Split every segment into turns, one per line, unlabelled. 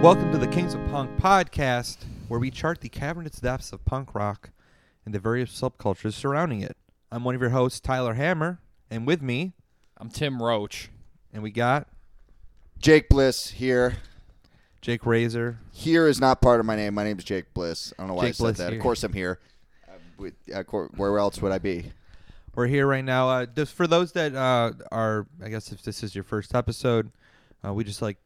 Welcome to the Kings of Punk podcast, where we chart the cavernous depths of punk rock and the various subcultures surrounding it. I'm one of your hosts, Tyler Hammer, and with me,
I'm Tim Roach.
and we got
Jake Bliss here.
Jake Razor.
Here is not part of my name. My name is Jake Bliss. I don't know why I
Jake
said
Bliss
that.
here.
Of course, I'm here. Uh, with- uh, cor- where else would I be?
We're here right now. Uh, just for those that uh, are, I guess, if this is your first episode, uh, we just like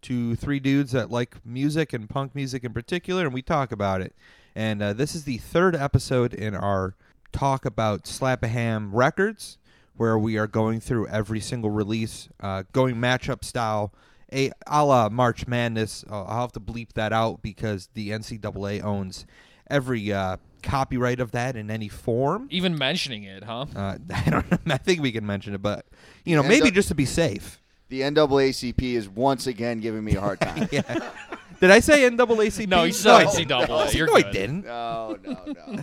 two, three dudes that like music and punk music in particular, and we talk about it. And uh, this is the third episode in our talk about Slapaham Records, where we are going through every single release, uh, going matchup style, a, a la March Madness. Uh, I'll have to bleep that out because the NCAA owns every uh, copyright of that in any form.
Even mentioning it, huh?
Uh, I don't. know. I think we can mention it, but you know,
Yeah,
maybe
don't-
just to be safe.
The NAACP is once again giving me a hard time.
Yeah. Did I say NAACP?
No, you said
I-
NCAA.
I said-
You're
no, I
good.
didn't.
No, no,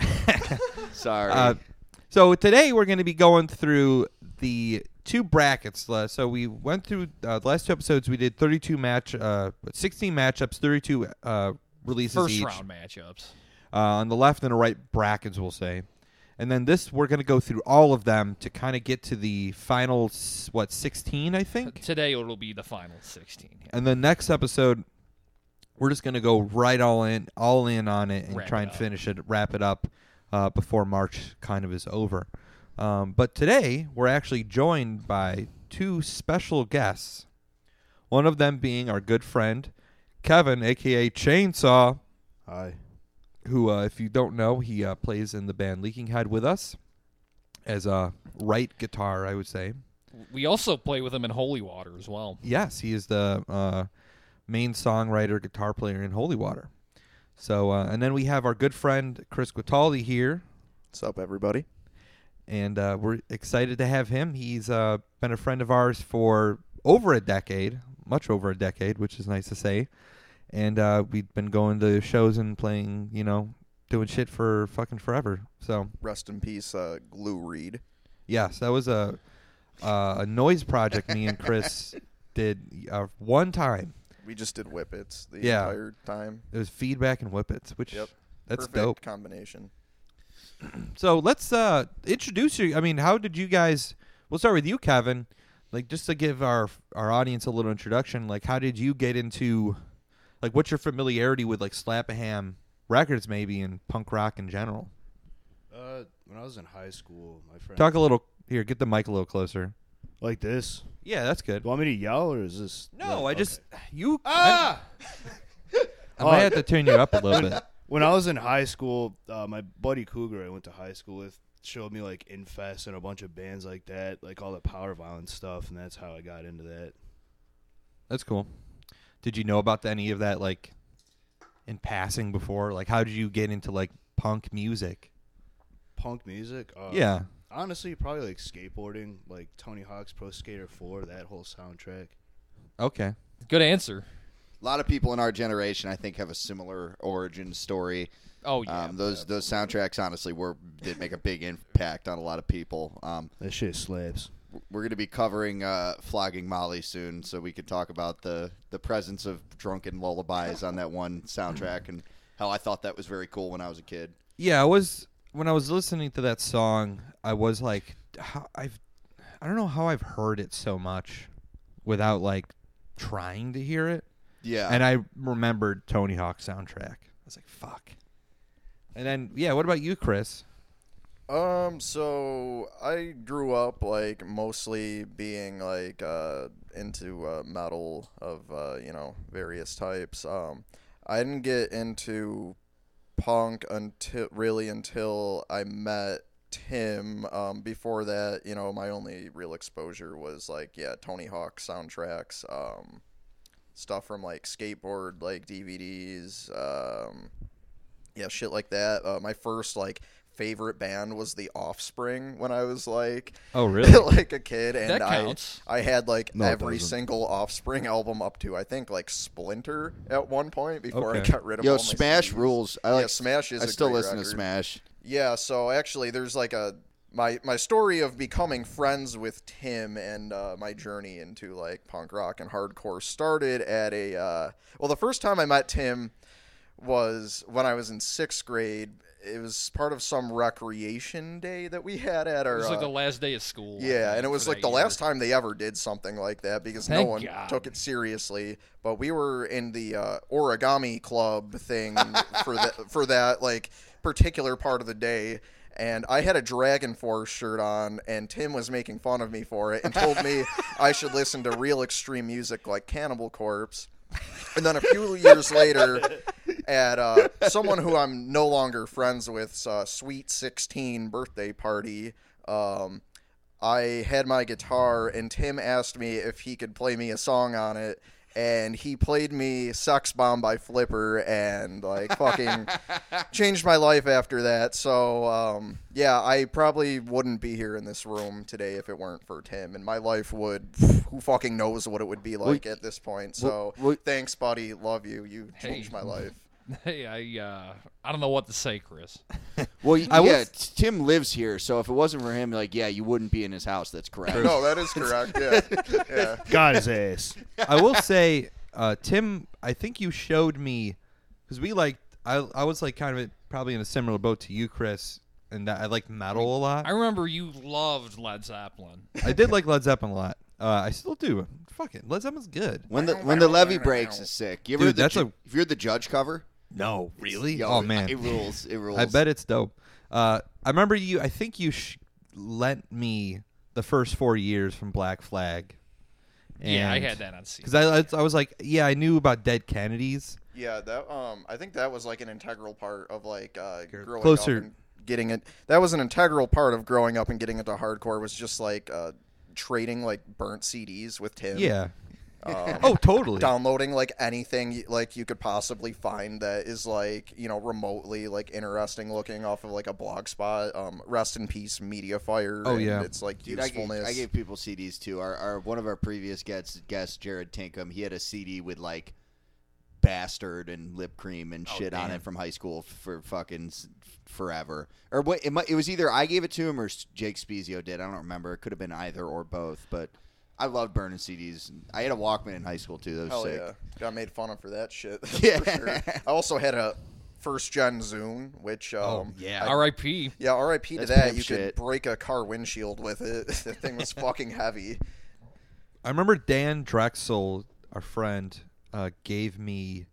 no. Sorry.
Uh, so today we're going to be going through the two brackets. Uh, So we went through uh, the last two episodes. We did 32 match, uh, 16 matchups, 32 uh, releases
First
each.
round matchups.
uh, on the left and the right brackets, we'll say. And then this, we're going to go through all of them to kind of get to the final, s- what, 16, I think?
Today it'll be the final 16. yeah.
And the next episode, we're just gonna go right all in, all in on it, and
Wrap
try
it
and
up.
finish it, wrap it up uh, before March kind of is over. Um, but today, we're actually joined by two special guests. One of them being our good friend Kevin, aka Chainsaw,
Hi.
who, uh, if you don't know, he uh, plays in the band Leaking Head with us as a right guitar, I would say.
We also play with them in Holy Water as well.
Yes, he is the uh, main songwriter, guitar player in Holy Water. So, uh, and then we have our good friend Chris Guitaldi here,
What's up, everybody?
and uh, we're excited to have him. He's uh, been a friend of ours for over a decade, much over a decade, which is nice to say. And uh, we've been going to shows and playing, you know, doing shit for fucking forever. So,
rest in peace, uh, Glue Reed.
Yes, that was a uh, a noise project me and Chris did uh, one time.
We just did whippets the
Yeah.
entire time.
It was feedback and whippets, which
Yep.
that's
Perfect
dope.
combination.
So let's uh, introduce you. I mean, how did you guys? We'll start with you, Kevin. Like just to give our our audience a little introduction. Like, how did you get into? Like, what's your familiarity with like Slapaham records, maybe, and punk rock in general?
Uh, when I was in high school, my friend
Talk a little here. Get the mic a little closer.
like this.
Yeah, that's good.
You want me to yell or is this?
No, I
like,
just
okay.
you. I,
ah.
I might have to turn you up a little bit.
When I was in high school, uh, my buddy Cougar I went to high school with showed me like Infest and a bunch of bands like that, like all the power violence stuff, and that's how I got into that.
That's cool. Did you know about any of that like in passing before? Like how did you get into like punk music?
Punk music. Uh,
yeah.
Honestly, probably like skateboarding, like Tony Hawk's Pro Skater 4, that whole soundtrack.
Okay.
Good answer.
A lot of people in our generation, I think, have a similar origin story.
Oh, yeah.
um, those those soundtracks, honestly, were did make a big impact on a lot of people. Um,
That shit slaps.
we're going to be covering uh, flogging Molly soon, so we could talk about the the presence of drunken lullabies on that one soundtrack and how I thought that was very cool when I was a kid.
Yeah, I was when I was listening to that song, I was like how, I've I don't know how I've heard it so much without like trying to hear it.
Yeah,
And I remembered Tony Hawk soundtrack. I was like, fuck. And then yeah, what about you, Chris?
Um, so I grew up like mostly being like uh into uh, metal of uh, you know various types. Um, I didn't get into punk until really until I met Tim. Um, before that, you know, my only real exposure was like yeah, Tony Hawk soundtracks. Um, stuff from like skateboard like DVDs. Um, yeah, shit like that. Uh, my first like favorite band was The Offspring when I was like
Oh really?
like a kid, and
That
I
counts.
I had like
No, it
every
doesn't.
single Offspring album up to I think like Splinter at one point before I
Okay.
got rid of
yo,
all my
Smash
CDs.
rules. I
Yeah,
like
Smash is
I
a
still
great
listen to
record.
Smash.
Yeah, so actually, there's like a my my story of becoming friends with Tim and uh, my journey into like punk rock and hardcore started at a uh, well the first time I met Tim was when I was in sixth grade. It was part of some recreation day that we had at our
It was like
uh,
the last day of school. I
yeah,
think,
and it
for
was
that
like the
year.
last time they ever did something like that because
Thank
no one
God.
took it seriously. But we were in the uh, origami club thing for that for that like particular part of the day. And I had a Dragon Force shirt on, and Tim was making fun of me for it and told me I should listen to real extreme music like Cannibal Corpse. And then a few years later, at uh, someone who I'm no longer friends with, uh, Sweet 16 birthday party, um, I had my guitar, and Tim asked me if he could play me a song on it. And he played me Sex Bomb by Flipper and like fucking changed my life after that. So, um, yeah, I probably wouldn't be here in this room today if it weren't for Tim. And my life would, who fucking knows what it would be like at this point. So,
well-
thanks, buddy. Love you. You changed
Hey.
my life.
Hey, I uh, I don't know what to say, Chris.
Well,
I
yeah,
was-
t- Tim lives here, so if it wasn't for him, like, yeah, you wouldn't be in his house. That's correct.
No, that is correct. Yeah. yeah.
Got his ass.
I will say, uh, Tim, I think you showed me because we like I I was like kind of probably in a similar boat to you, Chris, and that I like metal a lot.
I remember you loved Led Zeppelin.
I did like Led Zeppelin a lot. Uh, I still do. Fuck it, Led Zeppelin's good.
When the when the levee breaks is sick. You ever
Dude,
heard the
that's
ju-
a-
if you're the judge cover.
No, really?
Yo,
oh man,
it rules. It rules.
I bet it's dope. Uh, I remember you. I think you sh- lent me the first four years from Black Flag.
yeah, I
And-
had that on CD.
Because I, I, I was like, yeah, I knew about Dead Kennedys.
Yeah, that um, I think that was like an integral part of like uh, growing
closer.
up and getting it. That was an integral part of growing up and getting into hardcore was just like uh, trading like burnt CDs with Tim.
Yeah.
Um,
Oh, totally.
downloading like anything y- like you could possibly find that is like you know remotely like interesting looking off of like a blog spot. Um, rest in peace, Media Fire.
Oh,
and
yeah.
it's like
Dude, I gave,
usefulness.
I gave people CDs too. Our, our one of our previous guests, guest Jared Tinkham, he had a CD with like bastard and lip cream
Oh,
and shit on it from high school for fucking s- forever. Or what? It, might, it was either I gave it to him or s- Jake Spezio did. I don't remember. It could have been either or both. But I loved burning CDs. I had a Walkman in high school too. That was
Hell
sick.
yeah. Got made fun of for that shit. that's
Yeah.
For sure. I also had a first gen Zune, which um,
Oh,
yeah.
I-
R.I.P.
yeah, R.I.P. to
That's
that.
pimp
You
shit.
could break a car windshield with it. that thing was fucking heavy.
I remember Dan Drexel, our friend, uh, gave me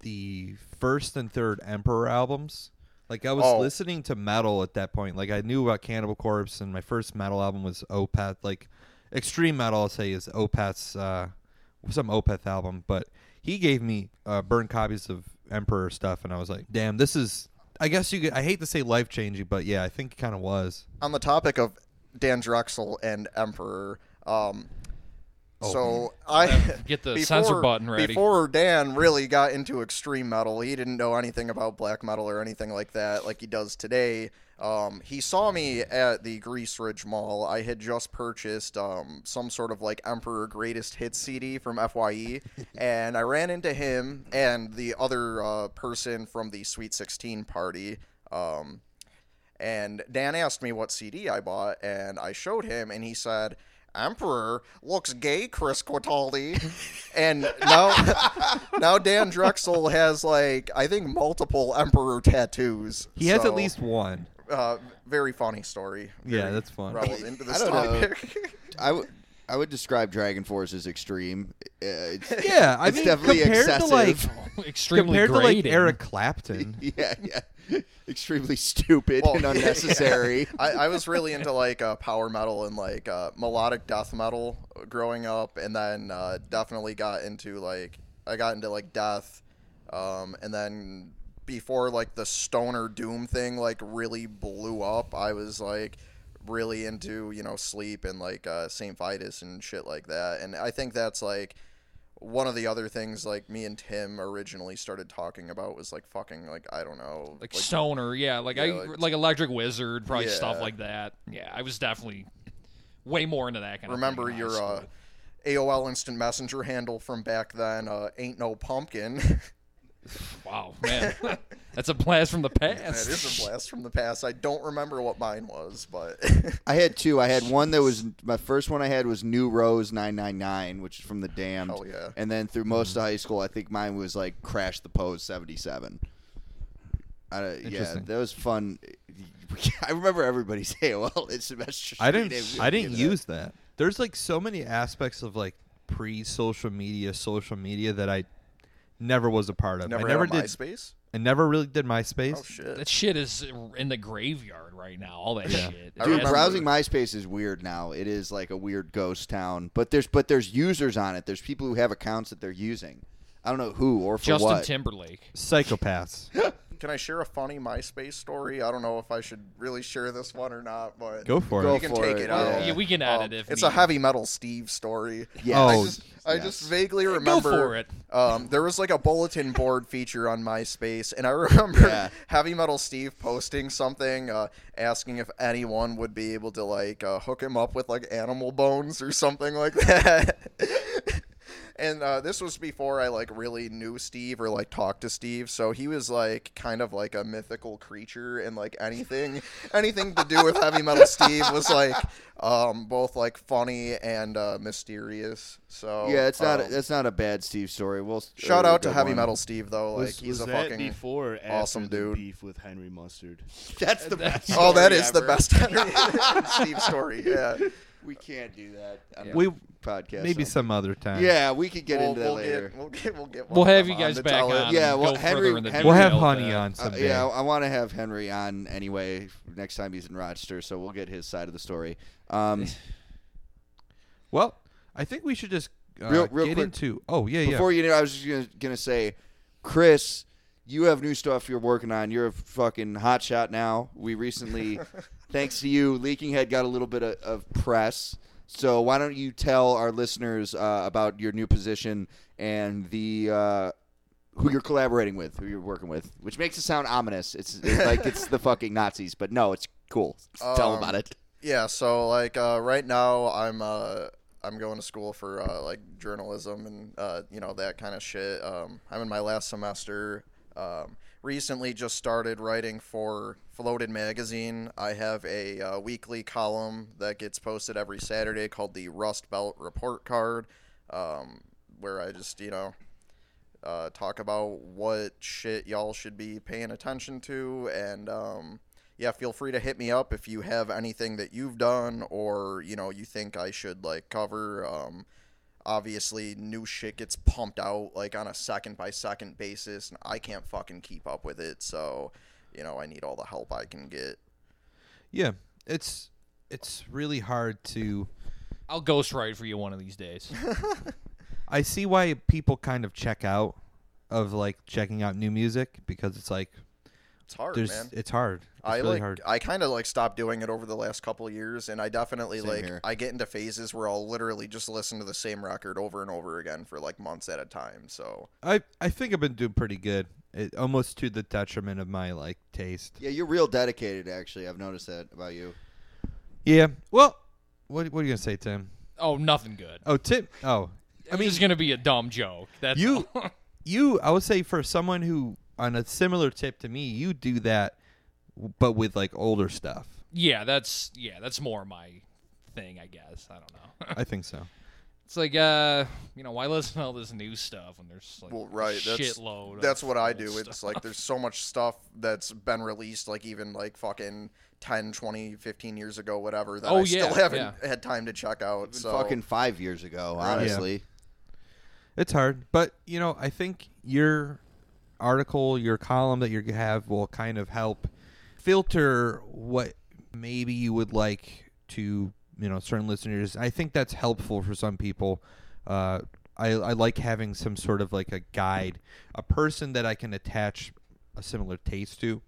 the first and third Emperor albums. Like I was
Oh.
listening to metal at that point. Like I knew about Cannibal Corpse, and my first metal album was Opeth. Like extreme metal, I'll say is Opeth's uh, some Opeth album. But he gave me uh, burned copies of Emperor stuff, and I was like, "Damn, this is." I guess you. Could, I hate to say life changing, but yeah, I think it kind of was.
on the topic of Dan Drexel and Emperor, um, so I
Oh. Get the
before-
censor button ready.
Before Dan really got into extreme metal, he didn't know anything about black metal or anything like that, like he does today. Um, he saw me at the Grease Ridge Mall. I had just purchased um, some sort of like Emperor Greatest Hits CD from FYE, and I ran into him and the other uh, person from the Sweet 16 party. Um, and Dan asked me what CD I bought, and I showed him, and he said, "Emperor looks gay, Chris Quitaldi." and now, now Dan Drexel has like I think multiple Emperor tattoos.
He has
So,
at least one.
uh, very funny story.
Yeah,
Very
that's fun.
Relevant to
I
this
don't know.
topic.
I would I would describe Dragon Force as extreme. Uh, it's,
Yeah, I
It's
mean,
definitely
compared to like
excessive.
Extremely
compared to
grating.
like Eric Clapton.
yeah, yeah, extremely stupid
Well,
and
yeah.
unnecessary.
I, I was really into like uh, power metal and like uh, melodic death metal growing up, and then uh, definitely got into like I got into like death, um, and then before like the stoner doom thing like really blew up, I was like really into you know sleep and like uh, Saint Vitus and shit like that, and I think that's like one of the other things like me and Tim originally started talking about was like fucking like I don't know
like, stoner, yeah, like I
Yeah,
like,
like-
Electric Wizard, probably stuff
Yeah.
like that. Yeah, I was definitely way more into that kind
remember
of. thing in high
your uh,
school.
AOL Instant Messenger handle from back then. Uh, Ain't no pumpkin.
wow, man. That's a blast from the
That
past.
is a blast from the past. I don't remember what mine was, but
I had two. I had one that was my first one. I had was New Rose nine nine nine, which is from the Damned.
Hell yeah. Mm-hmm.
And then through most of high school, I think mine was like Crash the Pose seventy seven. Uh, yeah,
Interesting.
that was fun. I remember everybody saying, "Well, it's semester."
I didn't.
street,
I didn't
you know.
use that. There's like so many aspects of like pre-social media, social media that I never was a part of.
never,
I never
had a
did.
MySpace.
I never really did MySpace.
Oh shit!
That shit is in the graveyard right now. All that shit.
I
Dude,
remember-
browsing MySpace is weird now. It is like a weird ghost town. But there's but there's users on it. There's people who have accounts that they're using. I don't know who or for
Justin
what.
Timberlake.
Psychopaths.
Can I share a funny MySpace story? I don't know if I should really share this one or not, but
Go for
Go
it.
you can
for
take
it,
it,
yeah.
out.
Oh, Yeah, we can add it if
Um, it's a
needed.
heavy metal Steve story.
Yes.
Oh.
I just, I
Yes.
just vaguely
Go
remember.
for it.
Um, there was like a bulletin board feature on MySpace, and I remember
Yeah.
Heavy Metal Steve posting something uh, asking if anyone would be able to like uh, hook him up with like animal bones or something like that. and uh, this was before I like really knew Steve or like talked to Steve, so he was like kind of like a mythical creature, and like anything anything to do with Heavy Metal Steve was like um, both like funny and uh, mysterious. So
Yeah, it's not.
um,
that's not a bad Steve story. We'll
Shout
or a
out to
good
Heavy
one.
Metal Steve though. Like
was,
he's
was
a
that
fucking
before or after
awesome
the
dude.
beef with Henry Mustard?
That's the best.
Oh, that
story
is the
ever.
best Henry Steve story. Yeah.
We can't do that. on
We
the podcast
maybe
some.
some other time.
Yeah, we could get
we'll,
into that
we'll
later.
Get, we'll get we'll get one
We'll
of
have
them
you guys
on to
back
tell it.
on.
Yeah,
and
well,
go
Henry-
further in the
Henry-
We'll have
detail of
Honey
that.
on
Uh,
someday.
yeah, I want to have Henry on anyway next time he's in Rochester, so we'll get his side of the story. Um,
Well, I think we should just uh,
Real- real
get
quick.
into. Oh yeah, yeah.
Before you know, I was just gonna, gonna say, Chris, you have new stuff you're working on. You're a fucking hot shot now. We recently, thanks to you, Leaking Head got a little bit of, of press. So why don't you tell our listeners uh, about your new position and the uh, who you're collaborating with, who you're working with, which makes it sound ominous. It's, it's like it's the fucking Nazis, but no, it's cool. tell 'em
Um,
about it.
Yeah, so like uh, right now I'm uh, I'm going to school for uh, like journalism and uh, you know that kind of shit. Um, I'm in my last semester. Um, recently, just started writing for Floated Magazine. I have a uh, weekly column that gets posted every Saturday called the Rust Belt Report Card, um, where I just you know uh, talk about what shit y'all should be paying attention to. And um, yeah, feel free to hit me up if you have anything that you've done or you know you think I should like cover. Um, obviously, new shit gets pumped out like on a second by second basis, and I can't fucking keep up with it. So you know I need all the help I can get.
yeah. It's it's really hard to.
I'll ghostwrite for you one of these days.
I see why people kind of check out of like checking out new music because it's like
It's hard,
there's
man.
it's hard. It's
I
really
like
hard.
I kind of like stopped doing it over the last couple of years, and I definitely
Same
like
here.
I get into phases where I'll literally just listen to the same record over and over again for like months at a time. So
I I think I've been doing pretty good. It, almost to the detriment of my like taste.
Yeah, you're real dedicated. Actually, I've noticed that about you.
Yeah. Well, what what are you gonna say, Tim?
oh, nothing good.
Oh, Tim. Oh,
I mean, it's gonna be a dumb joke. That's
You-
all.
you. I would say for someone who on a similar tip to me, you do that, but with like older stuff.
yeah, that's yeah, that's more my thing, I guess. I don't know.
I think so.
it's like uh, you know, why listen to all this new stuff when there's like
well, right,
a
that's
shitload. of
that's what I
old
do.
stuff.
It's like there's so much stuff that's been released, like even like fucking 10, 20, 15 years ago, whatever. That
Oh,
I
yeah,
still haven't
yeah.
had time to check out.
Even
So
fucking five years ago,
Right.
honestly.
It's hard, but you know, I think your article, your column that you have will kind of help filter what maybe you would like to, you know, certain listeners. I think that's helpful for some people. Uh, I, I like having some sort of like a guide, a person that I can attach a similar taste to,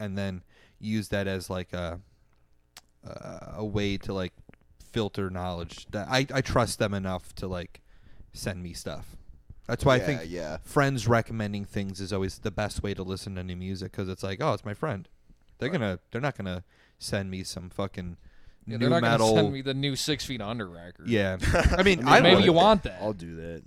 and then use that as like a uh, a way to like filter knowledge. That I I trust them enough to like send me stuff. That's why
yeah,
I think
yeah.
friends recommending things is always the best way to listen to new music because it's like, oh, it's my friend. They're gonna, they're not gonna send me some fucking
Yeah,
new
they're not
metal.
gonna send me the new Six Feet Under record.
yeah, I mean,
I mean, maybe
would.
you want that.
I'll do that.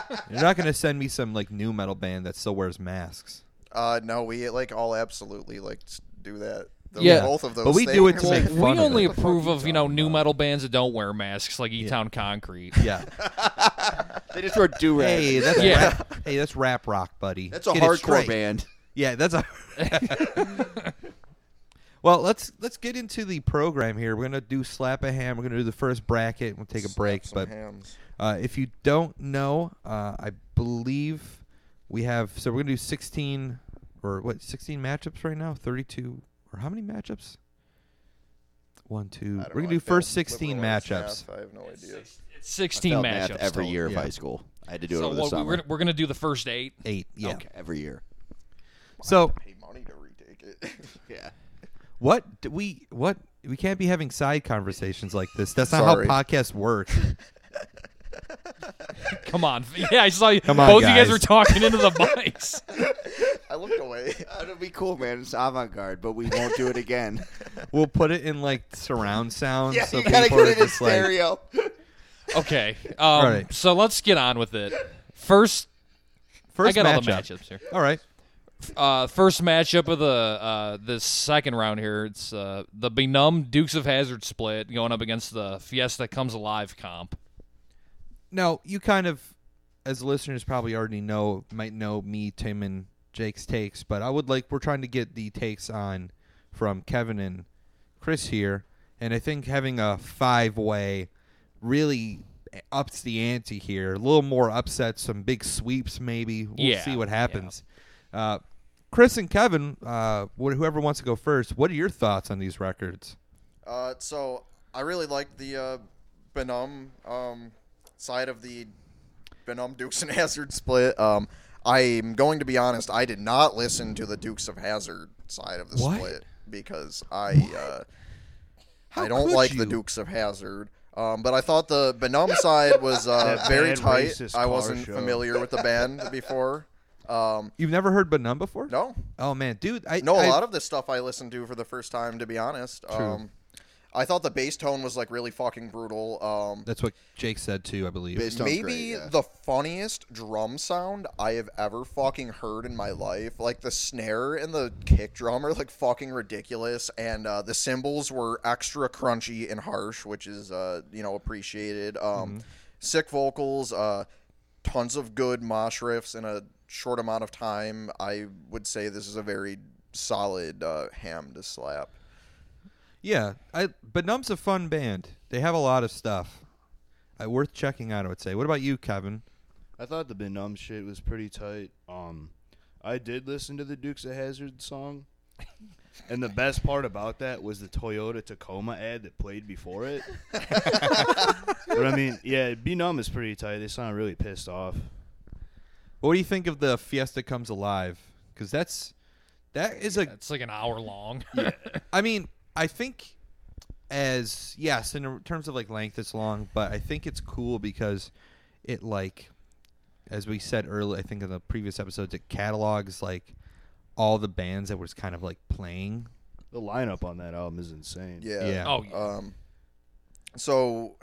You're not gonna send me some like new metal band that still wears masks.
Uh, no, we like all absolutely like s- do that. Those,
Yeah.
both of those.
But we do it to
things.
make
Well,
fun
we
of
only
it.
approve of you know new metal bands that don't wear masks, like E Town Concrete.
Yeah.
They just were do rag.
Hey, that's
Yeah.
rap, hey, that's rap rock, buddy.
that's a
Get it
hardcore
straight.
band.
Yeah, that's a. well, let's let's get into the program here. We're gonna do slap a ham. We're gonna do the first bracket. We'll take a break. But
Hams.
uh, if you don't know, uh, I believe we have. So we're gonna do sixteen or what? Sixteen matchups right now. Thirty-two or how many matchups? One, two.
I don't
We're
know,
gonna do
I
first
failed
sixteen
liberal arts
matchups.
math. I have no idea.
It's sixteen
Felt
matchups
math every
total.
year of
Yeah.
high school. I had to do it
So
over the
what,
summer.
we're, we're gonna do the first eight.
Eight. Yeah.
Okay, every year.
So
Pay money to retake it.
Yeah.
what do we what we can't be having side conversations like this. That's not
Sorry.
how podcasts work.
Come on, yeah, I saw you.
Come on,
both you guys
guys.
were talking into the mics.
I looked away.
That'd Oh, be cool, man. It's avant garde, but we won't do it again.
We'll put it in like surround sound.
yeah,
so
you gotta
people
get
are
it in
just like,
stereo.
Okay, um,
right.
so let's get on with it. First,
First
I got
matchup.
all the matchups here.
All right.
Uh, first matchup of the uh, the second round here. It's uh, the benumbed Dukes of Hazard split going up against the Fiesta Comes Alive comp.
Now you kind of, as listeners probably already know, might know me, Tim, and Jake's takes, but I would like we're trying to get the takes on from Kevin and Chris here, and I think having a five way really ups the ante here. A little more upsets, some big sweeps maybe. We'll
Yeah,
see what happens. Uh, Chris and Kevin, uh, wh- whoever wants to go first, what are your thoughts on these records?
Uh, so I really liked the uh, Benum um, side of the Benum Dukes and Hazard split. Um, I'm going to be honest. I did not listen to the Dukes of Hazard side of the
What?
split because I uh, I don't
could
like
you?
the Dukes of Hazard. Um, but I thought the Benum side was uh,
That
very
bad
tight.
racist
I
car
wasn't
show.
familiar with the band before. Um,
You've never heard Benum before?
no,
Oh man, dude, I
no,
I-
a lot of this stuff I listened to for the first time, to be honest. Um, I thought the bass tone was like really fucking brutal. Um,
That's what Jake said too, I believe.
Based on
maybe
grade, yeah.
the funniest drum sound I have ever fucking heard in my life. Like the snare and the kick drum are like fucking ridiculous, and uh, the cymbals were extra crunchy and harsh, which is uh, you know appreciated. Um, Sick vocals, uh, tons of good mosh riffs in a short amount of time. I would say this is a very solid uh, ham to slap.
Yeah, I Benumb's a fun band. They have a lot of stuff. I, worth checking out, I would say. What about you, Kevin?
I thought the Benum shit was pretty tight. Um, I did listen to the Dukes of Hazard song, and the best part about that was the Toyota Tacoma ad that played before it. but I mean, yeah, Benum is pretty tight. They sound really pissed off.
What do you think of the Fiesta Comes Alive? Because that's that is a.
That's like an hour long.
I mean, I think as yes, in terms of like length, it's long, but I think it's cool because it like, as we said earlier, I think in the previous episodes, it catalogs like all the bands that was kind of like playing.
The lineup on that album is insane.
Yeah.
Yeah.
oh, yeah.
Um, so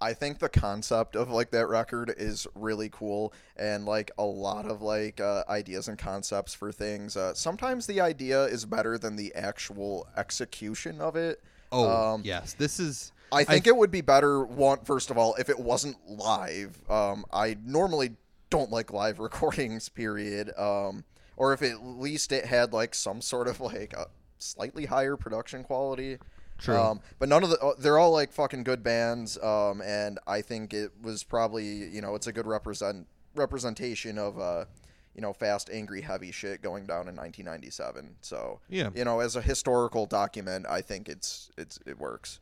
I think the concept of like that record is really cool and like a lot of like uh, ideas and concepts for things. Uh, sometimes the idea is better than the actual execution of it.
Oh
Um,
yes, this is.
I think it would be better one first of all if it wasn't live. Um, I normally don't like live recordings, period. Um, or if at least it had like some sort of like a slightly higher production quality.
True.
Um, but none of the uh, they're all like fucking good bands. Um, and I think it was probably you know it's a good represent representation of uh, you know fast, angry, heavy shit going down in 1997. So
Yeah.
you know as a historical document, I think it's it's it works.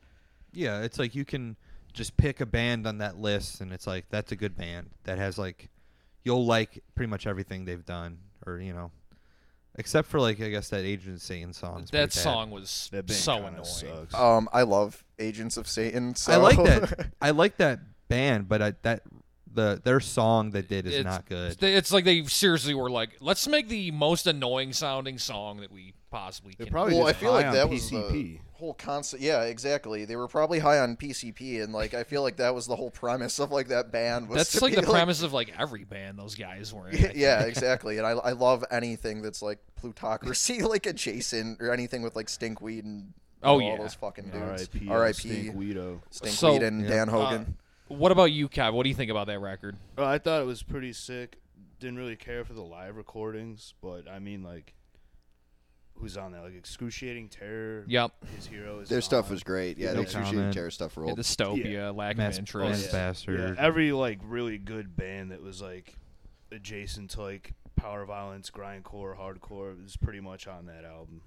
Yeah, it's like you can just pick a band on that list, and it's like that's a good band that has like you'll like pretty much everything they've done, or you know, except for like I guess that Agent of Satan song. is
that
pretty bad.
song was
That band
so
kinda
annoying.
sucks.
Um, I love Agents of Satan. So.
I like that. I like that band, but I, that the their song they did is
It's-
not good.
It's like they seriously were like, let's make the most annoying sounding song that we possibly
They're
can.
probably
Well,
just
I feel
high
like
on
that was
PCP.
whole concept. Yeah, exactly. They were probably high on PCP, and like I feel like that was the whole premise of like that band. Was
That's
to
like
be,
the premise of like every band those guys were in. I think.
yeah, exactly. And I, I love anything that's like plutocracy, like adjacent, or anything with like stinkweed and
Oh,
all
yeah.
those fucking dudes.
R.I.P.
R.I.P.
Stink Guido.
Stinkweed
So-
and Dan Hogan.
What about you, Kev? What do you think about that record?
Oh, I thought it was pretty sick. Didn't really care for the live recordings, but I mean, like, who's on that? Like, excruciating terror.
Yep.
His hero is
Their stuff
Gone.
was great. Yeah,
No
the excruciating
comment.
terror stuff
Yeah,
rolled.
dystopia,
Yeah.
lack
Mass-
of
Oh,
interest.
yeah.
Bastard.
Yeah, every like really good band that was like adjacent to like power violence, grindcore, hardcore was pretty much on that album.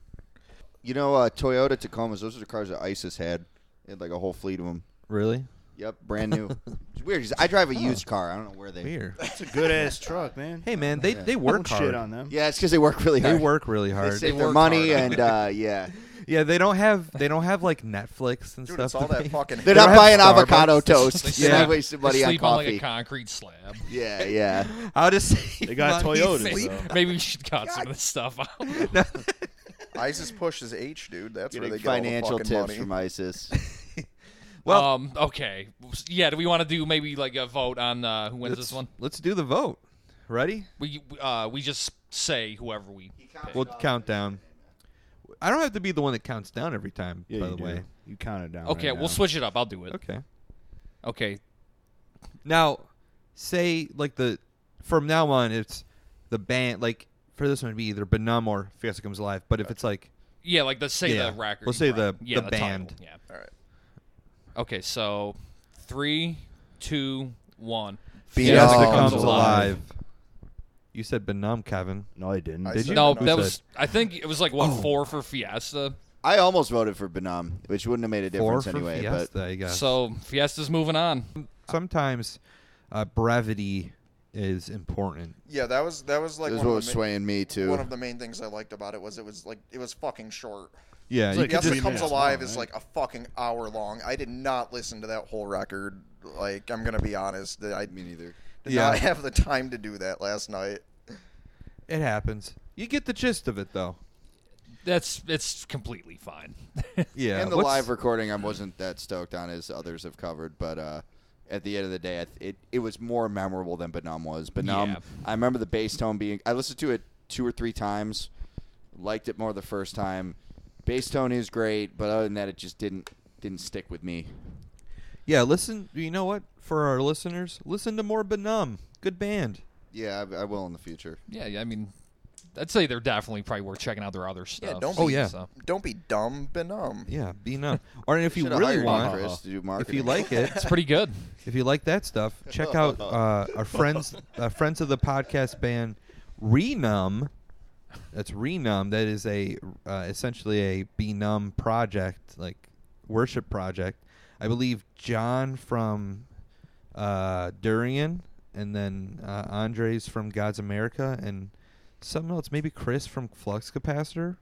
You know, uh, Toyota Tacomas. Those are the cars that ISIS had. They had like a whole fleet of them.
Really?
Yep, brand new. it's weird. 'cause I drive a used car. I don't know where they.
Weird.
It's a good ass truck, man.
Hey man, they they
Don't
work
shit
hard.
on them.
Yeah, it's because they work really
they
hard.
work really
They
hard.
save
They
their
work
money
hard.
and uh, yeah,
yeah, they don't have they don't have like Netflix and
Dude,
stuff.
it's all
that
that
they-
fucking.
they're
They
not
don't have
buying
Starbucks.
avocado toast.
They
They're
sleep-
not wasting money
They
on
sleep on like
coffee.
a concrete slab.
yeah, yeah.
I'll just say
They got
money.
Toyotas. though.
Maybe we should cut some of this stuff out.
ISIS pushes H, dude. That's where
Getting
they get all the
financial
fucking
tips
money.
from ISIS.
Well-
um, okay. Yeah, do we want to do maybe like a vote on uh, who wins
Let's-
this one?
Let's do the vote. Ready?
We uh, we just say whoever we. pick.
We'll count down. I don't have to be the one that counts down every time.
Yeah,
by
you
the
do.
way.
you count it down.
Okay,
right
we'll
now.
switch it up. I'll do it.
Okay.
Okay.
Now, say like the from now on it's the band like for this one it'd be either Benum or Fiesta Comes Alive. But if it's like
Yeah, like the say
Yeah.
the record.
We'll say the-
Right. yeah,
the
title.
band.
Yeah.
All right.
Okay, so three, two, one.
Fiesta
Fiesta
Comes
Comes
Alive.
Alive, you said Benum, Kevin.
No, I didn't.
I
Did
said
you?
No,
Who said-
that
Oh.
was. I think it was like what four for Fiesta.
I almost voted for Benam, which wouldn't have made a
Four
difference
for
anyway.
Fiesta,
But
I guess.
So Fiesta's moving on.
sometimes uh, brevity is important.
Yeah, that was that was like
this is
one,
what
of
was
the ma-
swaying me too.
one of the main things I liked about it was it was like it was fucking short.
Yeah,
It's
you
like-
could
Yes,
Yes,
just,
it
just-
comes
Yeah, it's
alive
long,
is
right?
like a fucking hour long. I did not listen to that whole record. Like I'm gonna be honest, I
Me neither.
did
Yeah.
not have the time to do that last night.
it happens. You get the gist of it though.
That's it's completely fine.
Yeah,
and the
what's-
live recording, I wasn't that stoked on as others have covered, but uh, at the end of the day, I th- it it was more memorable than Benum was. Benum,
Yeah.
I remember the bass tone being. I listened to it two or three times, liked it more the first time. Bass tone is great, but other than that, it just didn't didn't stick with me.
Yeah, listen. You know what? For our listeners, listen to more Benum. Good band.
Yeah, I, I will in the future.
yeah, yeah, I mean, I'd say they're definitely probably worth checking out their other stuff.
don't
Oh, be- yeah.
So-
Don't be dumb, benum.
Yeah, Benum. or if you
Shoulda
really
hired
want,
Chris to do
if
marketing.
you like it,
It's pretty good.
if you like that stuff, check out uh, our friends, uh, friends of the podcast band, Renum. That's Renum. That is a uh, essentially a Benum project, like worship project. I believe John from uh, Durian, and then uh, Andres from God's America, and someone else, maybe Chris from Flux Capacitor.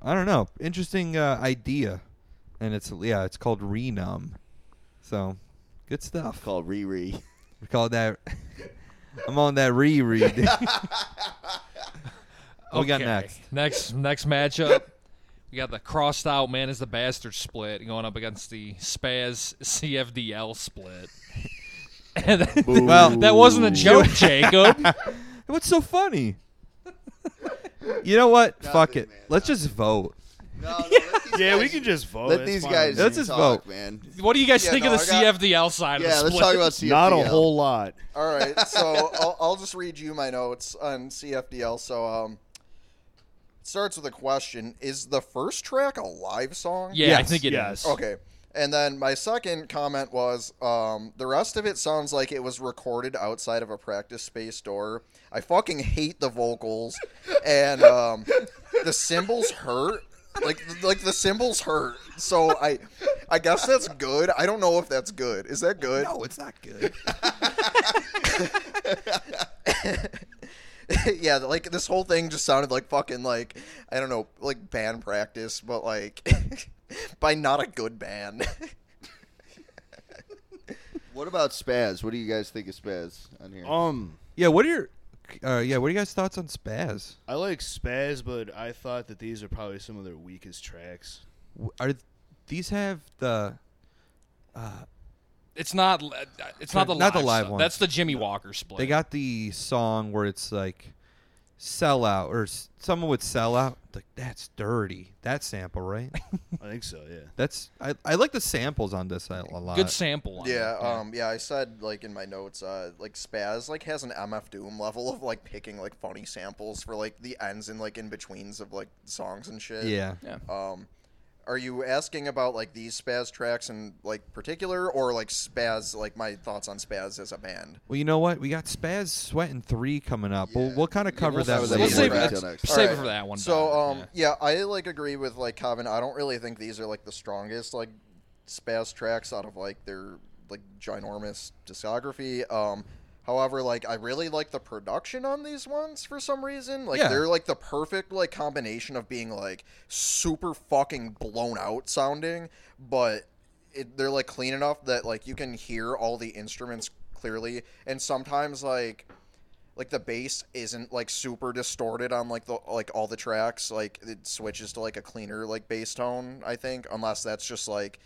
I don't know. Interesting uh, idea, and it's yeah, it's called Renum. So, good stuff.
Call Riri.
We call it that. I'm on that reread. What we got
Okay.
next?
Next next matchup. We got the crossed out man is the bastard split going up against the Spaz CFDL split. And that,
Well-
that wasn't a joke, Jacob.
What's so funny? you know what? Fuck
Nothing,
it.
man,
Let's just vote.
No, no, let these
Yeah, we
guys-
can just vote.
let
it's
these
fine.
guys.
Let's just
talk,
vote.
man.
What do you guys
Yeah,
think
no,
of the
I got-
CFDL side
Yeah,
of the
let's
split?
talk about CFDL.
Not a whole lot.
All right, so I'll, I'll just read you my notes on CFDL. So, um, it starts with a question: Is the first track a live song?
yeah, I
Yes,
think it is.
yes.
Okay. And then my second comment was um, the rest of it sounds like it was recorded outside of a practice space door. I fucking hate the vocals, and um, the cymbals hurt. Like, like the cymbals hurt. So I, I guess that's good. I don't know if that's good. Is that good?
it's not good.
yeah, like this whole thing just sounded like fucking like I don't know, like band practice, but like by not a good band.
What about Spaz? What do you guys think of Spaz on here?
Um,
Yeah. What are your? Uh, yeah. What are you guys' thoughts on Spaz?
I like Spaz, but I thought that these are probably some of their weakest tracks.
w- are th- these have the uh,
It's not. l- It's not the
Not the
live
live
stuff.
one.
That's the Jimmy Walker split.
they got the song where it's like sell out or s- someone would sell out like that's dirty that sample right
I think so. Yeah.
that's I, I like the samples on this a, a lot
good sample. on it,
Yeah, um, yeah, I said like in my notes, uh, like Spaz like has an MF Doom level of like picking like funny samples for like the ends and like in betweens of like songs and shit.
yeah
Um, are you asking about like these Spaz tracks in like particular, or like Spaz like my thoughts on Spaz as a band?
well you know what we got spaz sweat and three coming up we'll,
Yeah.
we'll kind of cover
we'll
that
save
later.
that
We'll
Yeah,
save,
we're
it,
back till next.
save
All
it
right.
for that one.
So
Donovan,
um, yeah. I like agree with like Coven. I don't really think these are like the strongest like Spaz tracks out of like their like ginormous discography. Um, however, like I really like the production on these ones for some reason. Like
Yeah.
they're like the perfect like combination of being like super fucking blown out sounding, but it, they're like clean enough that like you can hear all the instruments clearly, and sometimes like like the bass isn't like super distorted on like the like all the tracks like it switches to like a cleaner like bass tone i think unless that's just like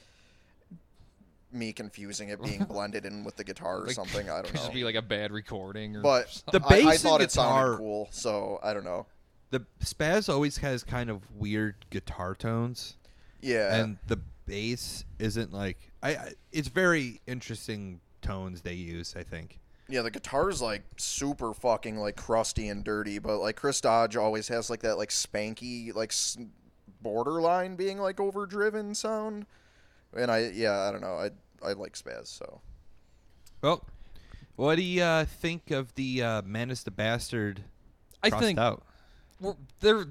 me confusing it being blended in with the guitar or
Like,
something i don't
could just
know
be like a bad recording. Or
but
something.
The
I- I,
bass and
thought it
guitar-
sounded cool so i don't know
the spaz always has kind of weird guitar tones
yeah
and the bass isn't like I, I it's very interesting tones they use i think
Yeah, the guitar's like super fucking like crusty and dirty, but like Chris Dodge always has like that like spanky like s- borderline being like overdriven sound. And I yeah, I don't know. I I like Spaz, so.
well what do you uh, think of the uh, menace the bastard
I
crossed
think
out
we're, they're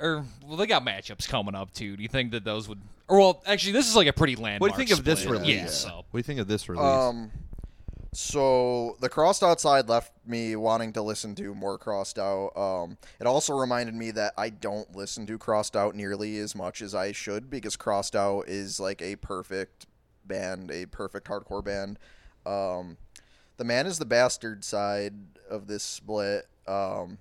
or well, they got matchups coming up too. Do you think that those would? Or well, actually, this is like a pretty landmark.
What do you think of this
split.
release?
Yeah. So
what do you think of this release
Um so the crossed outside left me wanting to listen to more crossed out. Um, it also reminded me that I don't listen to crossed out nearly as much as I should because crossed out is like a perfect band, a perfect hardcore band. Um, the man is the bastard side of this split. Um,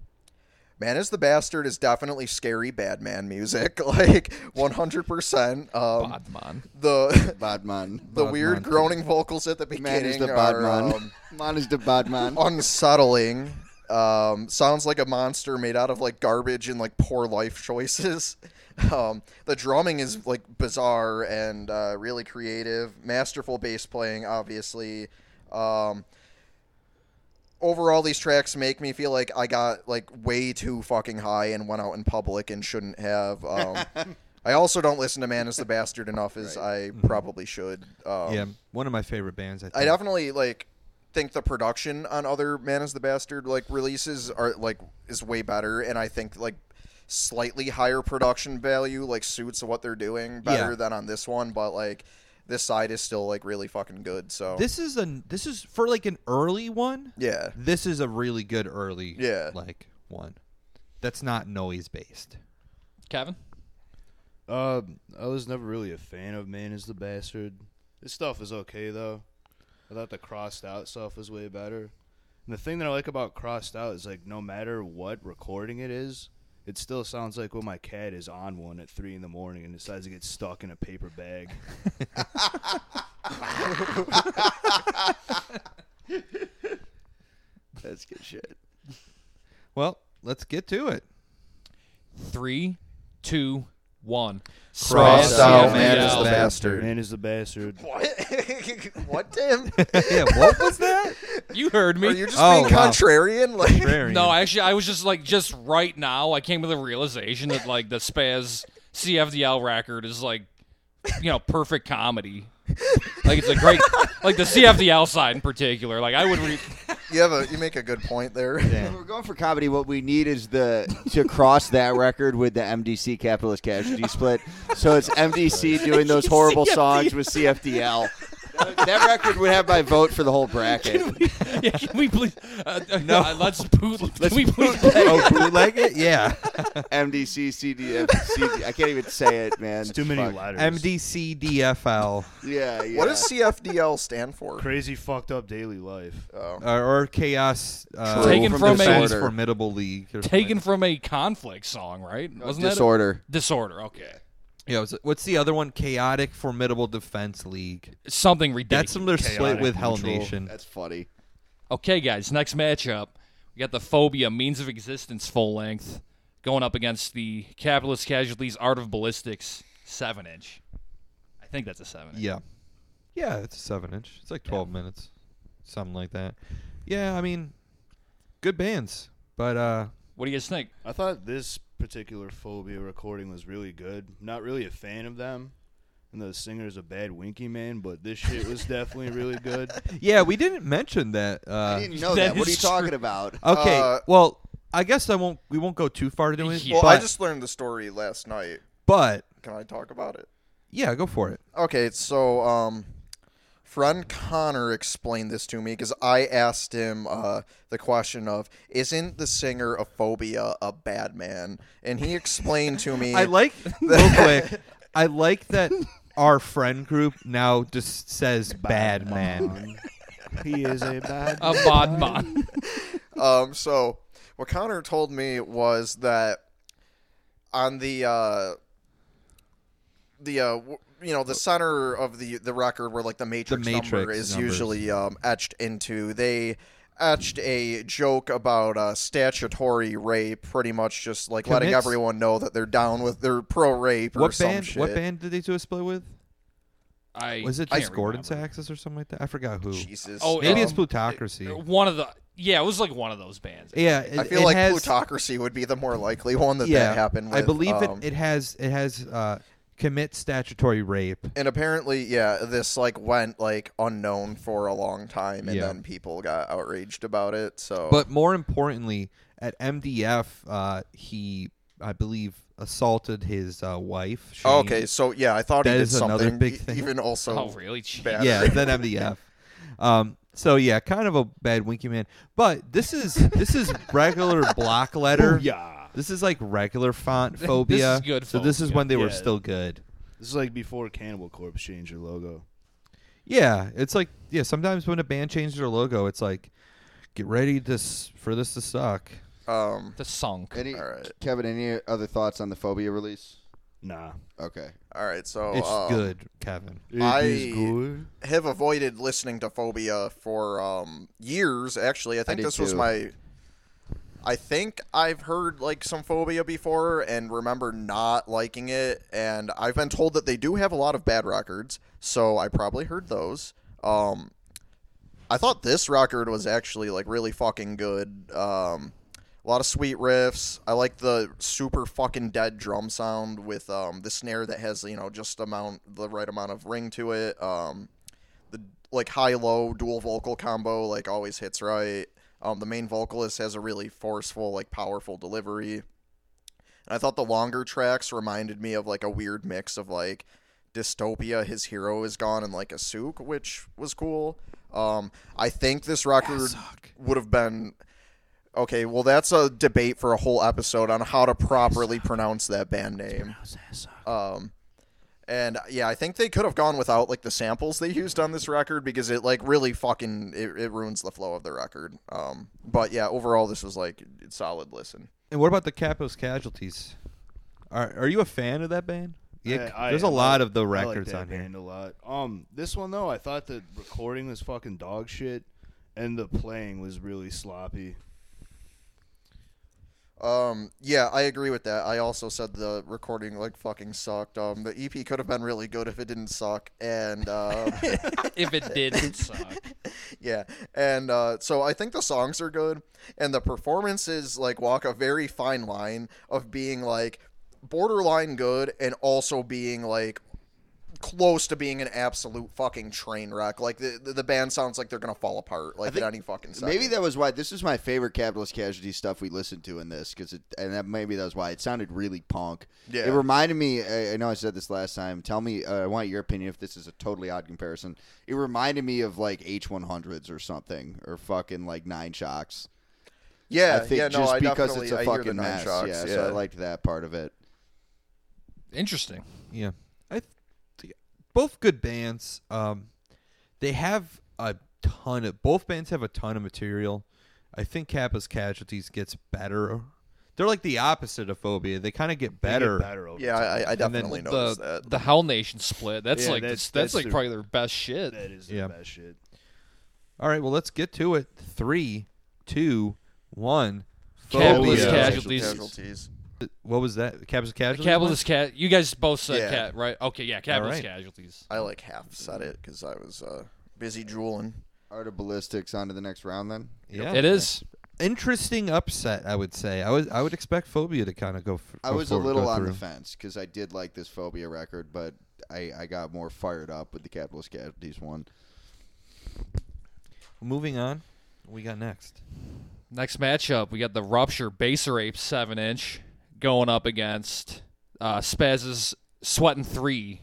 man is the bastard is definitely scary bad man music, like 100%. Um,
Bodman.
the
Badman.
the
Bodman.
weird groaning vocals at the
Man is
beginning
the
are
Badman.
um,
man is the Badman.
unsettling. Um, sounds like a monster made out of like garbage and like poor life choices. Um, the drumming is like bizarre and uh, really creative. Masterful bass playing, obviously. Um, overall, these tracks make me feel like I got like way too fucking high and went out in public and shouldn't have. Um, I also don't listen to Man is the Bastard enough as
Mm-hmm.
I probably should. Um,
yeah one of my favorite bands i think
I definitely like think the production on other Man is the Bastard like releases are like is way better and I think like slightly higher production value like suits what they're doing better
Yeah.
than on this one but like this side is still like really fucking good so
this is a this is for like an early one
yeah
this is a really good early
Yeah.
like one that's not noise based
Kevin.
Uh, I was never really a fan of Man is the Bastard. This stuff is okay though. I thought the crossed out stuff was way better. And the thing that I like about crossed out is like no matter what recording it is, it still sounds like when my cat is on one at three in the morning and decides to get stuck in a paper bag.
That's good shit.
well let's get to it
Three, two, one.
Crossed
Spaz
out,
CFL.
man is the best.
Man is the Bastard.
what what Tim
yeah what was that
You heard me.
are you just
Oh,
being
wow.
contrarian like
Barbarian.
No, actually, I was just like, just right now, I came to the realization that like the Spaz CFDL record is like, you know, perfect comedy. Like it's a great, like the CFDL side in particular. Like I would read.
you have a you make a good point there
If we're going for comedy, what we need is the to cross that record with the MDC Capitalist Casualty split. So it's MDC doing those horrible songs with CFDL. That- That record would have my vote for the whole bracket.
Yeah, can we please? Uh, no, let's boot. Can we please?
oh bootleg it yeah
MDC CDF CD. I can't even say it, man.
It's too many
Fuck.
letters.
mdcdfl
Yeah, yeah.
what does CFDL stand for
Crazy fucked up daily life.
oh.
or, uh, or chaos uh,
True.
Taken from a-
Defense
Disorder.
formidable league or something
Taken
like
from a conflict song, right? Wasn't that a-
Uh, disorder?
disorder? Okay.
Yeah, was- what's the other one? Chaotic Formidable Defense League.
Something ridiculous.
That's similar split
Chaotic
with Hell
Neutral.
Nation.
That's funny.
Okay, guys, next matchup. We got the Phobia Means of Existence full length going up against the Capitalist Casualties Art of Ballistics 7 inch. I think that's a 7 inch.
Yeah. Yeah, it's a seven inch. It's like twelve minutes. Something like that. Yeah, I mean good bands. But uh
What do you guys think?
I thought this particular phobia recording was really good. Not really a fan of them. And the singer's a bad winky man, but this shit was definitely really good.
yeah, we didn't mention that uh
I didn't know
that
that. What are
is
you
true.
talking about?
Okay.
Uh,
well, I guess I won't we won't go too far into it.
Yeah.
Well,
but,
I just learned the story last night.
but
Can I talk about it?
yeah, go for it.
Okay, so um, friend Connor explained this to me because I asked him uh, the question of, "Isn't the singer of Phobia a bad man?" And he explained to me,
I like real quick. I like that our friend group now just says bad man.
He is a bad
A bod man.
um, so what Connor told me was that on the uh, the uh, w- you know the center of the the record where like the matrix, number
matrix
is
numbers.
usually um, etched into they etched a joke about uh, statutory rape pretty much just like letting
Commits-
everyone know that they're down with they're pro rape or
What
some
band
shit
what band did they do a split with?
I
Was it
can't
just Gordon
remember.
Saxes or something like that? I forgot who.
Jesus
Oh,
Maybe it's
um,
plutocracy.
One of the yeah, it was like one of those bands.
yeah, it,
I feel
it
like
has,
plutocracy would be the more likely one that
yeah,
that happened with.
I believe
um,
it. It has it has uh, commit statutory rape.
and apparently yeah this like went like unknown for a long time and
Yeah.
then people got outraged about it so
But more importantly, at MDF, uh, he I believe assaulted his uh, wife. Shane.
okay so yeah i thought
That
he did
is another
something
big
e-
thing.
even also
Oh really? Jeez.
bad
yeah, then MDF. Um, so yeah, kind of a bad winky man. But this is this is regular block letter.
Oh, Yeah.
This is like regular font phobia.
is good
so this is
phobia.
when they were
Yeah.
still good.
This is like before Cannibal Corpse changed their logo.
Yeah, it's like yeah. Sometimes when a band changes their logo, it's like get ready to s- for this to suck.
um
The sunk.
Any,
All right.
Kevin, any other thoughts on the Phobia release?
Nah.
Okay.
all right so
Oh,
It's
um,
good, Kevin.
It
I-
is good.
have avoided listening to phobia for um years actually i think
did
this was
too.
my i think i've heard like some phobia before and remember not liking it and i've been told that they do have a lot of bad records so i probably heard those um i thought this record was actually like really fucking good um a lot of sweet riffs. I like the super fucking dead drum sound with um, the snare that has you know just amount the right amount of ring to it. Um, the like high low dual vocal combo like always hits right. Um, the main vocalist has a really forceful like powerful delivery. And I thought the longer tracks reminded me of like a weird mix of like dystopia, his hero is gone, and like a souk, which was cool. Um, I think this record would have been okay. Well, that's a debate for a whole episode on how to properly pronounce that band name. Um, and yeah, I think they could have gone without like the samples they used on this record because it like really fucking it, it ruins the flow of the record. Um, but yeah, overall this was like a solid listen.
And what about the Capos Casualties? Are Are you a fan of that band? Yeah,
I- I
there's a
am.
lot of the
I like
records
that
on here.
band A lot. Um, this one though, I thought the recording was fucking dog shit, and the playing was really sloppy.
Um, yeah, I agree with that. I also said the recording like fucking sucked. Um, the EP could have been really good if it didn't suck. And uh,
if it didn't suck.
yeah, and uh, so I think the songs are good, and the performances like walk a very fine line of being like borderline good and also being like close to being an absolute fucking train wreck. Like the the, the band sounds like they're gonna fall apart like at any fucking second.
Maybe that was why this is my favorite capitalist casualty stuff we listened to in this because it and that maybe that was why it sounded really punk.
Yeah.
It reminded me. I, I know I said this last time. Tell me, uh, I want your opinion if this is a totally odd comparison. It reminded me of like H100s or something or fucking like Nine Shocks.
yeah,
I think
yeah, no,
just
I
because
definitely
it's a
I hear the
fucking
Nine
mess.
Shocks,
yeah, so I liked that part of it.
Interesting.
Yeah, I th- both good bands. Um, they have a ton of both bands have a ton of material. I think Kappa's Casualties gets better They're like the opposite of phobia. They kind of get
They get
better.
better over
Yeah, I, I
then
definitely
the
noticed that.
the Hell Nation split. That's
Yeah,
like
that's-
that's,
that's
that's, like
their-
probably their best shit.
That is
Yeah.
the best shit.
All right, well, let's get to it. Three, two, one.
Capitalist
Phobia.
cash-
Social
casualties.
casualties.
What was that? Capitalist casualty.
Capitalist cat. You guys both said
Yeah.
cat, right? Okay, yeah. Capitalist
right.
casualties.
I like half said it because I was uh, busy drooling.
Art of ballistics on to the next round then.
Yeah.
It is.
interesting upset. I would say. I would. I would expect phobia to kind of go. F-
I
go
was a
forward-
little
go
on the
through.
fence because I did like this phobia record, but I, I got more fired up with the capitalist casualties one.
Moving on. What we got next.
Next matchup, we got the Rupture Baser Ape seven inch going up against uh, Spaz's Sweatin' Three.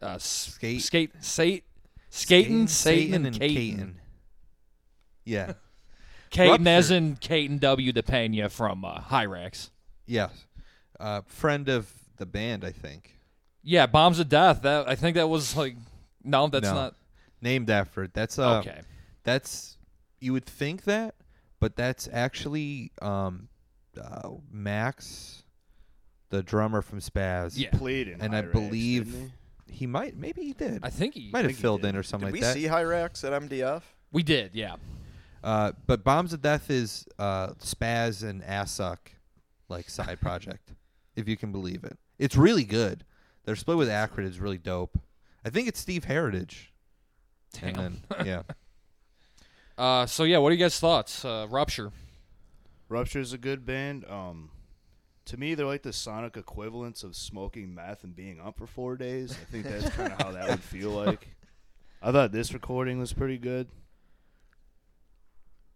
Uh, s-
Skate.
skate, skate, skating, Satan, and
Caton.
Caton.
Yeah.
Caton as
Rupture.
in Caton W. DePena from uh, Hyrax.
yes. Uh, friend of the band, I think.
Yeah, bombs of death. That I think that was like no, that's
No.
not
Named after it. That's uh,
okay.
That's you would think that, but that's actually um, uh, Max, the drummer from Spaz.
Yeah.
Played in
And I
Hyrax,
believe-
didn't he?
He might. Maybe he did.
I think he,
might
think
have
he
filled
did.
in or
Did
something like
we
that.
see Hyrax at MDF?
we did. Yeah,
Uh, but Bombs of Death is uh, Spaz and Assuck, like side project, if you can believe it. It's really good. Their split with Acrid is really dope. I think it's Steve Heritage.
damn.
And then yeah,
uh, so yeah, what are you guys' thoughts? Uh, Rupture.
Rupture's a good band. Um, to me, they're like the sonic equivalents of smoking meth and being up for four days. I think that's kind of how that would feel like. I thought this recording was pretty good.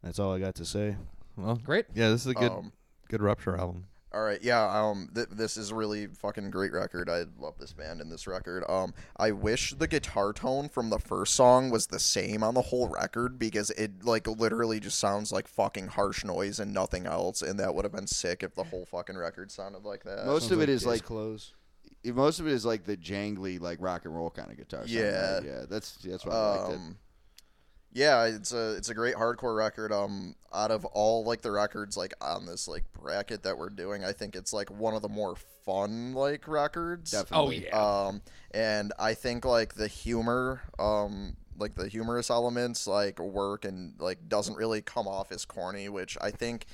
That's all I got to say.
well,
Great.
yeah, this is a good
Um,
good Rupture album.
All right, yeah. Um, th- this is a really fucking great record. I love this band and this record. Um, I wish the guitar tone from the first song was the same on the whole record because it like literally just sounds like fucking harsh noise and nothing else. And that would have been sick if the whole fucking record sounded like that.
Most of it is
Case
like
close.
most of it is like the jangly like rock and roll kind of guitar. sound,
Yeah.
right? yeah. That's that's why I liked it.
Um, yeah, it's a it's a great hardcore record. Um, out of all like the records like on this like bracket that we're doing, I think it's like one of the more fun like records.
Oh
Definitely.
yeah.
Um, and I think like the humor, um, like the humorous elements, like work and like doesn't really come off as corny, which I think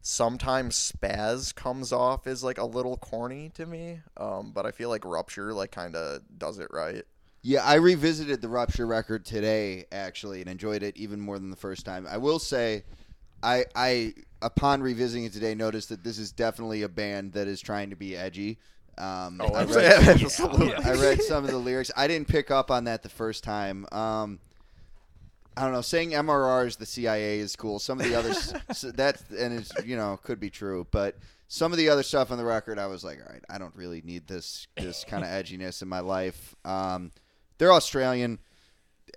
sometimes spaz comes off as like a little corny to me. Um, but I feel like rupture like kind of does it right.
Yeah, I revisited the Rupture record today actually and enjoyed it even more than the first time. I will say I I upon revisiting it today noticed that this is definitely a band that is trying to be edgy. Um I read-
absolutely.
I read some of the lyrics. I didn't pick up on that the first time. Um, I don't know. Saying MRR is the CIA is cool. Some of the other s- s- that and it's you know could be true, but some of the other stuff on the record, I was like, all right, I don't really need this this kind of edginess in my life. Um, they're Australian.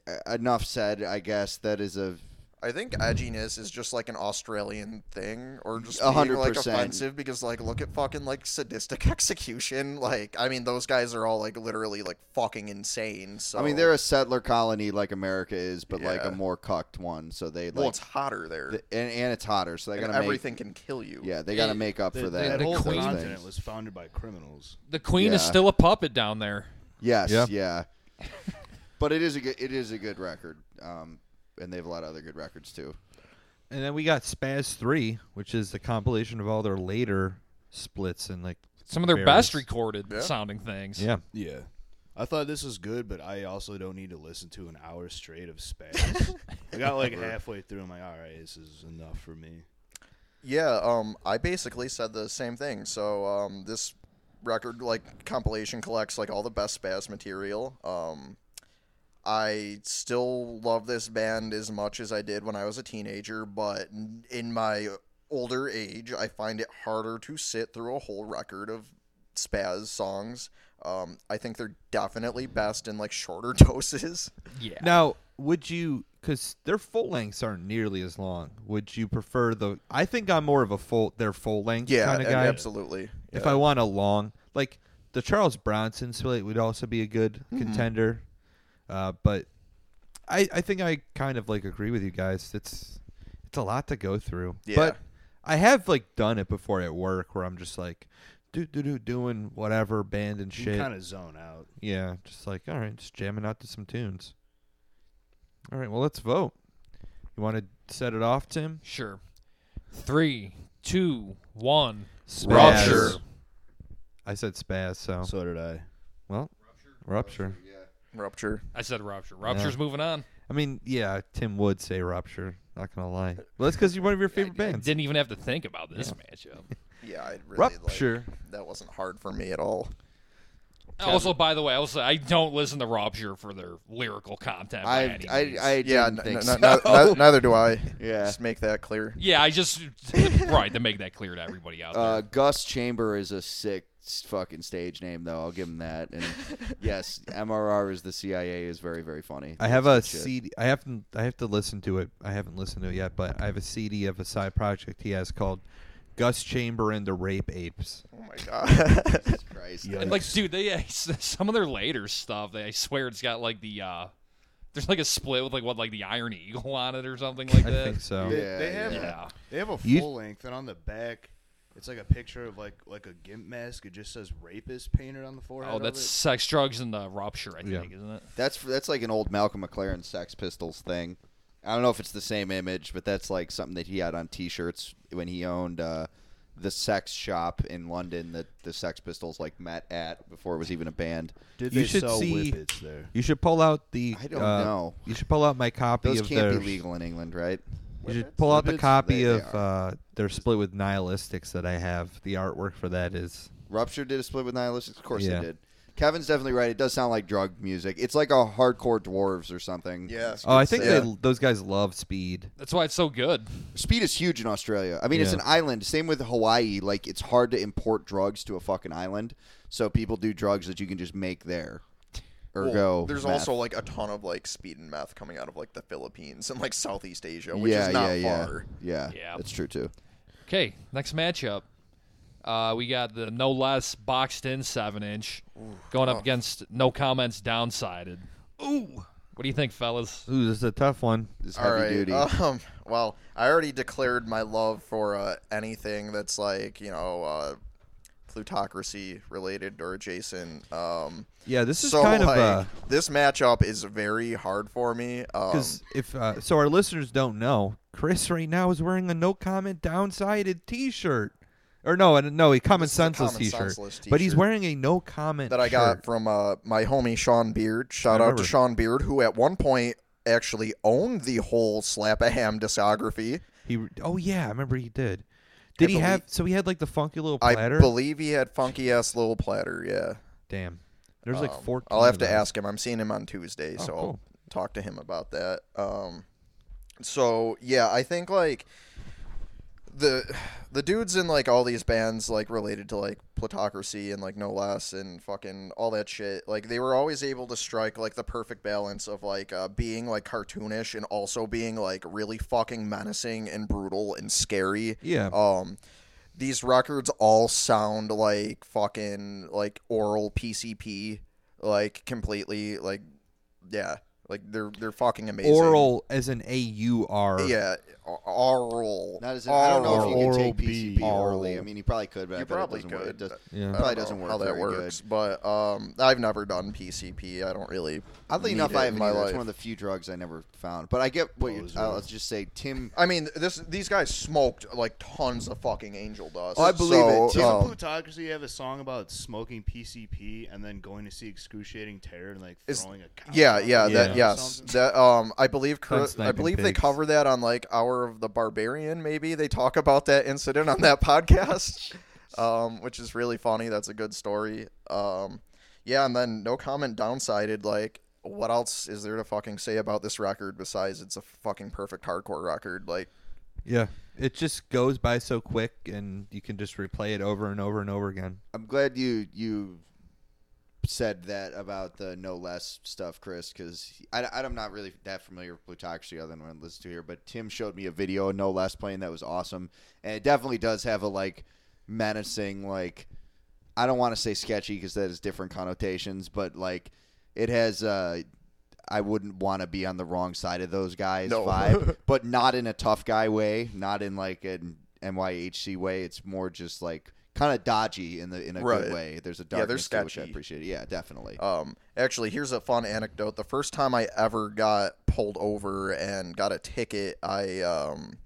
E- Enough said, I guess. That is a
I think edginess is just like an Australian thing, or just
A
being
hundred
like
percent.
offensive because like look at fucking like sadistic execution. Like I mean, those guys are all like literally like fucking insane. So
I mean, they're a settler colony like America is, but like
Yeah.
a more cucked one. So they like
well, it's hotter there,
th- and, and it's hotter. So they
and
gotta make-
everything can kill you.
yeah, they got to
They-
make up
They,
for
they,
that.
that whole
those
Queen-
continent
things.
was founded by criminals.
the Queen is
yeah.
still a puppet down there.
Yes,
Yeah.
yeah. but it is a good it is a good record. Um, and they have a lot of other good records too.
And then we got Spaz Three, which is the compilation of all their later splits and like
Some of their
various-
best recorded sounding things.
Yeah,
Yeah. I thought this was good, but I also don't need to listen to an hour straight of spaz. I got like halfway through. I'm like, all right, this is enough for me.
Yeah, um, I basically said the same thing. So, um, this record like compilation collects like all the best spaz material. Um, I still love this band as much as I did when I was a teenager, but n- in my older age, I find it harder to sit through a whole record of spaz songs. Um, I think they're definitely best in like shorter doses.
Yeah.
Now, would you? Because their full lengths aren't nearly as long. Would you prefer the? I think I'm more of a full their full length
Yeah,
kind of
a-
guy.
absolutely.
If
Yeah.
I want a long, like the Charles Bronson split would also be a good
Mm-hmm.
contender. Uh, but I I think I kind of like agree with you guys. It's it's a lot to go through.
Yeah.
But I have like done it before at work where I'm just like do do do doing whatever band and
You
shit.
kind of zone out.
Yeah, just like all right, just jamming out to some tunes. All right, well let's vote. You want to set it off, Tim?
Sure. Three, two, one.
Spaz.
Rupture.
I said spaz, so
So did I.
well, rupture.
Rupture.
I said rupture. Rupture's moving on.
I mean, yeah, Tim would say rupture. Not gonna lie. Well, that's because you're one of your favorite bands.
Didn't even have to think about this matchup.
Yeah, I really like-
Rupture.
that wasn't hard for me at all.
Also, by the way, I will say I don't listen to Rupture for their lyrical content. by
I,
any
I,
means.
I
Yeah,
didn't
n-
think
n-
so.
n- n- neither do I.
Yeah.
Just make that clear.
yeah, I just right to make that clear to everybody out there.
Uh, Gus Chamber is a sick s- fucking stage name, though. I'll give him that. And yes, MRR is the CIA is very very funny.
I have a
Shit.
CD. I haven't. I have to listen to it. I haven't listened to it yet, but I have a CD of a side project he has called "Gus Chamber and the Rape Apes."
Oh my god.
Christ.
Yeah.
And, like, dude, they some of their later stuff. They, I swear, it's got like the uh, there's like a split with like what like the Iron Eagle on it or something like
I
that.
think so.
They,
Yeah,
they have
yeah.
they have a full
You-
length, and on the back, it's like a picture of like like a gimp mask. It just says rapist painted on the forehead.
Oh,
of
that's
it.
sex, drugs, and the rupture. I
Yeah.
think, isn't it?
That's that's like an old Malcolm McLaren Sex Pistols thing. I don't know if it's the same image, but that's like something that he had on T-shirts when he owned uh, the sex shop in London that the Sex Pistols like met at before it was even a band.
Did
You
they
should
sell
see-
whippets there?
You should pull out the.
I don't
uh,
know.
You should pull out my copy
Those
of
can't
their.
be legal in England, right?
You should pull out the
Whippets?
copy
They- they
of uh, their split with Nihilistics that I have. The artwork for that is.
Rupture did a split with Nihilistics. Of course
Yeah.
they did. Kevin's definitely right. It does sound like drug music. It's like a hardcore dwarves or something.
Yeah.
Oh, I think
Yeah.
they, those guys love speed.
That's why it's so good.
Speed is huge in Australia. I mean, it's
Yeah.
an island. Same with Hawaii. Like, it's hard to import drugs to a fucking island. So people do drugs that you can just make there. Ergo,
Well, there's
meth.
also like a ton of like speed and meth coming out of like the Philippines and like Southeast Asia, which
yeah,
is not
yeah,
far.
yeah, yeah,
Yeah.
That's true too.
Okay, next matchup. Uh, we got the no less boxed in seven inch going up against no comments downsided. Ooh, what do you think, fellas?
Ooh, this is a tough one.
This is
All
heavy
right.
duty.
Um. Well, I already declared my love for uh, anything that's like you know uh, plutocracy related or adjacent. Um,
Yeah, this is
so
kind
like,
of uh, a.
this matchup is very hard for me. Um,
Because if uh, so, our listeners don't know. Chris right now is wearing a no comment downsided T-shirt, or no, and- no, a common
This is a
senseless
Common
t-shirt.
Senseless
But he's
t-shirt.
wearing a no comment
that I
shirt.
got from uh, my homie Sean Beard. Shout out
remember.
to Sean Beard, who at one point actually owned the whole Slap a Ham discography.
He oh yeah, I remember he did. Did he
believe-
have? So he had like the funky little
I
platter.
believe he had funky ass little platter. Yeah,
Damn, there's like
Um,
fourteen.
I'll have
of
to
those.
ask him. I'm seeing him on Tuesday, so
cool.
I'll talk to him about that. Um, so yeah, I think like the the dudes in like all these bands like related to like plutocracy and like no less and fucking all that shit like they were always able to strike like the perfect balance of like uh, being like cartoonish and also being like really fucking menacing and brutal and scary
Yeah.
um these records all sound like fucking like oral pcp like completely like yeah like they're they're fucking amazing
Oral as an A U R.
yeah o- oral
Not as in, I don't know if you
Oral
can take
B.
PCP orally. I mean, you probably could, but I
Oh. You
bet
probably
it doesn't work. It
could.
does-
Yeah.
I
probably
don't
doesn't
know
work
how that
very
works but um i've never done pcp i don't really
Oddly
need
enough,
it
I
in
haven't.
my
either. It's
life.
one of the few drugs I never found. But I get what you're.
Poser.
I'll just say, Tim.
i mean this these guys smoked like tons of fucking angel dust
Oh, I believe
so,
it, too.
Doesn't
um,
Plutocracy have a song about smoking PCP and then going to see excruciating terror and like
Is-
throwing a cow?
Yeah,
out
yeah,
the
that
window or
yes,
something?
that um, I believe
Done
cur- I
sniping
believe they
pigs.
cover that on like Hour of the Barbarian. Maybe they talk about that incident on that podcast, um, which is really funny. That's a good story. Um, yeah, and then no comment downsided. Like, what else is there to fucking say about this record besides it's a fucking perfect hardcore record? Like,
Yeah. It just goes by so quick, and you can just replay it over and over and over again.
I'm glad you you said that about the no less stuff, Chris, because I'm not really that familiar with plutocracy other than what I listen to here. But Tim showed me a video of no less playing that was awesome, and it definitely does have a like menacing like I don't want to say sketchy because that is different connotations, but like it has. Uh, I wouldn't want to be on the wrong side of those guys
No.
vibe, but not in a tough guy way, not in like an MYHC way. It's more just like kind of dodgy in the in a
Right.
good way. There's a
they're
darkness to it, which I
sketchy.
appreciate. Yeah, definitely.
Oh,
Um, actually, here's a fun anecdote. The first time I ever got pulled over and got a ticket, I um,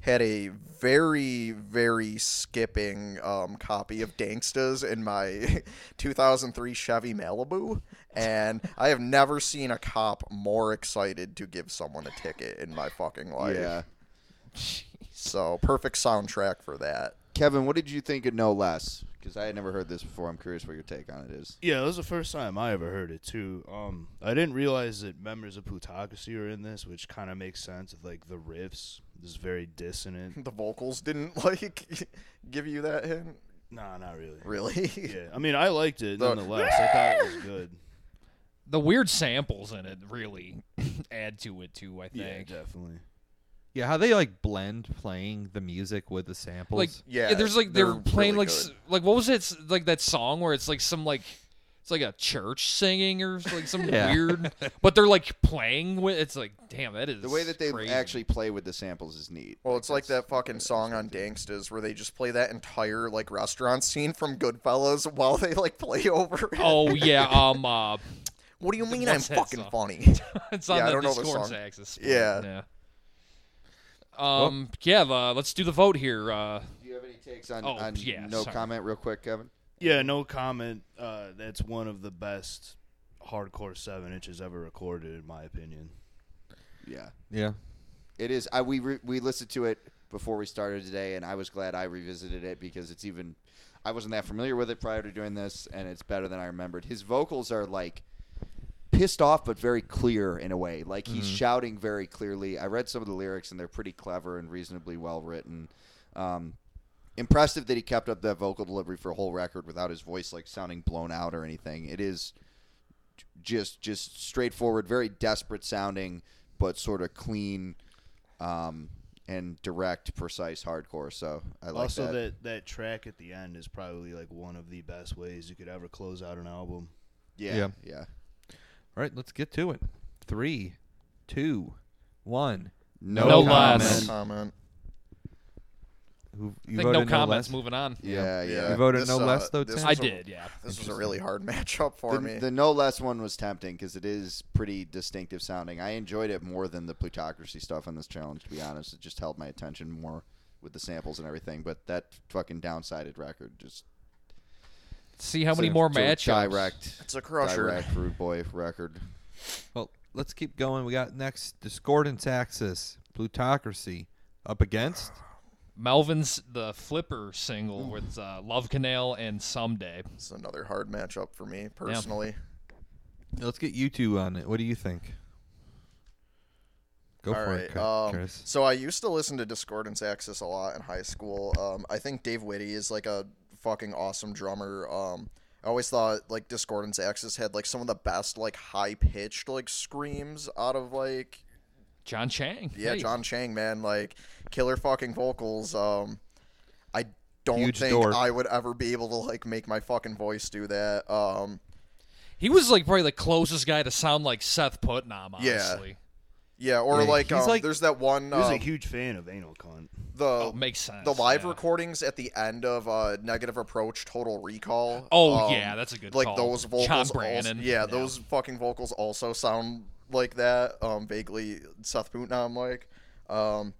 had a very, very skipping um, copy of Danksta's in my 2003 Chevy Malibu. And I have never seen a cop more excited to give someone a ticket in my fucking life.
yeah.
So, perfect soundtrack for that.
Kevin, what did you think of No Less? Because I had never heard this before. I'm curious what your take on it is.
Yeah, that was the first time I ever heard it too. Um, I didn't realize that members of Plutocracy were in this, which kind of makes sense. With like the riffs, this is very dissonant.
The vocals didn't like give you that hint,
nah, not really.
really.
Yeah, I mean, I liked it
The-
nonetheless. I thought it was good.
The weird samples in it really add to it too. I
Yeah,
think.
definitely.
Yeah, how they like blend playing the music with the samples.
like yeah,
Yeah,
there's like they're,
they're
playing
really
like s like what was it s- like that song where it's like some like it's like a church singing or s- like some
Yeah.
weird, but they're like playing with it's like damn that is
The way that they
crazy.
actually play with the samples is neat.
Well, it's like
that's-
that fucking song on Danksters where they just play that entire like restaurant scene from Goodfellas while they like play over. It.
Oh yeah, um, uh,
what do you mean I'm
what's that
fucking
song?
funny?
it's
Yeah,
on
I
the
don't know the
Discord
song.
axis.
Yeah.
Um. yeah. The, let's do the vote here. Uh,
Do you have any takes on,
Oh,
on
yeah,
No
sorry.
Comment, real quick, Kevin?
Yeah, no comment. Uh, that's one of the best hardcore seven inches ever recorded, in my opinion.
Yeah.
yeah.
It is. I we re, we listened to it before we started today, and I was glad I revisited it because it's even. I wasn't that familiar with it prior to doing this, and it's better than I remembered. His vocals are like pissed off, but very clear in a way. Like he's shouting very clearly. I read some of the lyrics, and they're pretty clever and reasonably well written. Um, impressive that he kept up that vocal delivery for a whole record without his voice like sounding blown out or anything. It is j- just just straightforward, very desperate sounding, but sort of clean um, and direct, precise hardcore. So I like
also,
that.
that. that track at the end is probably like one of the best ways you could ever close out an album.
yeah, yeah,
Yeah. All right, let's get to it. Three, two, one.
No,
No
comment.
less.
comment.
Who,
I
you
think no
voted
comments.
less?
Moving on.
Yeah, yeah.
You voted
This,
no
uh,
less though.
this
Tim?
was
I
a-
did. Yeah.
This was a really hard matchup for
The,
me.
the no less one was tempting because it is pretty distinctive sounding. I enjoyed it more than the plutocracy stuff on this challenge. To be honest, it just held my attention more with the samples and everything. But that fucking downsided record just
See how many more matchups.
direct,
it's a crusher.
direct rude boy record.
Well, let's keep going. We got next discordance axis, plutocracy, up against.
Melvin's the Flipper single with uh, Love Canal and Someday.
It's another hard matchup for me personally.
Let's get you two on it. What do you think? Go
All
for
right.
it, Cur-
um,
Curtis.
so I used to listen to Discordance Axis a lot in high school. Um, I think Dave Whitty is like a fucking awesome drummer. Um, I always thought like Discordance Axis had like some of the best like high pitched like screams out of like
John Chang.
yeah
hey.
John Chang man like killer fucking vocals. Um, I don't
Huge
think
dork.
I would ever be able to like make my fucking voice do that. Um,
He was like probably the closest guy to sound like Seth Putnam.
Yeah.
Honestly.
yeah, or
Yeah,
like,
he's
um,
like-
there's that one.
He was a
Um,
huge fan of anal cunt.
the
Oh, makes sense.
the live
yeah.
recordings at the end of uh, Negative Approach Total Recall.
Oh,
um,
yeah, that's a good
like
call.
those vocals.
John
also-
Brannon.
yeah,
Yeah.
those fucking vocals also sound like that. Um, vaguely Seth Putnam like. Um,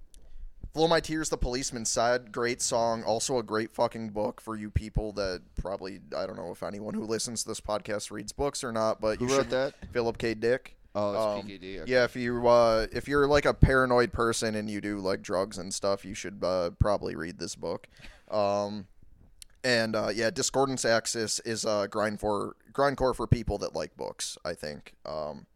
Flow My Tears, The Policeman Side, great song. Also a great fucking book for you people that probably I don't know if anyone who listens to this podcast reads books or not, but
Who
you
wrote
should
that?
Philip K. Dick.
Oh, it's
Um,
PKD. okay.
Yeah, if you uh, if you're like a paranoid person and you do like drugs and stuff, you should uh, probably read this book. Um, and uh, yeah, Discordance Axis is uh, grind for grindcore for people that like books. I think. Um,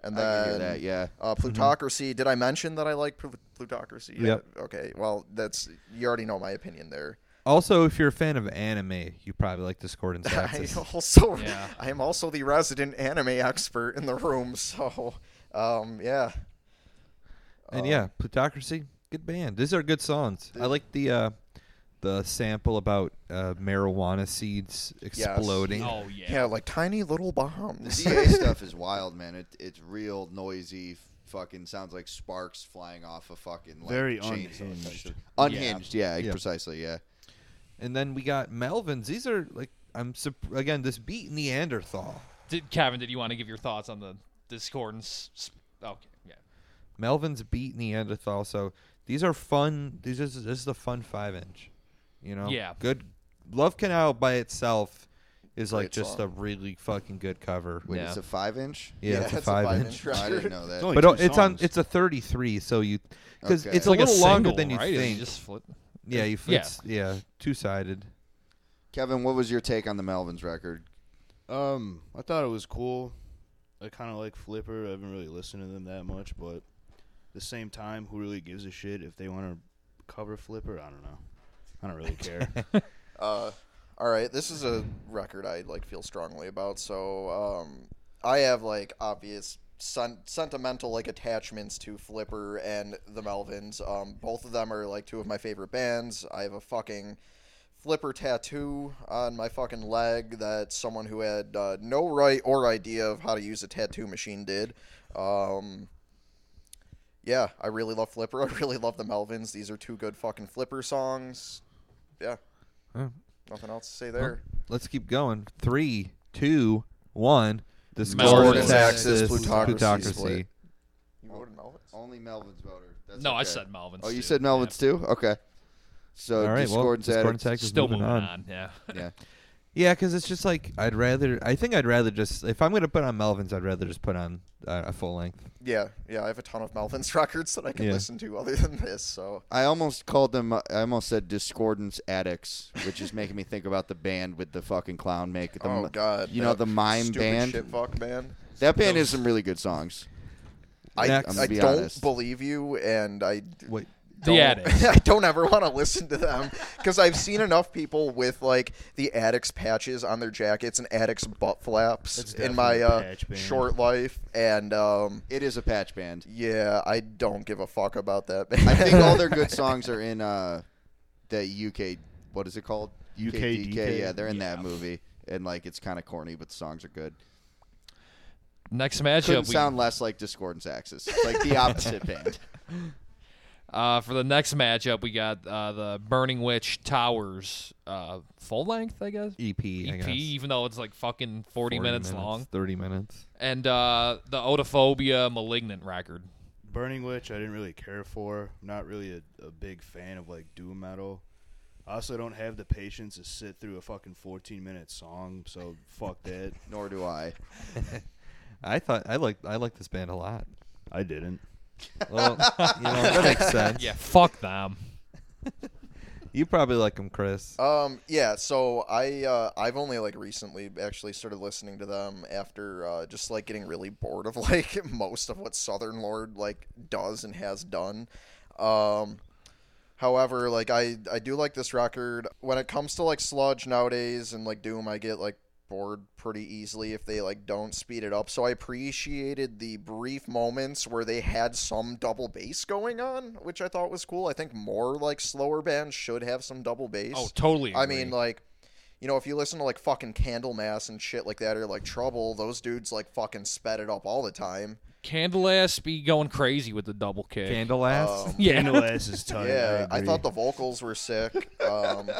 and
I
then
can hear that. Yeah. Mm-hmm.
uh, Plutocracy. Did I mention that I like Plu- Plutocracy?
Yep.
Yeah, Okay. Well, that's you already know my opinion there.
Also, if you're a fan of anime, you probably like discordance
I
axis.
also
Yeah.
I am also the resident anime expert in the room. So, um, yeah.
And yeah, plutocracy, good band. These are good songs. I like the uh, the sample about uh, marijuana seeds exploding.
Oh yeah.
Yeah, like tiny little bombs.
The DA stuff is wild, man. It, it's real noisy, fucking sounds like sparks flying off a fucking like,
Very
chainsaw.
unhinged.
Unhinged, yeah,
Yeah.
precisely, yeah.
And then we got Melvins. These are like I'm surp- again this beat Neanderthal.
Did Kevin? Did you want to give your thoughts on the discordance? sp- Okay, yeah.
Melvin's beat Neanderthal. So these are fun. These is this is a fun five inch. You know,
Yeah.
Good Love Canal by itself is like
Great
just
song.
a really fucking good cover.
Wait,
Yeah.
it's a five inch.
Yeah, it's a five, inch.
I didn't
record.
know
It's
that.
only
But
two
oh, it's on.
songs.
It's a 33, so you because
Okay.
it's a
like
little longer
single,
than you
right? Is it
think.
Just flip.
yeah, you.
Yeah.
It's, yeah, two sided.
Kevin, what was your take on the Melvins record?
Um, I thought it was cool. I kind of like Flipper. I haven't really listened to them that much, but at the same time, who really gives a shit if they want to cover Flipper? I don't know. I don't really care.
Uh, all right, this is a record I like feel strongly about. So um, I have like obvious sen- sentimental like attachments to Flipper and the Melvins. Um, both of them are like two of my favorite bands. I have a fucking flipper tattoo on my fucking leg that someone who had uh, no right or idea of how to use a tattoo machine did. Um, yeah, I really love Flipper. I really love the Melvins. These are two good fucking Flipper songs. Yeah.
Huh.
Nothing else to say there.
Let's keep going. Three, two, one.
Melvin's
Discordance,
Axis,
Axis,
Plutocracy
plutocracy.
split. You voted Melvins?
Only Melvins voter. That's
No, I
okay.
said Melvin's.
Oh, you
too.
said Melvins too. Okay. So
All right,
Discordance
well,
Addicts-
Discordance
Yeah.
Axis
Still
moving
moving
on.
on. Yeah.
Yeah.
Yeah, because it's just like I'd rather. I think I'd rather just if I'm gonna put on Melvin's, I'd rather just put on uh, a full length.
Yeah, yeah. I have a ton of Melvins records that I can
Yeah.
listen to other than this. So
I almost called them. uh, I almost said Discordance Addicts, which is making me think about the band with the fucking clown make. The,
Oh,
mi-
God,
You know
that
the mime
stupid
band.
shit fuck band.
That band has some really good songs.
I,
Next. I'm
I
gonna
be
don't
honest.
believe you, and I
Wait,
The addicts.
I don't ever want to listen to them because I've seen enough people with like the addicts patches on their jackets and addicts butt
That's
flaps in my
definitely a
uh,
patch band.
short life, and um,
It is a patch band.
yeah, I don't give a fuck about that.
I think all their good songs are in uh, the UK. What is it called?
UKDK?
Yeah, they're in that
Yeah.
movie, and like it's kind of corny, but the songs are good.
Next
Couldn't
matchup. We,
sound less like Discordance Axis. It's like the opposite band.
uh, for the next matchup, we got uh, the Burning Witch Towers uh, full length, I guess.
EP, E I
EP,
guess.
even though it's like fucking
40
40, E minutes, long.
Thirty minutes.
And uh, the Otophobia Malignant record.
Burning Witch, I didn't really care for. I'm not really a, a big fan of like doom metal. I also don't have the patience to sit through a fucking 14 minute song, so fuck that.
Nor do I.
I thought I liked I like this band a lot.
I didn't.
Well, you know that makes sense.
Yeah, fuck them.
You probably like them, Chris.
Um, yeah, so I uh, I've only like recently actually started listening to them after uh, just like getting really bored of like most of what Southern Lord like does and has done. Um, however, like I I do like this record. When it comes to like sludge nowadays and like doom, I get like bored pretty easily if they like don't speed it up. So I appreciated the brief moments where they had some double bass going on, which I thought was cool. I think more like slower bands should have some double bass.
Oh, totally.
I
agree.
mean, like, you know, if you listen to like fucking Candlemass and shit like that, or like Trouble, those dudes like fucking sped it up all the time.
Candlelass be going crazy with the double kick.
Candle ass.
Um,
yeah.
Candlelass is tight.
yeah, I,
Oh, agree.
thought the vocals were sick. Um,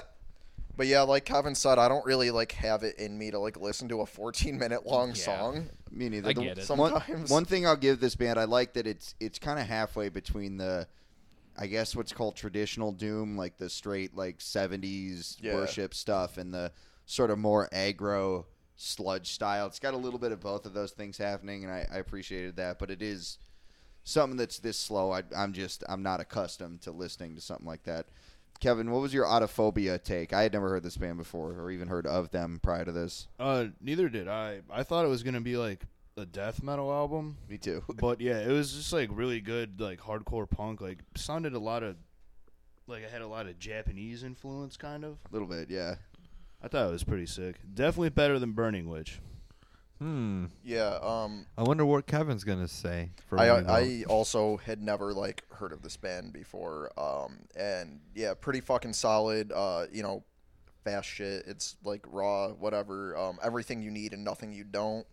but yeah, like Kevin said, I don't really like have it in me to like listen to a 14 minute long
Yeah.
song.
Me neither.
I
The-
get it.
One,
Sometimes.
one thing I'll give this band, I like that it's it's kind of halfway between the, I guess what's called traditional doom, like the straight like '70s
Yeah.
worship stuff, and the sort of more aggro sludge style. It's got a little bit of both of those things happening, and I, I appreciated that. But it is something that's this slow. I, I'm just I'm not accustomed to listening to something like that. Kevin, what was your autophobia take? I had never heard this band before, or even heard of them prior to this.
Uh, neither did I. I thought it was gonna be like a death metal album,
Me too.
but yeah, it was just like really good, like hardcore punk. Like sounded a lot of, like it had a lot of Japanese influence, kind of.
A little bit, yeah.
I thought it was pretty sick. Definitely better than Burning Witch.
hmm.
Yeah. Um,
I wonder what Kevin's gonna say. For
I,
when we vote.
I also had never like heard of this band before, um, and yeah, pretty fucking solid. Uh, you know, fast shit. It's like raw, whatever. Um, everything you need and nothing you don't.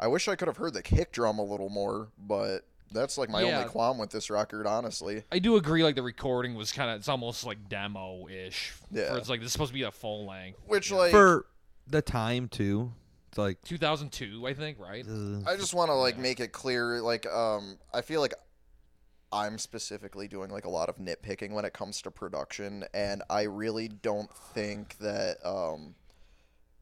I wish I could have heard the kick drum a little more, but that's like my
Yeah.
only qualm with this record, honestly.
I do agree. Like the recording was kind of it's almost like demo ish.
Yeah.
it's like this is supposed to be a full length.
Which like
for the time too. It's like uh,
2002, I think, right?
ugh.
I just want to like
Yeah.
make it clear. Like, um, I feel like I'm specifically doing like a lot of nitpicking when it comes to production, and I really don't think that um,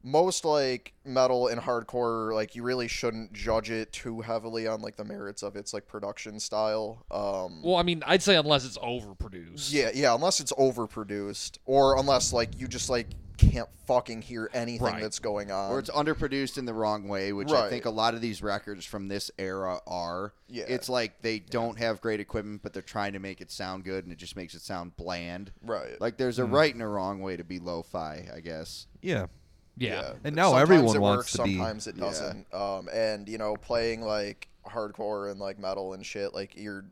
most like metal and hardcore like you really shouldn't judge it too heavily on like the merits of its like production style. Um,
Well, I mean, I'd say unless it's overproduced.
yeah, yeah, unless it's overproduced, or unless like you just like can't fucking hear anything
Right.
that's going on.
or it's underproduced in the wrong way, which I
Right.
think a lot of these records from this era are.
Yeah.
It's like they don't have great equipment, but they're trying to make it sound good, and it just makes it sound bland.
right.
Like there's
Hmm.
a right and a wrong way to be lo-fi, I guess.
yeah.
Yeah.
And now
sometimes
everyone
it
wants
works,
to be-
sometimes it
Yeah.
doesn't. Um, and you know, playing like hardcore and like metal and shit, like you're,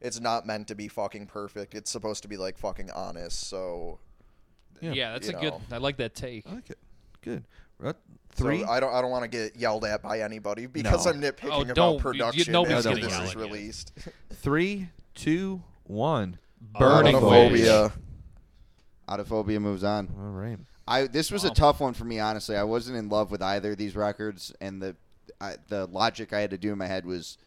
it's not meant to be fucking perfect. It's supposed to be like fucking honest. So
Yeah, that's a
You
good.
know.
I like that take.
I like it. Good. Right.
so
Three.
I don't, I don't want to get yelled at by anybody because
No.
I'm nitpicking
Oh, don't. You-
about
you-
production
nobody's
after
gonna
this
yell
is
at you.
released.
three, two, one.
Burning
Autophobia.
Autophobia moves on.
All right.
I this was a tough one for me honestly. I wasn't in love with either of these records, and the I, the logic I had to do in my head was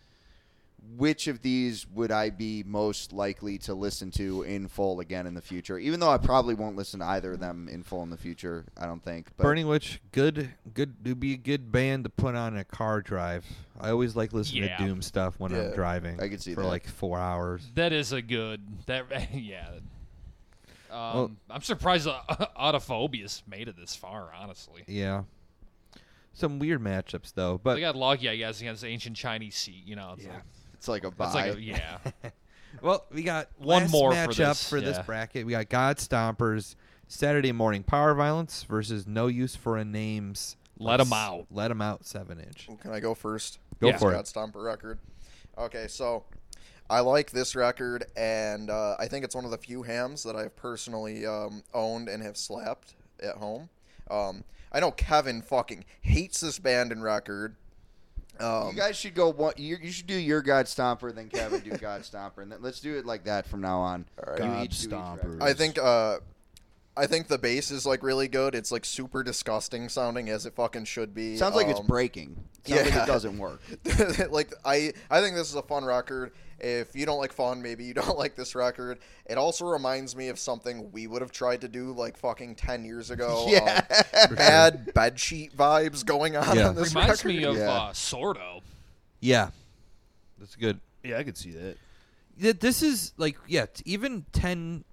which of these would I be most likely to listen to in full again in the future? Even though I probably won't listen to either of them in full in the future, I don't think. But
Burning Witch, good, good. It'd be a good band to put on a car drive. I always like listening
Yeah.
to Doom stuff when I'm
Yeah.
driving.
I can see
for
that.
like four hours.
That is a good. That yeah. Um, I'm surprised uh, Autophobia's made it this far. Honestly,
Yeah. Some weird matchups though,
they
but
got lucky, I guess, against ancient Chinese sea. You know, it's
Yeah.
like,
it's like a
that's
buy.
like a, yeah.
well, we got
One
last
more for
matchup
this, yeah.
bracket. We got God Stompers Saturday Morning Power Violence versus No Use for a Names.
Let 'em out.
Let 'em out. Seven inch.
Can I go first?
Go
Yeah.
for it.
Scott Stomper record. Okay, so I like this record, and uh, I think it's one of the few hams that I've personally um, owned and have slapped at home. Um, I know Kevin fucking hates this band and record. Um,
you guys should go one. You, you should do your God Stomper, then Kevin do God Stomper, and then let's do it like that from now on.
All right.
You
God
each do each
Stompers.
record.
I think uh, I think the bass is like really good. It's like super disgusting sounding as it fucking should be.
Sounds like it's
Um,
breaking. Sounds like
yeah.
it doesn't work.
like I I think this is a fun record. If you don't like fun, maybe you don't like this record. It also reminds me of something we would have tried to do like fucking ten years ago.
Yeah.
um, bad bedsheet vibes going on
Yeah.
on this
Reminds
record.
me of
Yeah.
uh, Sordo.
Yeah, that's good.
Yeah, I could see that.
Th- This is like yeah, t- even 10,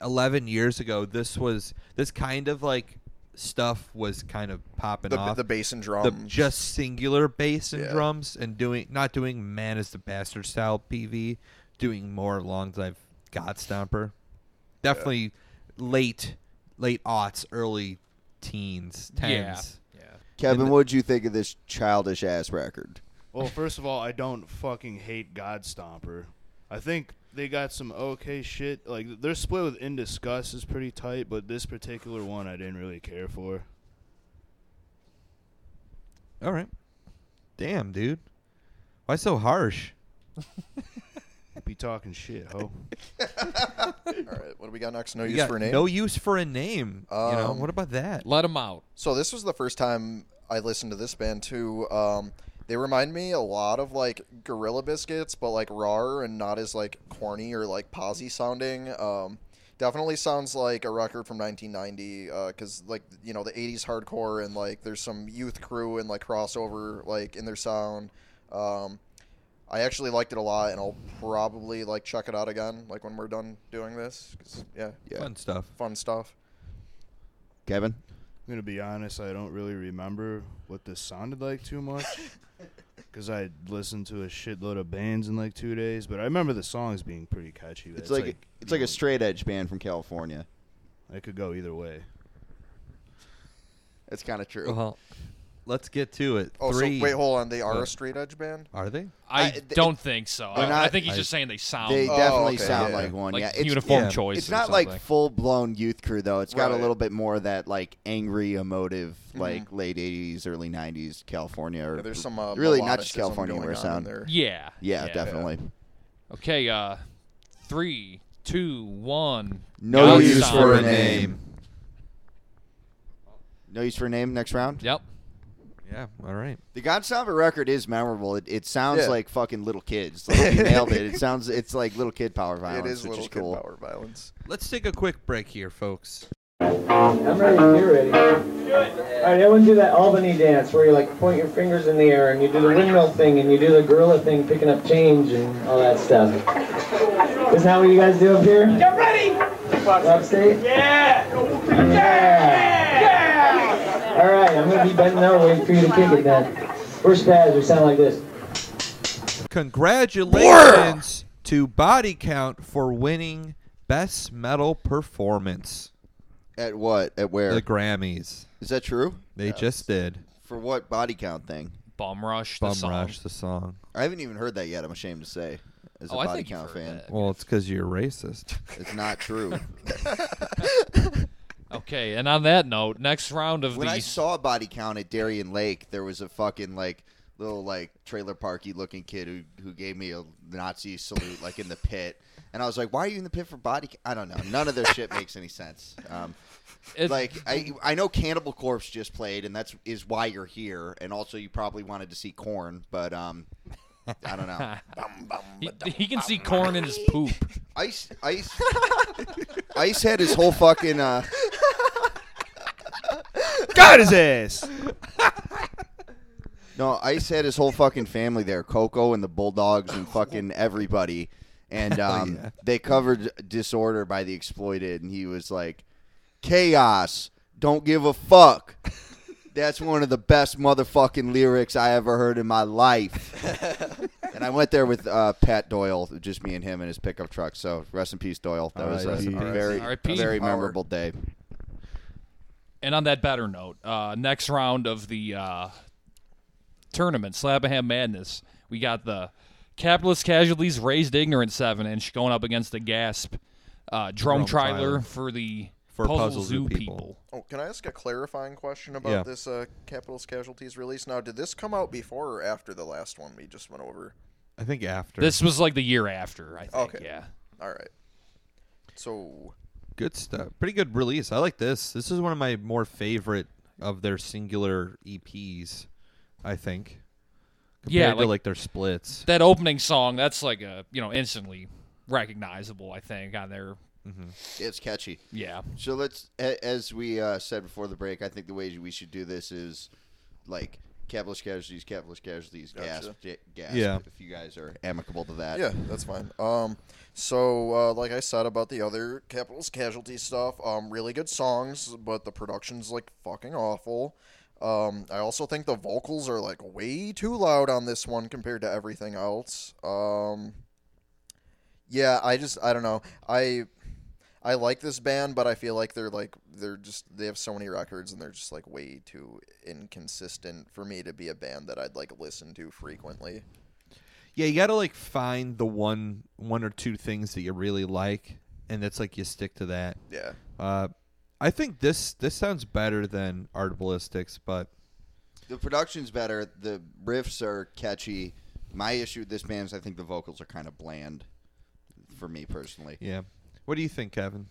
11 years ago, this was this kind of like stuff was kind of popping
the,
off.
the bass and drum.
the just singular bass and
Yeah.
drums and doing not doing man is the bastard style PV, doing more along the God Stomper. Definitely late late aughts, early teens, tens.
Yeah. Yeah.
Kevin, what'd you think of this childish ass record?
Well, first of all, I don't fucking hate God Stomper. I think they got some okay shit. Like their split with In Disgust is pretty tight, but this particular one I didn't really care for.
All right. Damn, dude. Why so harsh?
Be talking shit, ho.
All right, what do we got next? No
You
use
got
for a name.
No use for a name. you know,
Um,
what about that?
Let him out.
So this was the first time I listened to this band too. Um, they remind me a lot of like Gorilla Biscuits, but like rawer and not as like corny or like posy sounding. Um, definitely sounds like a record from 1990 because like you know the 80s hardcore and like there's some youth crew and like crossover like in their sound. Um, I actually liked it a lot, and I'll probably like check it out again like when we're done doing this. 'cause, yeah,
Yeah.
Fun stuff.
fun stuff.
Kevin?
I'm gonna be honest, I don't really remember what this sounded like too much, because I listened to a shitload of bands in like two days. But I remember the songs being pretty catchy. but
It's, like, it's like
you
a straight edge band from California.
know, It could go either way.
That's kind of true.
Well, let's get to it.
Oh,
Three.
so wait, hold on. They are a straight edge band.
Are they?
I,
I- th-
don't think so. I,
They're
I
not-
think he's
I-
just saying they sound
They
Oh,
definitely
okay,
sound
yeah.
like one.
like
yeah, it's,
uniform
yeah.
choice.
it's
or
not like
something.
full blown youth crew though. It's got a
Right.
little bit more of that like angry, emotive, like late '80s, early '90s California. Or,
Yeah, there's some uh,
really not just
melodicism
California
going
where it
on in
sound.
there.
yeah.
Yeah, definitely.
Okay. Uh, three, two, one.
No
Young
use
Sound.
for a name. No use for a name. Next round.
Yep.
Yeah. All right.
The God Sovereign record is memorable. It, it sounds
Yeah.
like fucking little kids. Like, you nailed it. It sounds it's like little kid power violence,
It is
which
little
is
kid
cool.
power violence.
Let's take a quick break here, folks.
I'm ready. You're ready. All right, everyone do that Albany dance where you like point your fingers in the air and you do the windmill thing and you do the gorilla thing, picking up change and all that stuff. Is that what you guys do up here?
Get ready!
Upstate?
Yeah! Yeah!
All right, I'm gonna be bending over waiting for you to kick it then. We're spaz. We sound like this.
Congratulations to Body Count for winning Best Metal Performance,
At what? At where? Is
the Grammys.
that true?
They just did.
For what body count thing?
Bum rush. The
Bum
song.
Rush, the song.
I haven't even heard that yet. I'm ashamed to say, as a
Oh, I
body
think you've
count
heard
fan,
that.
Well, it's because you're racist.
it's not true.
Okay. And on that note, next round of
when I
these.
saw body count at Darien Lake, there was a fucking like little like trailer parky looking kid who who gave me a Nazi salute like in the pit, and I was like, why are you in the pit for body? Count? I don't know. None of their shit makes any sense. Um,
it-
like I, I know Cannibal Corpse just played, and that's is why you're here, and also you probably wanted to see Corn, but um, I don't know.
he, he can see corn in his poop.
Ice, Ice, Ice had his whole fucking. Uh,
Got his ass.
No, Ice had his whole fucking family there, Coco and the Bulldogs and fucking everybody, and um, they covered "Disorder" by the Exploited, and he was like, "Chaos, don't give a fuck." That's one of the best motherfucking lyrics I ever heard in my life. and I went there with uh, Pat Doyle, just me and him in his pickup truck. So rest in peace, Doyle. That was a
R.I.P.
very,
R.I.P.
very memorable day.
And on that better note, uh, next round of the uh, tournament, Slappaham Madness, we got the Capitalist Casualties Raised Ignorant 7 inch going up against the Gasp uh,
Drum
drum trailer
trialer.
for the
For
Puzzle,
Puzzle
Zoo
Zoo
people.
people.
Oh, can I ask a clarifying question about
Yeah.
this uh, Capitals Casualties release? Now, did this come out before or after the last one we just went over?
I think after.
This was like the year after, I think.
Okay.
Yeah.
All right. So,
good stuff. Pretty good release. I like this. This is one of my more favorite of their singular EPs, I think.
Yeah,
Compared to
like-
like their splits.
That opening song, that's like a, you know, instantly recognizable, I think, on their.
It's catchy.
Yeah.
So let's, a- as we uh, said before the break, I think the way we should do this is like capitalist casualties, capitalist casualties, gasp, j- gasp.
Yeah.
If you guys are amicable to that.
yeah, that's fine. Um, so, uh, like I said about the other Capitals Casualty stuff, um, really good songs, but the production's like fucking awful. Um, I also think the vocals are like way too loud on this one compared to everything else. Um, yeah, I just I don't know. I I like this band, but I feel like they're like they're just they have so many records and they're just like way too inconsistent for me to be a band that I'd like listen to frequently.
Yeah, you gotta like find the one one or two things that you really like and that's like you stick to that.
Yeah.
Uh I think this this sounds better than Art Ballistics, but
The production's better. The riffs are catchy. My issue with this band is I think the vocals are kind of bland for me personally.
yeah. What do you think, Kevin?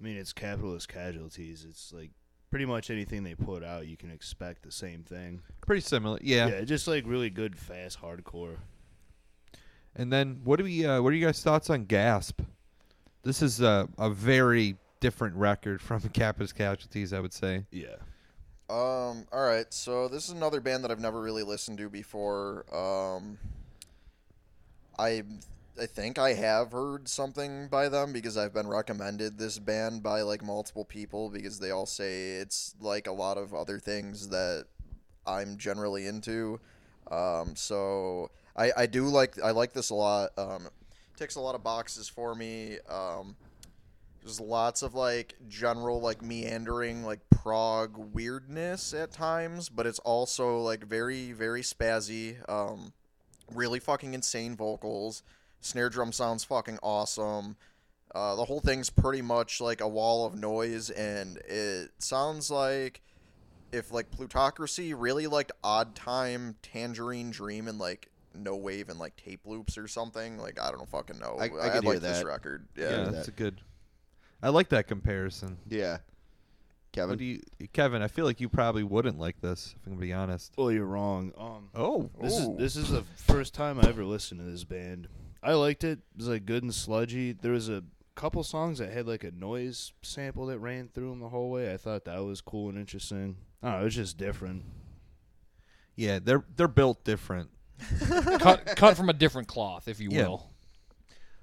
I mean, it's capitalist casualties. It's like pretty much anything they put out, you can expect the same thing.
Pretty similar.
Yeah,
Yeah.
just like really good, fast, hardcore.
And then what do we uh, what are you guys thoughts on Gasp? This is a, a very different record from Kappa's Casualties, I would say.
Yeah.
Um, all right, so this is another band that I've never really listened to before. Um, I I think I have heard something by them because I've been recommended this band by like multiple people because they all say it's like a lot of other things that I'm generally into. Um, so I I do like I like this a lot. Um, ticks a lot of boxes for me. Um, There's lots of like general like meandering like prog weirdness at times, but it's also like very very spazzy. Um, really fucking insane vocals. Snare drum sounds fucking awesome. Uh, the whole thing's pretty much like a wall of noise, and it sounds like if like plutocracy really liked odd time tangerine dream and like no wave and like tape loops or something like i don't fucking know
I- I could hear
like this
that.
record
Yeah,
yeah,
that's a good. I like that comparison.
Yeah.
What
Kevin,
do you, Kevin? I feel like you probably wouldn't like this. If I'm gonna be honest.
Well, you're wrong. Um,
Oh,
This
Ooh.
is this is the first time I ever listened to this band. I liked it. It was like good and sludgy. There was a couple songs that had like a noise sample that ran through them the whole way. I thought that was cool and interesting. I don't know, it was just different.
yeah. They're they're built different.
cut cut from a different cloth, if you
Yeah.
will.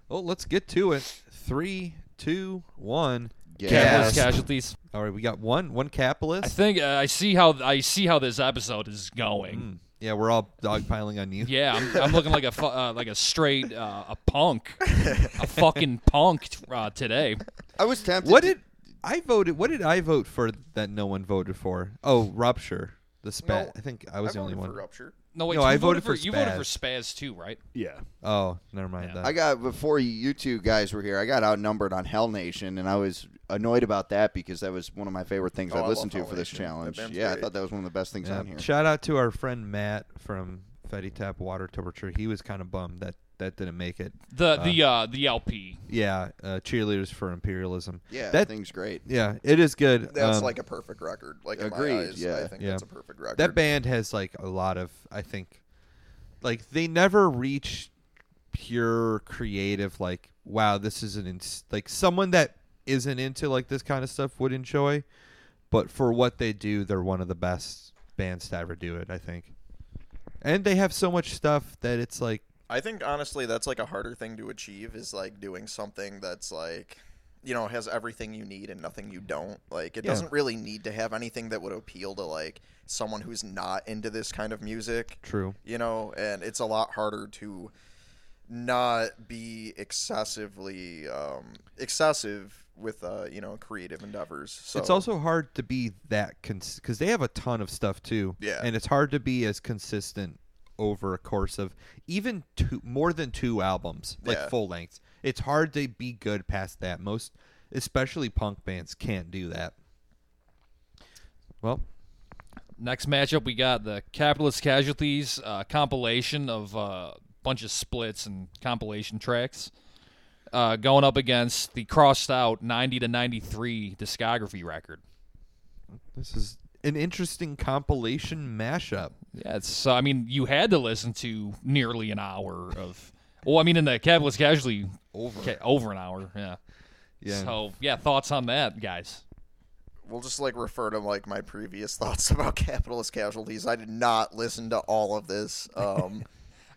Oh, let's get to it. Three, two, one.
Capitalist
Yes.
casualties.
All right, we got one one
I
capitalist.
think uh, I see how I see how this episode is going.
Mm. Yeah, we're all dogpiling on you.
Yeah, I'm, I'm looking like a fu- uh, like a straight uh, a punk, a fucking punk uh, today.
I was tempted.
What
to-
did I voted? What did I vote for that no one voted for? Oh, rupture. The spat.
No,
I think I
I
was
was
the only one.
for rupture
No, wait,
No,
you
I voted
voted,
for
for, you voted for
Spaz.
Spaz too, right?
Yeah.
Oh, never mind.
Yeah.
that.
I got before you two guys were here. I got outnumbered on Hell Nation, and I was annoyed about that because that was one of my favorite things
Oh,
I
I
listened
love
to for
Hell
this
Nation. That
challenge.
band's
Yeah, I
great.
thought that was one of the best things
Yeah.
on here.
Shout out to our friend Matt from Fetty Tap Water Torture. He was kind of bummed that that didn't make it.
The the uh, the LP.
Yeah, uh, cheerleaders for imperialism.
yeah, that
that
thing's great.
yeah, it is good.
that's
Um,
like a perfect record like in my
Agreed,
eyes,
yeah.
i think
Yeah.
that's a perfect record
that band has like a lot of I think, like they never reach pure creative. Like wow, this is an ins- like someone that isn't into like this kind of stuff would enjoy, but for what they do, they're one of the best bands to ever do it. I think, and they have so much stuff that it's like
I think honestly, that's like a harder thing to achieve is like doing something that's like, you know, has everything you need and nothing you don't. Like, it
Yeah.
doesn't really need to have anything that would appeal to like someone who's not into this kind of music,
true.
you know, and it's a lot harder to not be excessively um, excessive with, uh, you know, creative endeavors. So
It's also hard to be that because they have a ton of stuff too.
Yeah.
and it's hard to be as consistent over a course of even two more than two albums, like
Yeah.
full lengths. It's hard to be good past that. Most, especially punk bands, can't do that. Well,
Next matchup, we got the Capitalist Casualties uh, compilation of a uh, bunch of splits and compilation tracks uh, going up against the crossed out 90 to 93 discography record.
this is an interesting compilation mashup.
Yeah, it's. I mean, you had to listen to nearly an hour of. Well, I mean, in the Capitalist Casualty, over over an hour. Yeah.
Yeah.
So yeah, thoughts on that, guys?
we'll just like refer to like my previous thoughts about capitalist casualties. I did not listen to all of this. Um,